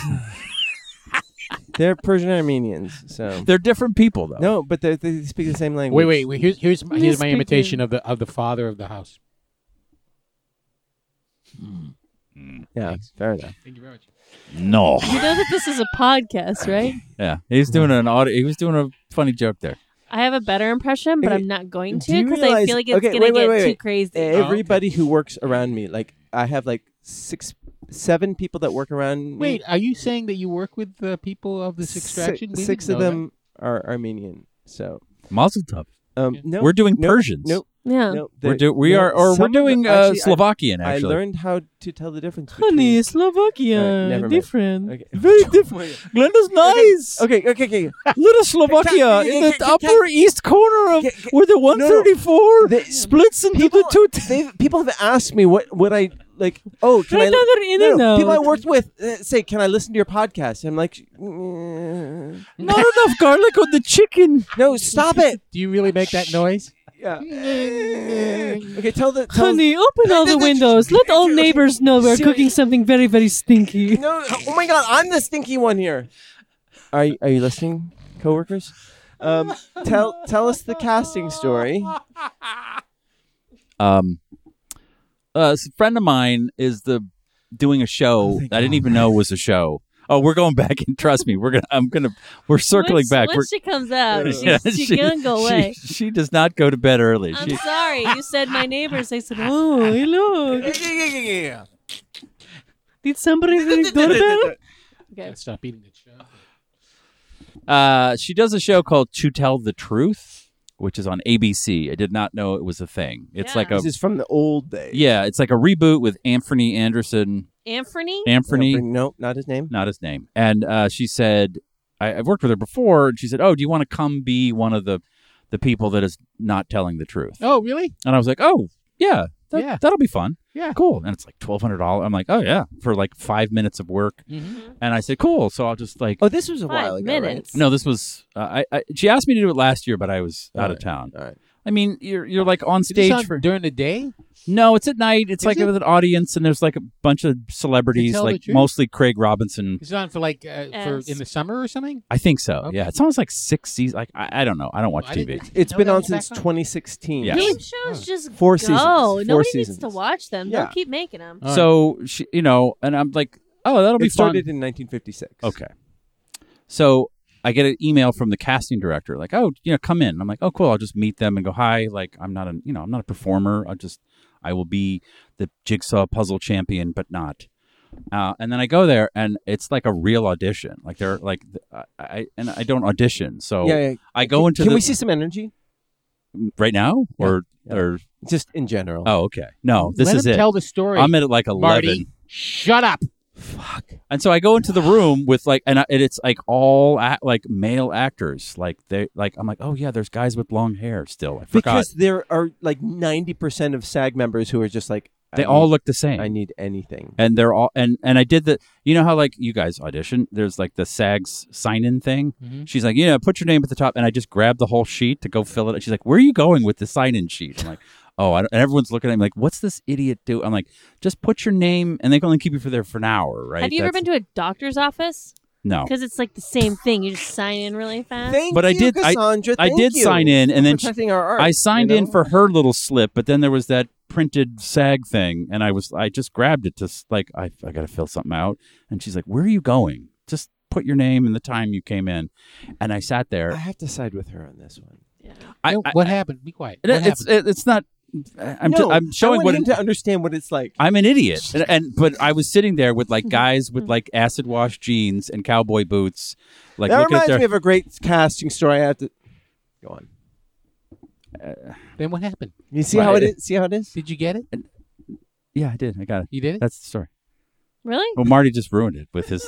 They're Persian Armenians. So They're different people, though. no, but they they speak the same language. Wait, wait, wait. Here's here's my, here's my Misspeaking. imitation of the of the father of the house. Yeah, fair enough. Thank you very much. No. You know that this is a podcast, right? Yeah, he's doing an audio. He was doing a funny joke there. I have a better impression, but Okay, I'm not going do you to because I realize- feel like it's okay, gonna wait, wait, get wait, too wait. crazy. Oh. Everybody who works around me, like I have like six, seven people that work around me. Wait, are you saying that you work with the people of this extraction? We Six, six didn't of know that. them are Armenian. So Mazel tov. um, Yeah. no, We're doing no, Persians. No, yeah. no, We're they- do- we no, are, or some we're of them- doing uh, actually, I- Slovakian. I, Actually, learned how to tell the difference. Honey, between- Alright, Slovakia, never mind. different, Okay. very different. Glenda's nice. Okay, okay, okay. Little Slovakia Can- in can- the can- upper east corner of Can- can- where the no. 134 They- splits into people, the two. they've- people have asked me what what I like. Oh, can I? Right now they're in no, and no, out. people I worked with uh, say, "Can I listen to your podcast?" And I'm like, "Mm, Not enough garlic on the chicken. "No, stop it." Do you really make that noise? Yeah. okay, tell the tell Honey, open all the windows. Let all neighbors know we're cooking something very, very stinky. No, oh my God, I'm the stinky one here. Are you, are you listening, coworkers? Um, tell tell us the casting story. Um, a s- friend of mine is the doing a show Oh, thank I didn't even know was a show. Oh, we're going back and trust me, we're gonna. I'm gonna. We're circling Once- back. Once she comes out, we're, she's Yeah, she, gonna go she- away. She, does not go to bed early. I'm She, sorry. You said my neighbors. I said, oh, hello. Did somebody ring the doorbell? Okay. Stop eating the show. uh, she does a show called "To Tell the Truth," which is on ABC. I did not know it was a thing. It's Yeah. like a This is from the old days. yeah, it's like a reboot with Anthony Anderson. Anthony? Anthony, No, not his name. not his name. And uh, she said, I, I've worked with her before. And she said, Oh, do you want to come be one of the, the people that is not telling the truth? Oh, really? And I was like, Oh, yeah, that, Yeah. that'll be fun. Yeah. Cool. And it's like $1,200. I'm like, Oh, yeah, for like five minutes of work. Mm-hmm. And I said, Cool. So I'll just like, Oh, this was a while Five ago. minutes. No, this was, uh, I, I, she asked me to do it last year, but I was out of Alright, town. alright. I mean, you're, you're like on Is this stage on for, during the day? no, it's at night. It's Is like it? with an audience and there's like a bunch of celebrities, Tell the like Truth? mostly Craig Robinson Is it on for like uh, for Yes. in the summer or something? I think so. Okay. Yeah, it sounds like six seasons. Like I, I don't know. I don't watch I TV. didn't- Right? It's No, been that on was back since 2016. Yeah. Game shows just Four go. seasons. Four Nobody seasons. needs to watch them. Yeah. They'll keep making them. All right. So she, you know, and I'm like, oh, that'll be It started fun. in 1956. Okay. So I get an email from the casting director, like, oh, you know, come in. And I'm like, oh, cool. I'll just meet them and go, hi. Like, I'm not a, you know, I'm not a performer. I'll just, I will be the jigsaw puzzle champion, but not. Uh, and then I go there, and it's like a real audition. Like they're like, th- I, I and I don't audition, so Yeah, yeah. I go Can- into Can the, we see some energy? right now Yeah, or yeah. or Just in general. oh, okay, no, this Let is him it. Tell the story. I'm at like 11. Marty, shut up. And so I go into the room with like, and, I, and it's like all act, like male actors. Like they, like I'm like, oh yeah, there's guys with long hair still. I forgot. because there are like 90% of SAG members who are just like, I they all need- look the same. I need anything. and they're all, and and I did the, you know how like you guys audition. There's like the SAGs sign in thing. Mm-hmm. Mhm. She's like, yeah, put your name at the top, and I just grabbed the whole sheet to go fill it. out. She's like, where are you going with the sign in sheet? I'm like. Oh, I don't, and everyone's looking at me like, "What's this idiot do?" I'm like, "Just put your name, and they can only keep you for there for an hour, right?" Have you ever That's- been to a doctor's office? No, Because it's like the same thing. You just sign in really fast. Thank But I you, did- I- Cassandra. I Thank did you sign in, and for then she- protecting our art, I signed you in know? for her little slip, but then there was that printed SAG thing, and I was I just grabbed it to s- like I I got to fill something out, and she's like, "Where are you going? Just put your name and the time you came in," and I sat I there. have to side with her on this one. I, No, I- what happened? Be quiet. What it's it, happened? it's not. I'm no, just, I'm showing I want what him an, to understand what it's like. I'm an idiot, and, and but I was sitting there with like guys with like acid wash jeans and cowboy boots, like that looking at reminds their me of a great casting story. I have to go on. then what happened? You see how Right. it is? See how it is? Did you get it? yeah, I did, I got it. You did it. That's the story. Really? Well, Marty just ruined it with his.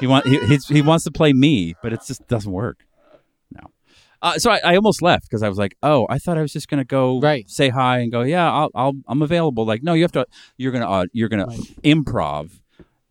He want he he's, he wants to play me, but it just doesn't work. No. Uh, so I, I almost left because I was like, oh, I thought I was just gonna go Right. say hi and go, yeah, I'll, I'll I'm available. Like, no, you have to. You're gonna uh, you're gonna Right. improv.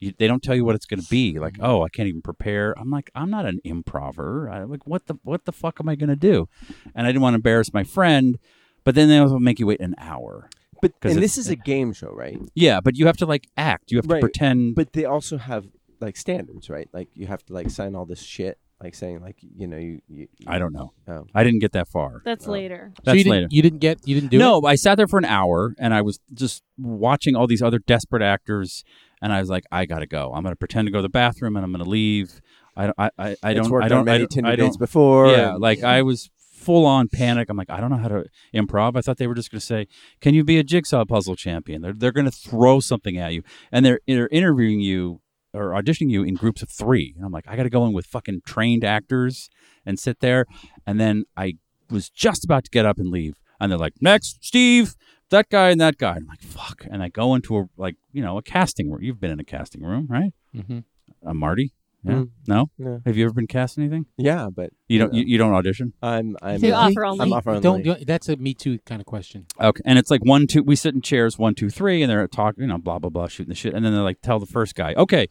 You, they don't tell you what it's gonna be. Like, oh, I can't even prepare. I'm like, I'm not an improver. I, like, what the what the fuck am I gonna do? And I didn't want to embarrass my friend, but then they also make you wait an hour. But 'Cause and it's- this is a game show, right? Yeah, but you have to like act. You have to Right. pretend. But they also have like standards, right? Like you have to like sign all this shit, like saying like you know you. you, you I don't know. Oh. I didn't get that far. That's Oh. later. So That's you later. Didn't, you didn't get. You didn't do it. no, I sat there for an hour and I was just watching all these other desperate actors, and I was like, I gotta go. I'm gonna pretend to go to the bathroom and I'm gonna leave. I don't. I, I, I It's don't. worked I don't. on I many don't. Tinder I don't dates before. yeah, and- like I was full on panic. I'm like, I don't know how to improv. I thought they were just going to say, "Can you be a jigsaw puzzle champion?" They're they're going to throw something at you, and they're they're interviewing you or auditioning you in groups of three. And I'm like, I got to go in with fucking trained actors and sit there. And then I was just about to get up and leave, and they're like, "Next, Steve." That guy and that guy. And I'm like, fuck. And I go into a like, you know, a casting room. You've been in a casting room, right? Mhm. Uh, Marty. Yeah. Mm. No. Yeah. Have you ever been cast anything? yeah, but You don't. No. You, you don't audition. I'm I'm You Yeah, offer he- only. he- I'm offer Don't. only. do it. That's a me too kind of question. Okay, and it's like one, two. We sit in chairs, one, two, three, and they're talking, you know, blah blah blah, shooting the shit, and then they're like, tell the first guy, okay,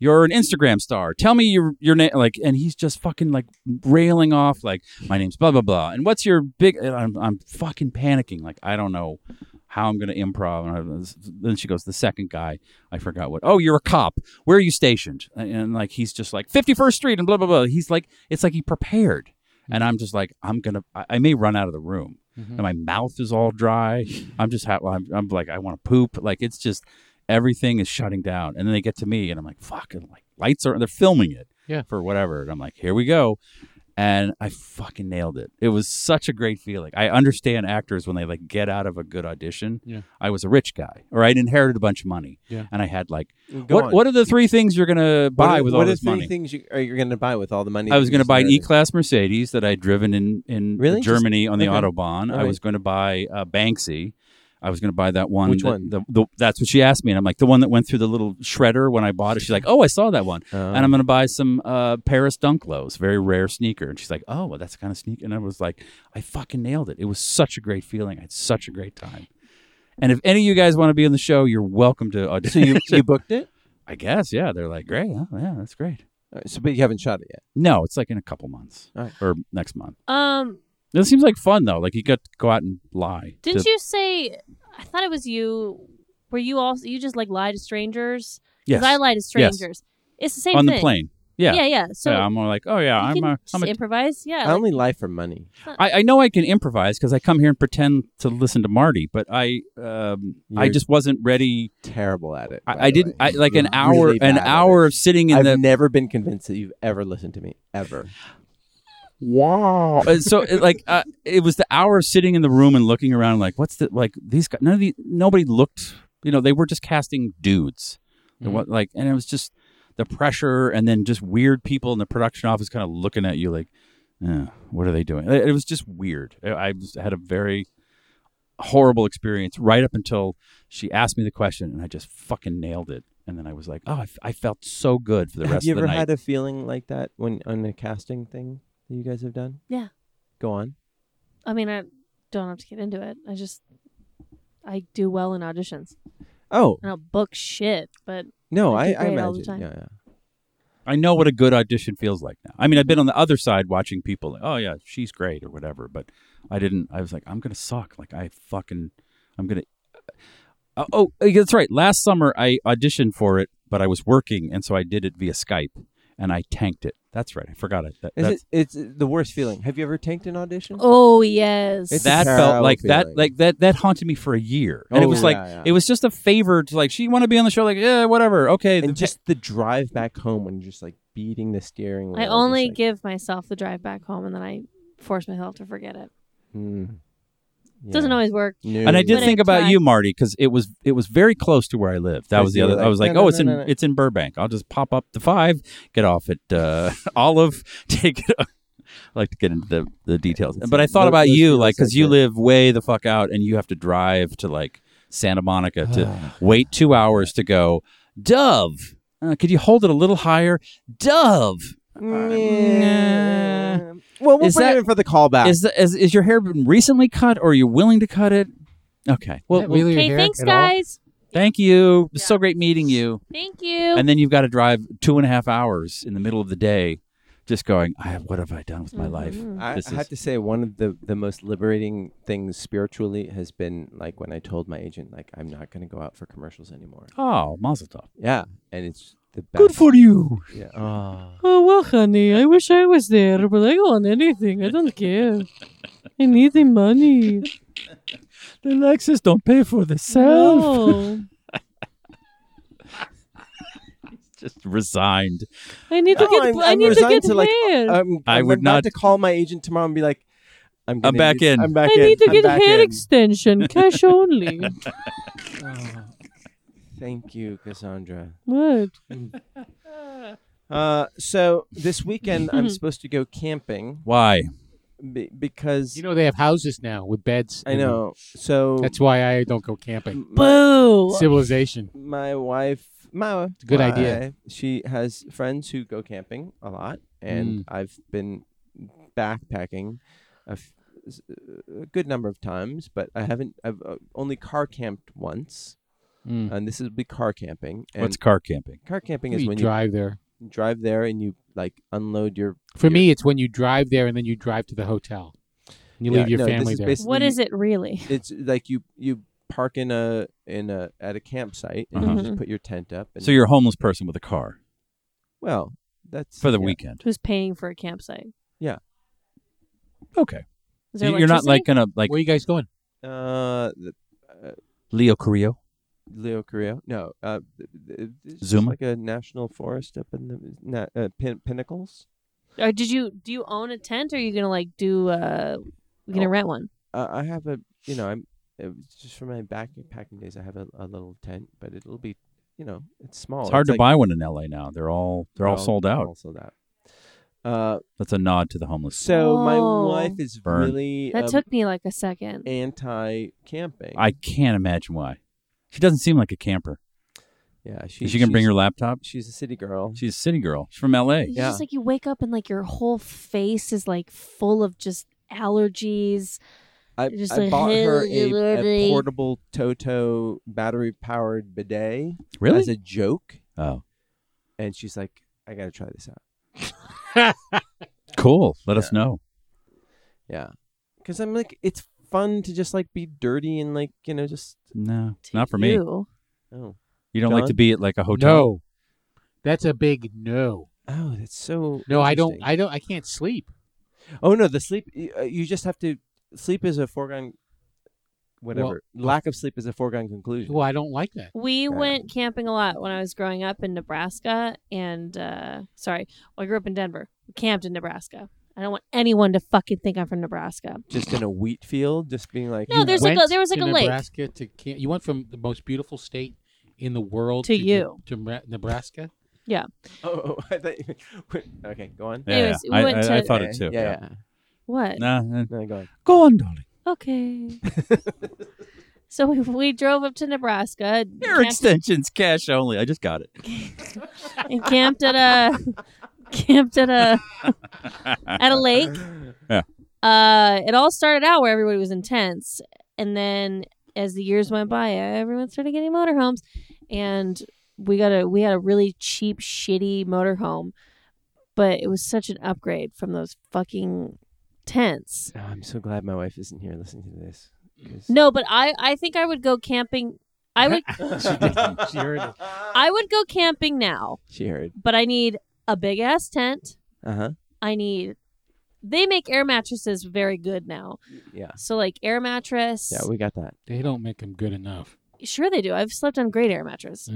you're an Instagram star. Tell me your your name, like, and he's just fucking like railing off, like, my name's blah blah blah, and what's your big? And I'm I'm fucking panicking, like I don't know how I'm gonna improv. And I, then she goes, the second guy, I forgot what. Oh, you're a cop. Where are you stationed? And, and like he's just like 51st Street and blah blah blah. He's like, it's like he prepared, and I'm just like, I'm gonna, I, I may run out of the room and Mm-hmm. my mouth is all dry. I'm just ha- I'm, I'm like I want to poop. Like it's just everything is shutting down. And then they get to me, and I'm like, fucking like lights are. They're filming it, Yeah. for whatever. And I'm like, here we go, and I fucking nailed it. It was such a great feeling. I understand actors when they like get out of a good audition. Yeah. I was a rich guy, or I'd inherited a bunch of money, Yeah. and I had like, Go what on. what are the three things you're gonna What buy are- with what all are this three money? Things you are you going to buy with all the money? I was going to buy an E-Class Mercedes that I'd driven in in Really? Just- Germany on the okay. autobahn. I Alright. was going to buy uh, Banksy. I was going to buy that one. Which that- one? The, the, that's what she asked me, and I'm like, the one that went through the little shredder when I bought it. She's like, oh, I saw that one, and Uh-huh. I'm going to buy some uh, Paris Dunklos, very rare sneaker. And she's like, oh, well, that's the kind of sneaker. And I was like, I fucking nailed it. It was such a great feeling. I had such a great time. And if any of you guys want to be on the show, you're welcome to So audition. you you booked it? I guess, yeah. They're like, great, huh? yeah, that's great. All right, So, but you haven't shot it yet. No, it's like in a couple months Alright. or next month. Um, This seems like fun though. Like you got to go out and lie. didn't to- you say? I thought it was you. Were you also you just like lie to strangers? 'Cause Yes. I lie to strangers. It's the same on thing. the plane. Yeah, Yeah. yeah. So yeah, I'm more like, oh yeah, you I'm can a, I'm just a, improvise. Yeah, I like, only lie for money. I, I know I can improvise because I come here and pretend to listen to Marty, but I um, I You're- just wasn't ready. Terrible at it. by I, I the didn't way. I, like an Really hour bad an at it. hour of sitting in I've the never been convinced that you've ever listened to me ever. wow. so it, like uh, it was the hour of sitting in the room and looking around like what's the like these guys none of the nobody looked you know they were just casting dudes There Mm-hmm. Mhm. wa- like and it was just the pressure and then just weird people in the production office kind of looking at you like "Eh, what are they doing it, it was just weird I- I was, had a very horrible experience right up until she asked me the question and I just fucking nailed it and then I was like oh I, f- I felt so good for the have rest you of ever the night had a feeling like that when on a casting thing that you guys have done? Yeah. Go on. I mean, I don't have to get into it. I just I do well in auditions. Oh I don't book shit, but no, I I, do I great all the imagine. time. Yeah, yeah. I know what a good audition feels like now. I mean, I've been on the other side watching people like, oh yeah, she's great or whatever, but I didn't. I was like, I'm gonna suck. Like I fucking, I'm gonna. Uh, oh, that's right. Last summer I auditioned for it, but I was working, and so I did it via Skype, and I tanked it. That's right. I forgot it. That, Is that's, it, it's uh, the worst feeling. Have you ever tanked an audition? oh yes, It's a that terrible felt like that, feeling. like that, that haunted me for a year, and it Oh, was yeah, like yeah. it was just a favor to like she want to be on the show, like yeah, whatever, okay, the- and just the drive back home when you're just like beating the steering wheel. I just only like, give myself the drive back home, and then I force myself to forget it. mm, Doesn't yeah. always work. No. And I did But think I about tried. you, Marty, because it was it was very close to where I live. That Right, was the you were other. I like, was like, no, oh, no, it's no, in no, no." it's in Burbank. I'll just pop up the five, get off at uh, Olive, take it. Up. I like to get into the, the details, it's but I like thought those- about those you, feels like because like you that. live way the fuck out, and you have to drive to like Santa Monica to wait two hours to go. Dove, uh, could you hold it a little higher? Dove, Yeah. Well, we'll Is bring that- it in for the callback. is, the, is is your hair been recently cut, or are you willing to cut it? Okay, well, Is well, that really your Okay, hair thanks at all? guys. thank you. It was Yeah. So great meeting you. Thank you. and then you've got to drive two and a half hours in the middle of the day, just going, I have what have I done with my life? Mhm. I, This I have is- to say one of the, the most liberating things spiritually has been like when I told my agent like I'm not going to go out for commercials anymore. Oh, Mazel tov. Yeah, and it's the best. Good for you. Yeah. Ah. Oh, well, honey, I wish I was there, but I go on anything. I don't care. I need the money. The Lexus don't pay for the No. Just resigned. I need to No, get, I'm- I I'm need to resigned get to, like, uh, hair. I'm, I I'm would about not- to call my agent tomorrow and be like, I'm, gonna back need- in. I'm back I in. need to I'm get back hair in. extension, cash only. Oh. Thank you, Cassandra. What? Uh, so this weekend I'm supposed to go camping Why? be- because You know they have houses now with beds. I in them. know. So That's why I don't go camping. m- my, Boo! Civilization. my wife, my it's a good idea. She has friends who go camping a lot, and Mm. I've been backpacking a, f- s- a good number of times, but I haven't. I've uh, only car camped once, Mm. and this will be car camping. And What's car camping? car camping is You when drive there. you drive there and you like unload your For me, it's when you drive there and then you drive to the hotel. You Yeah, leave your no, this family is there. basically- What is it really? it's like you you park in a in a at a campsite and you Uh-huh. just put your tent up and So you're a homeless person with a car well that's for the yeah. weekend. Who's paying for a campsite? Okay. Is there You- You're not like electricity? gonna like Where are you guys going? uh the, Leo Carrillo. Leo Carrillo no uh th- th- it's just Zuma? like a national forest up in the na- uh, pin- pinnacles uh, Or did you do you own a tent? Or are you gonna like do? uh You gonna Oh. rent one? uh, I have a you know I'm it was just from my backpacking days I have a, a little tent but it'll be you know it's small It's hard to like- buy one in LA now. They're all they're all well, sold out. all sold out uh That's a nod to the homeless. so my Oh. wife is Burn. really That um, took me like a second. anti camping I can't imagine why. She doesn't seem like a camper. yeah she She, can bring she's- her laptop. She's a city girl. She's a city girl. She's from LA. It's yeah. just like you wake up and like your whole face is like full of just allergies. I, Just I like, bought her "Hey, a, a Lordy." portable Toto battery powered bidet Really? as a joke, oh, and she's like, "I gotta try this out." cool. Let us know. Yeah, because I'm like, it's fun to just like be dirty and like you know just No, to not for me. you. oh You don't like John? to be at like a hotel. No. That's a big no. oh that's so No, I don't. interesting. I don't. I can't sleep. oh no the sleep y- uh, you just have to sleep is a foregone whatever lack of sleep is a foregone conclusion. Well, I don't like that. We Yeah. went camping a lot when I was growing up in Nebraska and uh sorry, well, I grew up in Denver. We camped in Nebraska. I don't want anyone to fucking think I'm from Nebraska. just in a wheat field, just being like No, You there's like a- went there was like to a lake. Nebraska lake. To Can- you went from the most beautiful state in the world To Ne- you. to Mra- Nebraska. oh, oh I thought you, okay go on Yeah, Anyways, yeah. we I, went I, I to- thought it too. yeah, yeah. What? Nah, nah. eh. No, go on. Go on, darling. Okay. so we, we drove up to Nebraska and Hair camped- extensions, cash only. I just got it. and camped at a camped at a at a lake. Yeah. Uh, it all started out where everybody was intense, and then as the years went by, everyone started getting motorhomes, and we got a we had a really cheap, shitty motorhome, but it was such an upgrade from those fucking tents. Oh, I'm so glad my wife isn't here listening to this. Mm. 'cause- No, but I I think I would go camping. I would she, didn't. she heard it. I would go camping now, She heard. but I need a big ass tent. Uh huh. I need. They make air mattresses very good now. Yeah. So like air mattress. Yeah, we got that. They don't make them good enough. sure they do. I've slept on great air mattresses.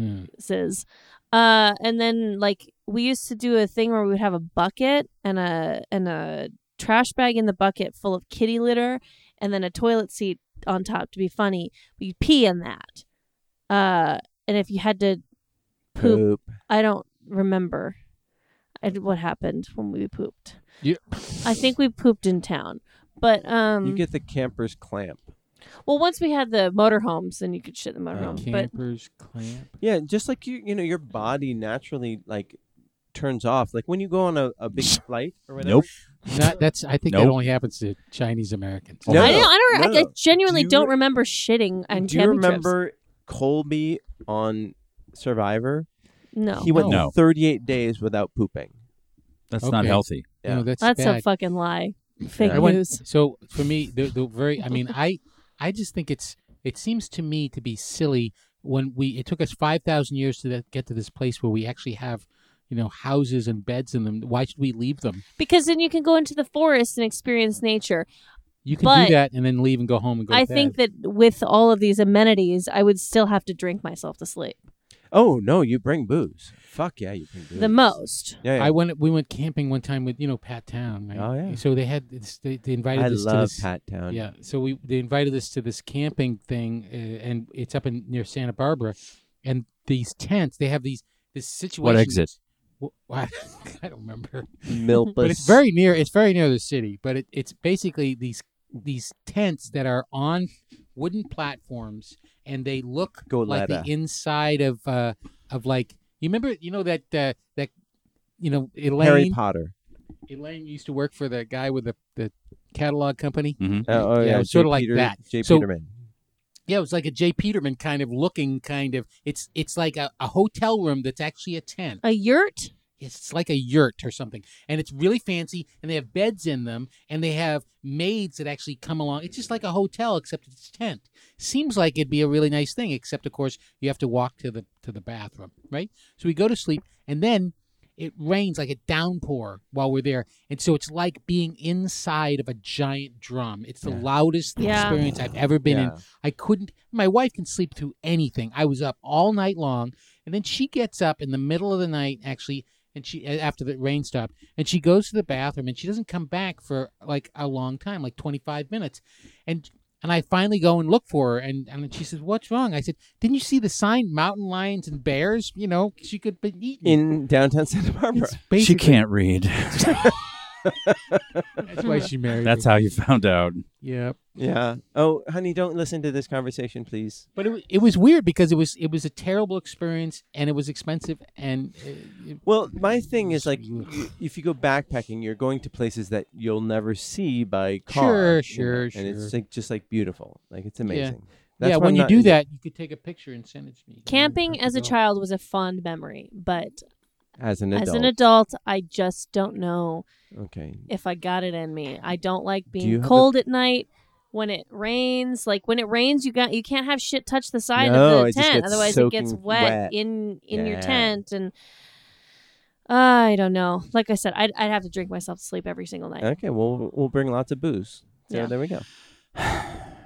Mm. Uh, and then like we used to do a thing where we would have a bucket and a and a trash bag in the bucket full of kitty litter, and then a toilet seat on top to be funny. But you pee in that. Uh, and if you had to poop, Poop. I don't remember I- what happened when we pooped. You- I think we pooped in town. But um You get the camper's clamp. well once we had the motorhomes then you could shit in the Oh. motorhome. But Campers clamp. Yeah, just like you, you know, your body naturally like turns off. Like when you go on a, a big flight or whatever. Nope. Not, that's. I think that Nope. only happens to Chinese Americans. No. I don't I don't I, I no. genuinely Do you do not re- remember shitting on Do you camping trips. remember Colby on Survivor? No. He went No. 38 days without pooping. That's not Okay. healthy. Yeah. No, that's That's bad. a fucking lie. Fake Yeah. I went- news. so for me, the, the very. I mean, I, I just think it's. It seems to me to be silly when we it took us 5000 years to that- get to this place where we actually have you know houses and beds in them why should we leave them because then you can go into the forest and experience nature. you can But- do that and then leave and go home and go I to think bed. that with all of these amenities, I would still have to drink myself to sleep. Oh no, you bring booze. Fuck yeah, you bring booze. The most. Yeah, yeah. I went. We went camping one time with you know Pat Town. right? Oh, yeah. So they had this, they, they invited I us to love this. Pat Town. Yeah. So we they invited us to this camping thing, uh, and it's up in near Santa Barbara, and these tents. They have these this situation. exit? I don't remember. Milpas. But it's very near. It's very near the city. But it, it's basically these these tents that are on wooden platforms, and they look Go like the ladder. inside of uh of like you remember you know that uh, that you know Elaine Harry Potter. Elaine used to work for the guy with the the catalog company. Uh, oh Yeah, yeah, it's sorta J. like Peter- that. J. So- Peterman. Yeah, it was like a Jay Peterman kind of looking kind of. It's it's like a, a hotel room that's actually a tent. A yurt? It's like a yurt or something, and it's really fancy, and they have beds in them, and they have maids that actually come along. It's just like a hotel except it's a tent. Seems like it'd be a really nice thing, except of course you have to walk to the to the bathroom, right? So we go to sleep, and then it rains like a downpour while we're there, and so it's like being inside of a giant drum. It's the Yeah. loudest Yeah. experience I've ever been in. Yeah. I couldn't. My wife can sleep through anything. I was up all night long, and then she gets up in the middle of the night, actually, and she after the rain stopped, and she goes to the bathroom, and she doesn't come back for like a long time, like twenty five minutes, and and I finally go and look for her, and and she says, "What's wrong?" I said, "Didn't you see the sign? Mountain lions and bears. You know, she could be eaten." in downtown Santa Barbara. It's She basically- can't read. That's why she married. That's me. how you found out. Yeah. Yeah. Oh, honey, don't listen to this conversation, please. But it, wa- it was weird because it was it was a terrible experience and it was expensive and uh, it, Well, my thing is like, Ugh. y- if you go backpacking, you're going to places that you'll never see by Sure, car. you know, sure, And it's sure. like just like beautiful. Like it's amazing. yeah, why when I'm you not- do that, you could take a picture and send it to me. Camping as a child was a fond memory, but as an adult. as an adult, I just don't know Okay. if I got it in me. I don't like you being have a- cold at night. When it rains, like when it rains, you got you can't have shit touch the side No, of it the just tent. gets Otherwise, it gets soaking wet, wet. in in your Yeah. tent, and I don't know. Like I said, I'd, I'd have to drink myself to sleep every single night. Okay. Well, we'll bring lots of booze. So Yeah. there we go.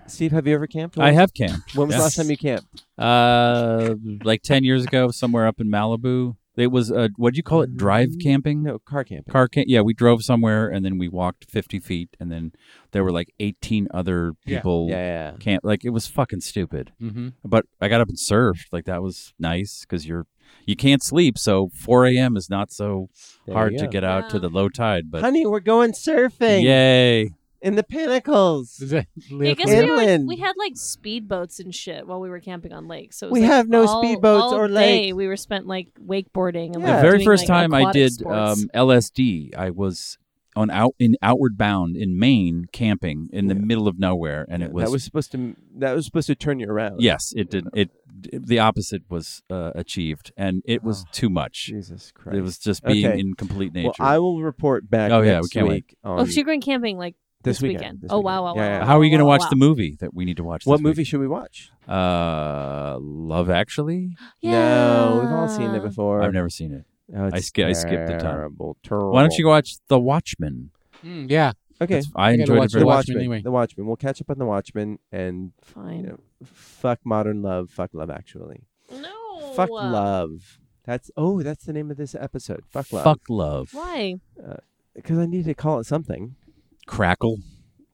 Steve, have you ever camped? I have camped. When was the last yes. time you camped? Uh, like ten years ago, somewhere up in Malibu. It was uh, what'd you call it? Drive camping? Mm-hmm. No, car camping. Car camp. Yeah, we drove somewhere and then we walked fifty feet, and then there were like eighteen other Yeah. people. Yeah. Camp. Like it was fucking stupid. Mm-hmm. But I got up and surfed. Like that was nice because you're you can't sleep, so four a.m. is not so There hard you to go. get out to Yeah. the low tide. But Honey, we're going surfing yay, in the pinnacles. Yeah, I guess Live we, were, like, inland. we had like speedboats and shit while we were camping on lakes. So it was, We like, have no all- speedboats all or day lake. We were spent like wakeboarding. And, Yeah. the like, very doing, first like, time I aquatic did sports. um, LSD, I was on out in Outward Bound in Maine, camping in the Yeah. middle of nowhere, and Yeah, it was, that was supposed to that was supposed to turn you around. yes, it did it. The opposite was uh, achieved, and it was Oh, too much. Jesus Christ. It was just being Okay. in complete nature. Well, I will report back. Oh, yeah, we next can't wait. week on Oh, so you're going camping like this weekend. this Oh wow, wow, weekend. Yeah, wow, yeah. wow. How are you going to wow, watch wow. the movie that we need to watch? What this movie week? should we watch? Uh, Love Actually. Yeah. No, we've all seen it before. I've never seen it. Oh, it's I skip- I skipped a ton. Terrible, terrible. Why don't you go watch The Watchmen? Mm, yeah. Okay, That's- I gotta enjoyed watch it The very the much. Watchmen Watchmen. anyway. The Watchmen. We'll catch up on the Watchmen and you Fine. know, fuck modern love. Fuck love, actually. No. Fuck love. That's oh, that's the name of this episode. Fuck love. Fuck love. Why? Because I need to call it something. Crackle.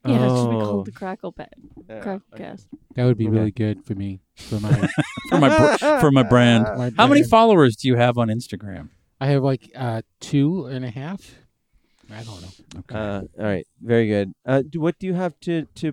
Yeah, it should be Oh. called the Crackle Pet. Yeah, Crackle okay. Cast. That would be Okay. really good for me. For my, for my br- for my brand. Uh, my How many brand. followers do you have on Instagram? I have like uh, two and a half. I don't know. Okay. Uh, all right, very good. Uh, do, what do you have to to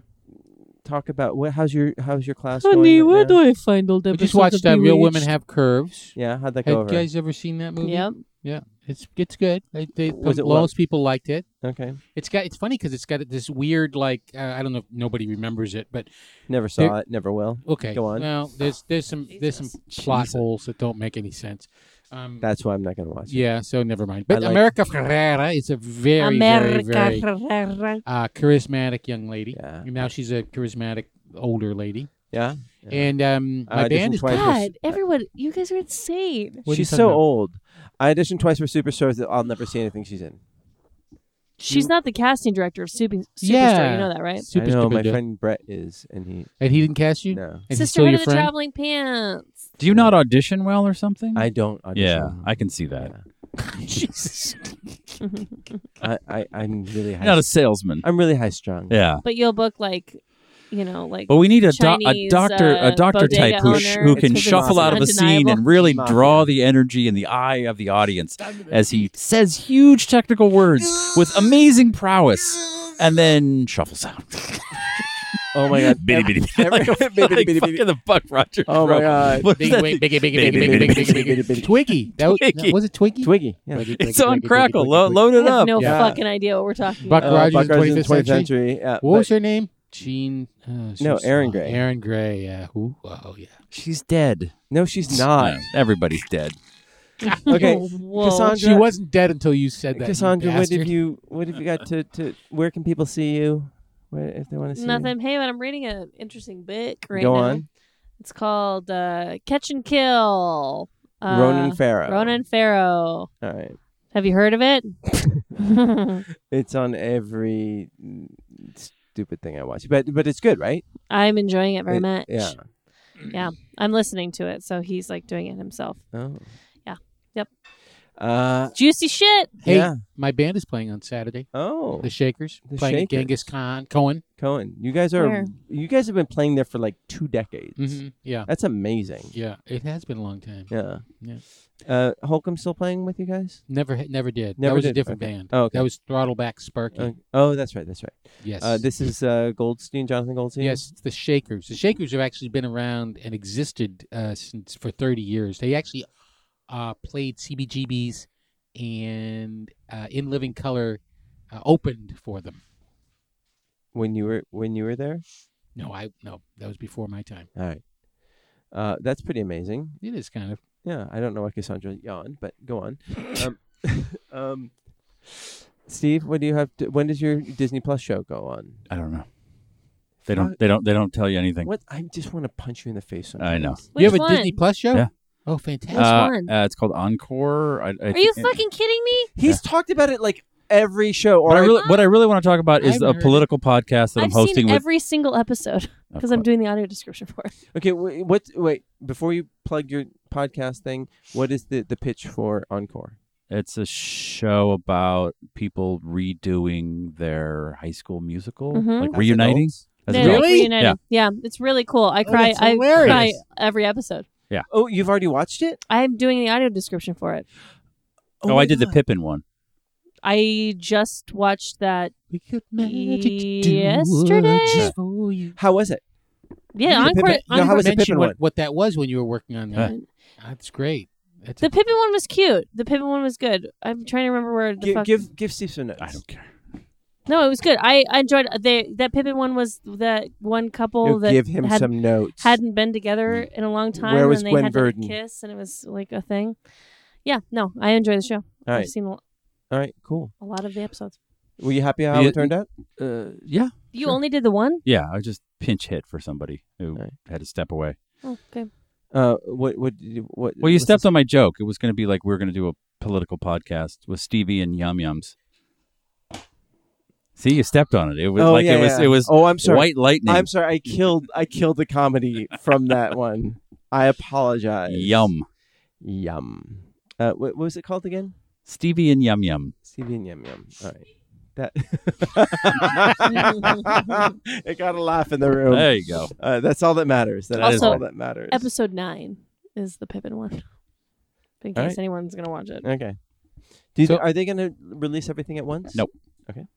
talk about? What how's your how's your class Honey, going? right where now? do I find all the I just episodes of watched uh, Real Bewitched? Women Have Curves. Yeah, how'd that go Have you over? guys ever seen that movie? Yep. Yeah. It's it's good. They, they, Was the it what- most people liked it. okay, It's got it's funny because it's got this weird like uh, I don't know if nobody remembers it, but never saw There- it, never will. okay. Go on. Well, there's there's some there's some plot holes that don't make any sense. Um, That's why I'm not gonna watch it. Yeah, so never mind. But like- America Ferrera is a very, America. very, very Ferrera. uh, charismatic young lady. Yeah. And now she's a charismatic older lady. Yeah. Yeah. Uh, and um, I my auditioned band is twice. for- God, everyone, you guys are insane. What are you She's talking so about? old. I auditioned twice for Superstars that I'll never see anything she's in. She's not the casting director of Super, Superstar. Yeah. You know that, right? Super I know my stupid. friend Brett is, and he and he didn't cast you. no. And he's still Sisterhood your of the friend. Traveling Pants. Do you not audition well or something? I don't audition. yeah, I can see that. Jesus, I, I I'm really high. You're not a salesman. I'm really high strung. Yeah, But you'll book like, you know, like but we need a, do- a Chinese, doctor, uh, a doctor bodega type who, sh- owner. who It's can because shuffle it's out of a scene undeniable. and really Mafia. draw the energy and the eye of the audience as he says huge technical words with amazing prowess, and then shuffles out. Oh my god. Bitty bitty, bitty. Every- like, a- bitty, like bitty, bitty. fucking the Buck Rogers. Oh my bro. God. What Big, the- wig, big, big, Big, big, big, big, big, big, big, big, big, big. Twiggy. That was, Twiggy. was it Twiggy? Twiggy. Yeah. Twiggy, It's Twiggy, on Twiggy, Crackle. Twiggy, Lo- Twiggy. load I it have up. no Yeah. fucking idea what we're talking Buck about. Uh, Rogers in Buck Rogers in 25th century? Yeah, What was but her name? Jean. Uh, she No, was- Erin Gray. Erin Gray. Yeah. Who? Oh yeah. She's dead. no, she's not. No, everybody's dead. Okay, Whoa. Cassandra- She wasn't dead until you said that. you Cassandra, what bastard. have you what have you got to, to where can people see you? Where, if they want to see you? Nothing. Hey, but I'm reading an interesting book right Go now. on. It's called uh, Catch and Kill. Uh, Ronan Farrow. Ronan All Farrow. right. Have you heard of it? It's on every mm, stupid thing I watch. But but it's good, right? I'm enjoying it very It- much. Yeah. I'm listening to it, so he's like doing it himself. Oh. Yeah. Yep. Uh Juicy shit. Hey, yeah. my band is playing on Saturday. Oh. The Shakers The playing at Shakers. Genghis Khan Cohen. Cohen, you guys are Where? you guys have been playing there for like two decades. Mhm. Yeah, That's amazing. yeah. It has been a long time. Yeah. Yeah. Uh, Holcomb still playing with you guys? Never, ha- never did. Never that was a did. different Okay. band. Oh, okay. That was Throttleback Sparky. Uh, oh, that's right. That's right. yes. Uh, this is uh, Goldstein, Jonathan Goldstein. Yes, it's the Shakers. The Shakers have actually been around and existed uh, since for 30 years. They actually uh, played CBGBs and uh, In Living Color uh, opened for them. When you were when you were there. No, I no, that was before my time. All right. Uh, that's pretty amazing. It is kind of Yeah, I don't know why Cassandra yawned, but go on. Um, um, Steve, what do you have? To, when does your Disney Plus show go on? I don't know. They don't. They don't. They don't tell you anything. What? I just want to punch you in the face. I know. Which you have one? a Disney Plus show. Yeah. Oh, fantastic! Uh, one? uh, it's called Encore. I, I Are you fucking kidding me? He's talked about it like every show. Or What I really, what I really want to talk about I is haven't a heard it. political podcast that I've am hosting seen with. every single episode Oh, because I'm fuck. doing the audio description for it. okay. Wait, what? Wait. Before you plug your podcast thing, what is the the pitch for Encore? It's a show about people redoing their high school musical, Mhm. like reuniting. adults? As They're, adults. like, Really? reunited. Yeah. it's really cool. I cry. that's I cry hilarious. every episode. Oh, you've already watched it? I'm doing the audio description for it. Oh, my I did the God. Pippin one. I just watched that. we could magic Yesterday? do just for you. How was it? Yeah, You did the encore. Pippin- no, how Encore- was the Mention Pippin what, one? what that was when you were working on that. Huh. That's great. That's The Pippin one was cute. The Pippin one was good. I'm trying to remember where the Give fuck. give, give Steve some notes. I don't care. No, it was good. I, I enjoyed uh, they that Pippin one was that one couple No, that give him had, some notes. hadn't been together in a long time. Where was and they Gwen had Verdon? To kiss, and it was like a thing. Yeah, no, I enjoy the show. All I've right. seen a, All right. Cool. a lot of the episodes. Were you happy how You- it turned out? Uh, yeah, You Sure. only did the one. yeah. I just pinch hit for somebody who Right. had to step away. Oh, okay. Uh, what what did you- what? Well, you what's stepped on my joke. It was going to be like we are going to do a political podcast with Stevie and Yum Yums. See, you stepped on it. It was Oh, like yeah, it was yeah. it was Oh, I'm sorry. white lightning. I'm sorry. I killed I killed the comedy from that one. I apologize. Yum. Yum. Uh, what, what was it called again? Stevie and Yum Yum. Stevie and Yum Yum. All right. That it got a laugh in the room. There you go. Uh, that's all that matters. That That is is all right. that matters. Episode nine is the Pippin one. In All case right. Uh, anyone's gonna watch it. Okay. Do you, So- are they going to release everything at once? Nope. Okay.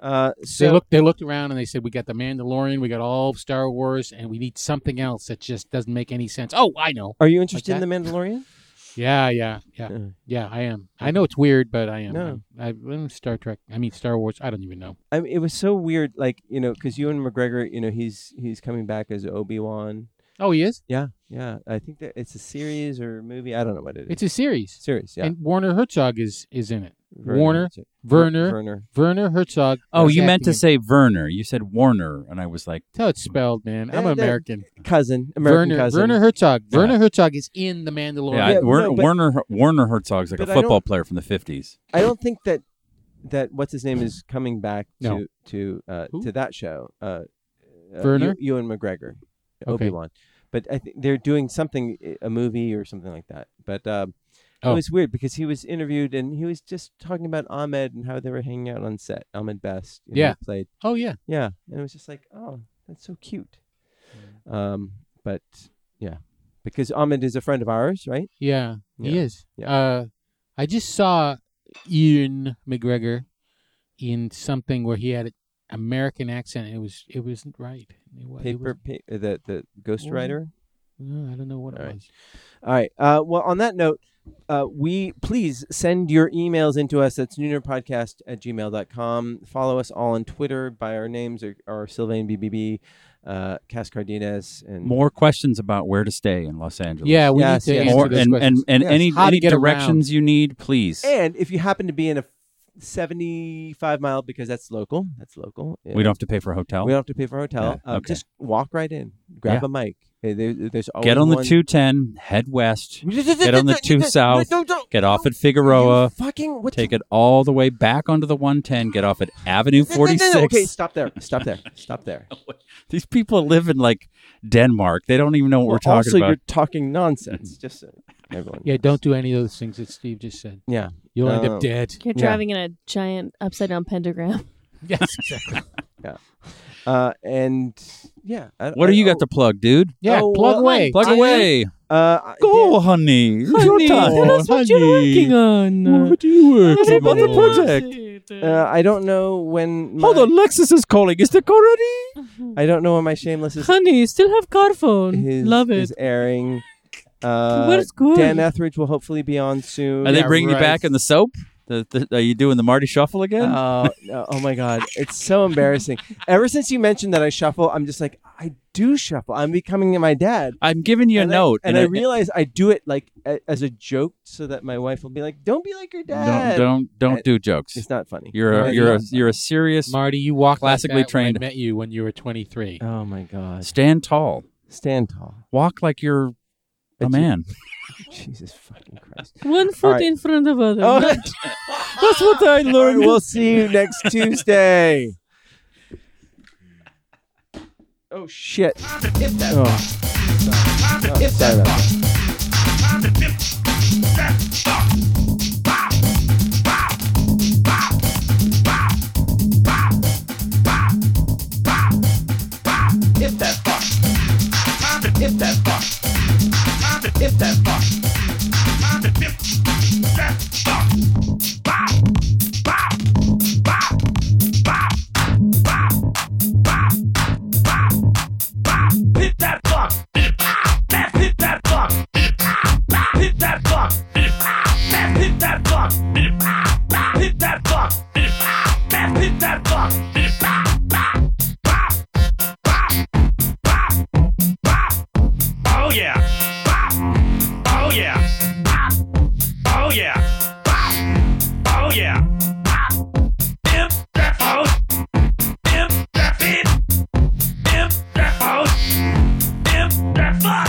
Uh, they so looked they looked around and they said we got the Mandalorian, we got all of Star Wars, and we need something else that just doesn't make any sense. Oh, I know. are you interested that? in the Mandalorian? Yeah, yeah, yeah, Uh. yeah. I am. I know it's weird, but I am. No. I, am Star Trek. I mean Star Wars. I don't even know. I mean, it was so weird, like you know, because Ewan McGregor, you know, he's he's coming back as Obi Wan. Oh, he is. Yeah, yeah. I think that it's a series or a movie. I don't know what it is. It's a series, series. Yeah, and Warner Herzog is is in it. Warner, that's it. Werner, Werner. Werner Herzog. Oh, was you meant acting to in- say Werner. You said Warner, and I was like, That's how it's spelled, man. I'm Yeah, that- American. Cousin, American Werner, cousin. Werner Herzog. Yeah. Werner Herzog is in The Mandalorian. yeah, I- Yeah, Werner, no, but- Werner, Werner Herzog's like a but I football don't- player from the fifties. I don't think that that what's his name is coming back No. to to uh, Who? to that show. Uh, uh, Werner? You, Ewan McGregor, Okay. Obi Wan. But I think they're doing something, i- a movie or something like that. But um, Oh. it was weird because he was interviewed and he was just talking about Ahmed and how they were hanging out on set. Ahmed Best, you know, Yeah. played Oh yeah, yeah, and it was just like, oh, that's so cute. Mm. Um, but yeah, because Ahmed is a friend of ours, right? yeah, he Yeah. is. Yeah. Uh, I just saw Ian McGregor in something where he had an American accent. and It was it wasn't right. It was, Paper, pa- the the Well, ghostwriter. I don't know what it All right. was. All right. Uh, well, on that note, uh, we please send your emails into us. That's noonerpodcast at gmail.com. Follow us all on Twitter by our names are, are Sylvain BBB, uh, Cass Cardenas, and More questions about where to stay in Los Angeles. Yeah, we Yes, need to yes. answer More, those and, and questions. and Yes. any How to any get around. directions you need, please. And if you happen to be in a 75 mile, because that's local, that's local. We don't have to pay for a hotel. We don't have to pay for a hotel. Yeah, Uh, okay. Just walk right in. Grab a mic. Uh, there- there's always Get on the one- two ten, head west, Get on the two south, get off at Figueroa, Fucking what? take it all the way back onto the one ten, get off at Avenue the- No, no, forty no, six. no. Okay, stop there. Stop there. Stop there. These people live in like Denmark. They don't even know what we're Well, talking also, about. Mm-hmm. you're talking nonsense. Just so everyone. Yeah, don't do any of those things that Steve just said. Yeah. You'll end Um, up dead. You're Yeah. driving in a giant upside down pentagram. Yes, exactly. Uh, and yeah. I- What I- do you oh, got to plug, dude? Yeah, Oh, plug well, away. Plug I- away. Uh, I- Go, honey. It's your Honey, time. tell us what you're working on. What are you Tell us working what on you the want to project? say. Uh, I don't know when. My, Hold on, Lexus is calling. Is the car ready? I don't know when my shameless is. Honey, you still have car phone. His, Love it. Is airing. Uh, Where's good? Dan Etheridge will hopefully be on soon. Are they Oh, Yeah, bringing you back right. in the soap? The, the, are you doing the Marty Shuffle again? Oh, no. oh my god, it's so embarrassing. Ever since you mentioned that I shuffle, I'm just like, I do shuffle. I'm becoming my dad. I'm giving you a and note. I, and I it- realize I do it like a, as a joke, so that my wife will be like, "Don't be like your dad." don't don't don't I- do jokes. It's not funny. You're No, a, it's you're a, not funny. you're a serious. Marty, you walked Classically like that when trained. I met you when you were 23. Oh my god, Stand tall. stand tall. Walk like you're a It's- man. Jesus fucking Christ. One All foot right. in front of other. Oh, That's what I all right, learned. we'll see you next Tuesday. Oh shit. Oh. Oh, sorry about that. Hit that fuck. Let's hit that fuck. Hit that fuck. Let's hit that fuck. Hit that fuck. Let's hit that fuck. Oh yeah. Oh yeah. Oh yeah. Oh yeah. Imp that phone. Imp that fit. Imp that phone. Imp that fuck.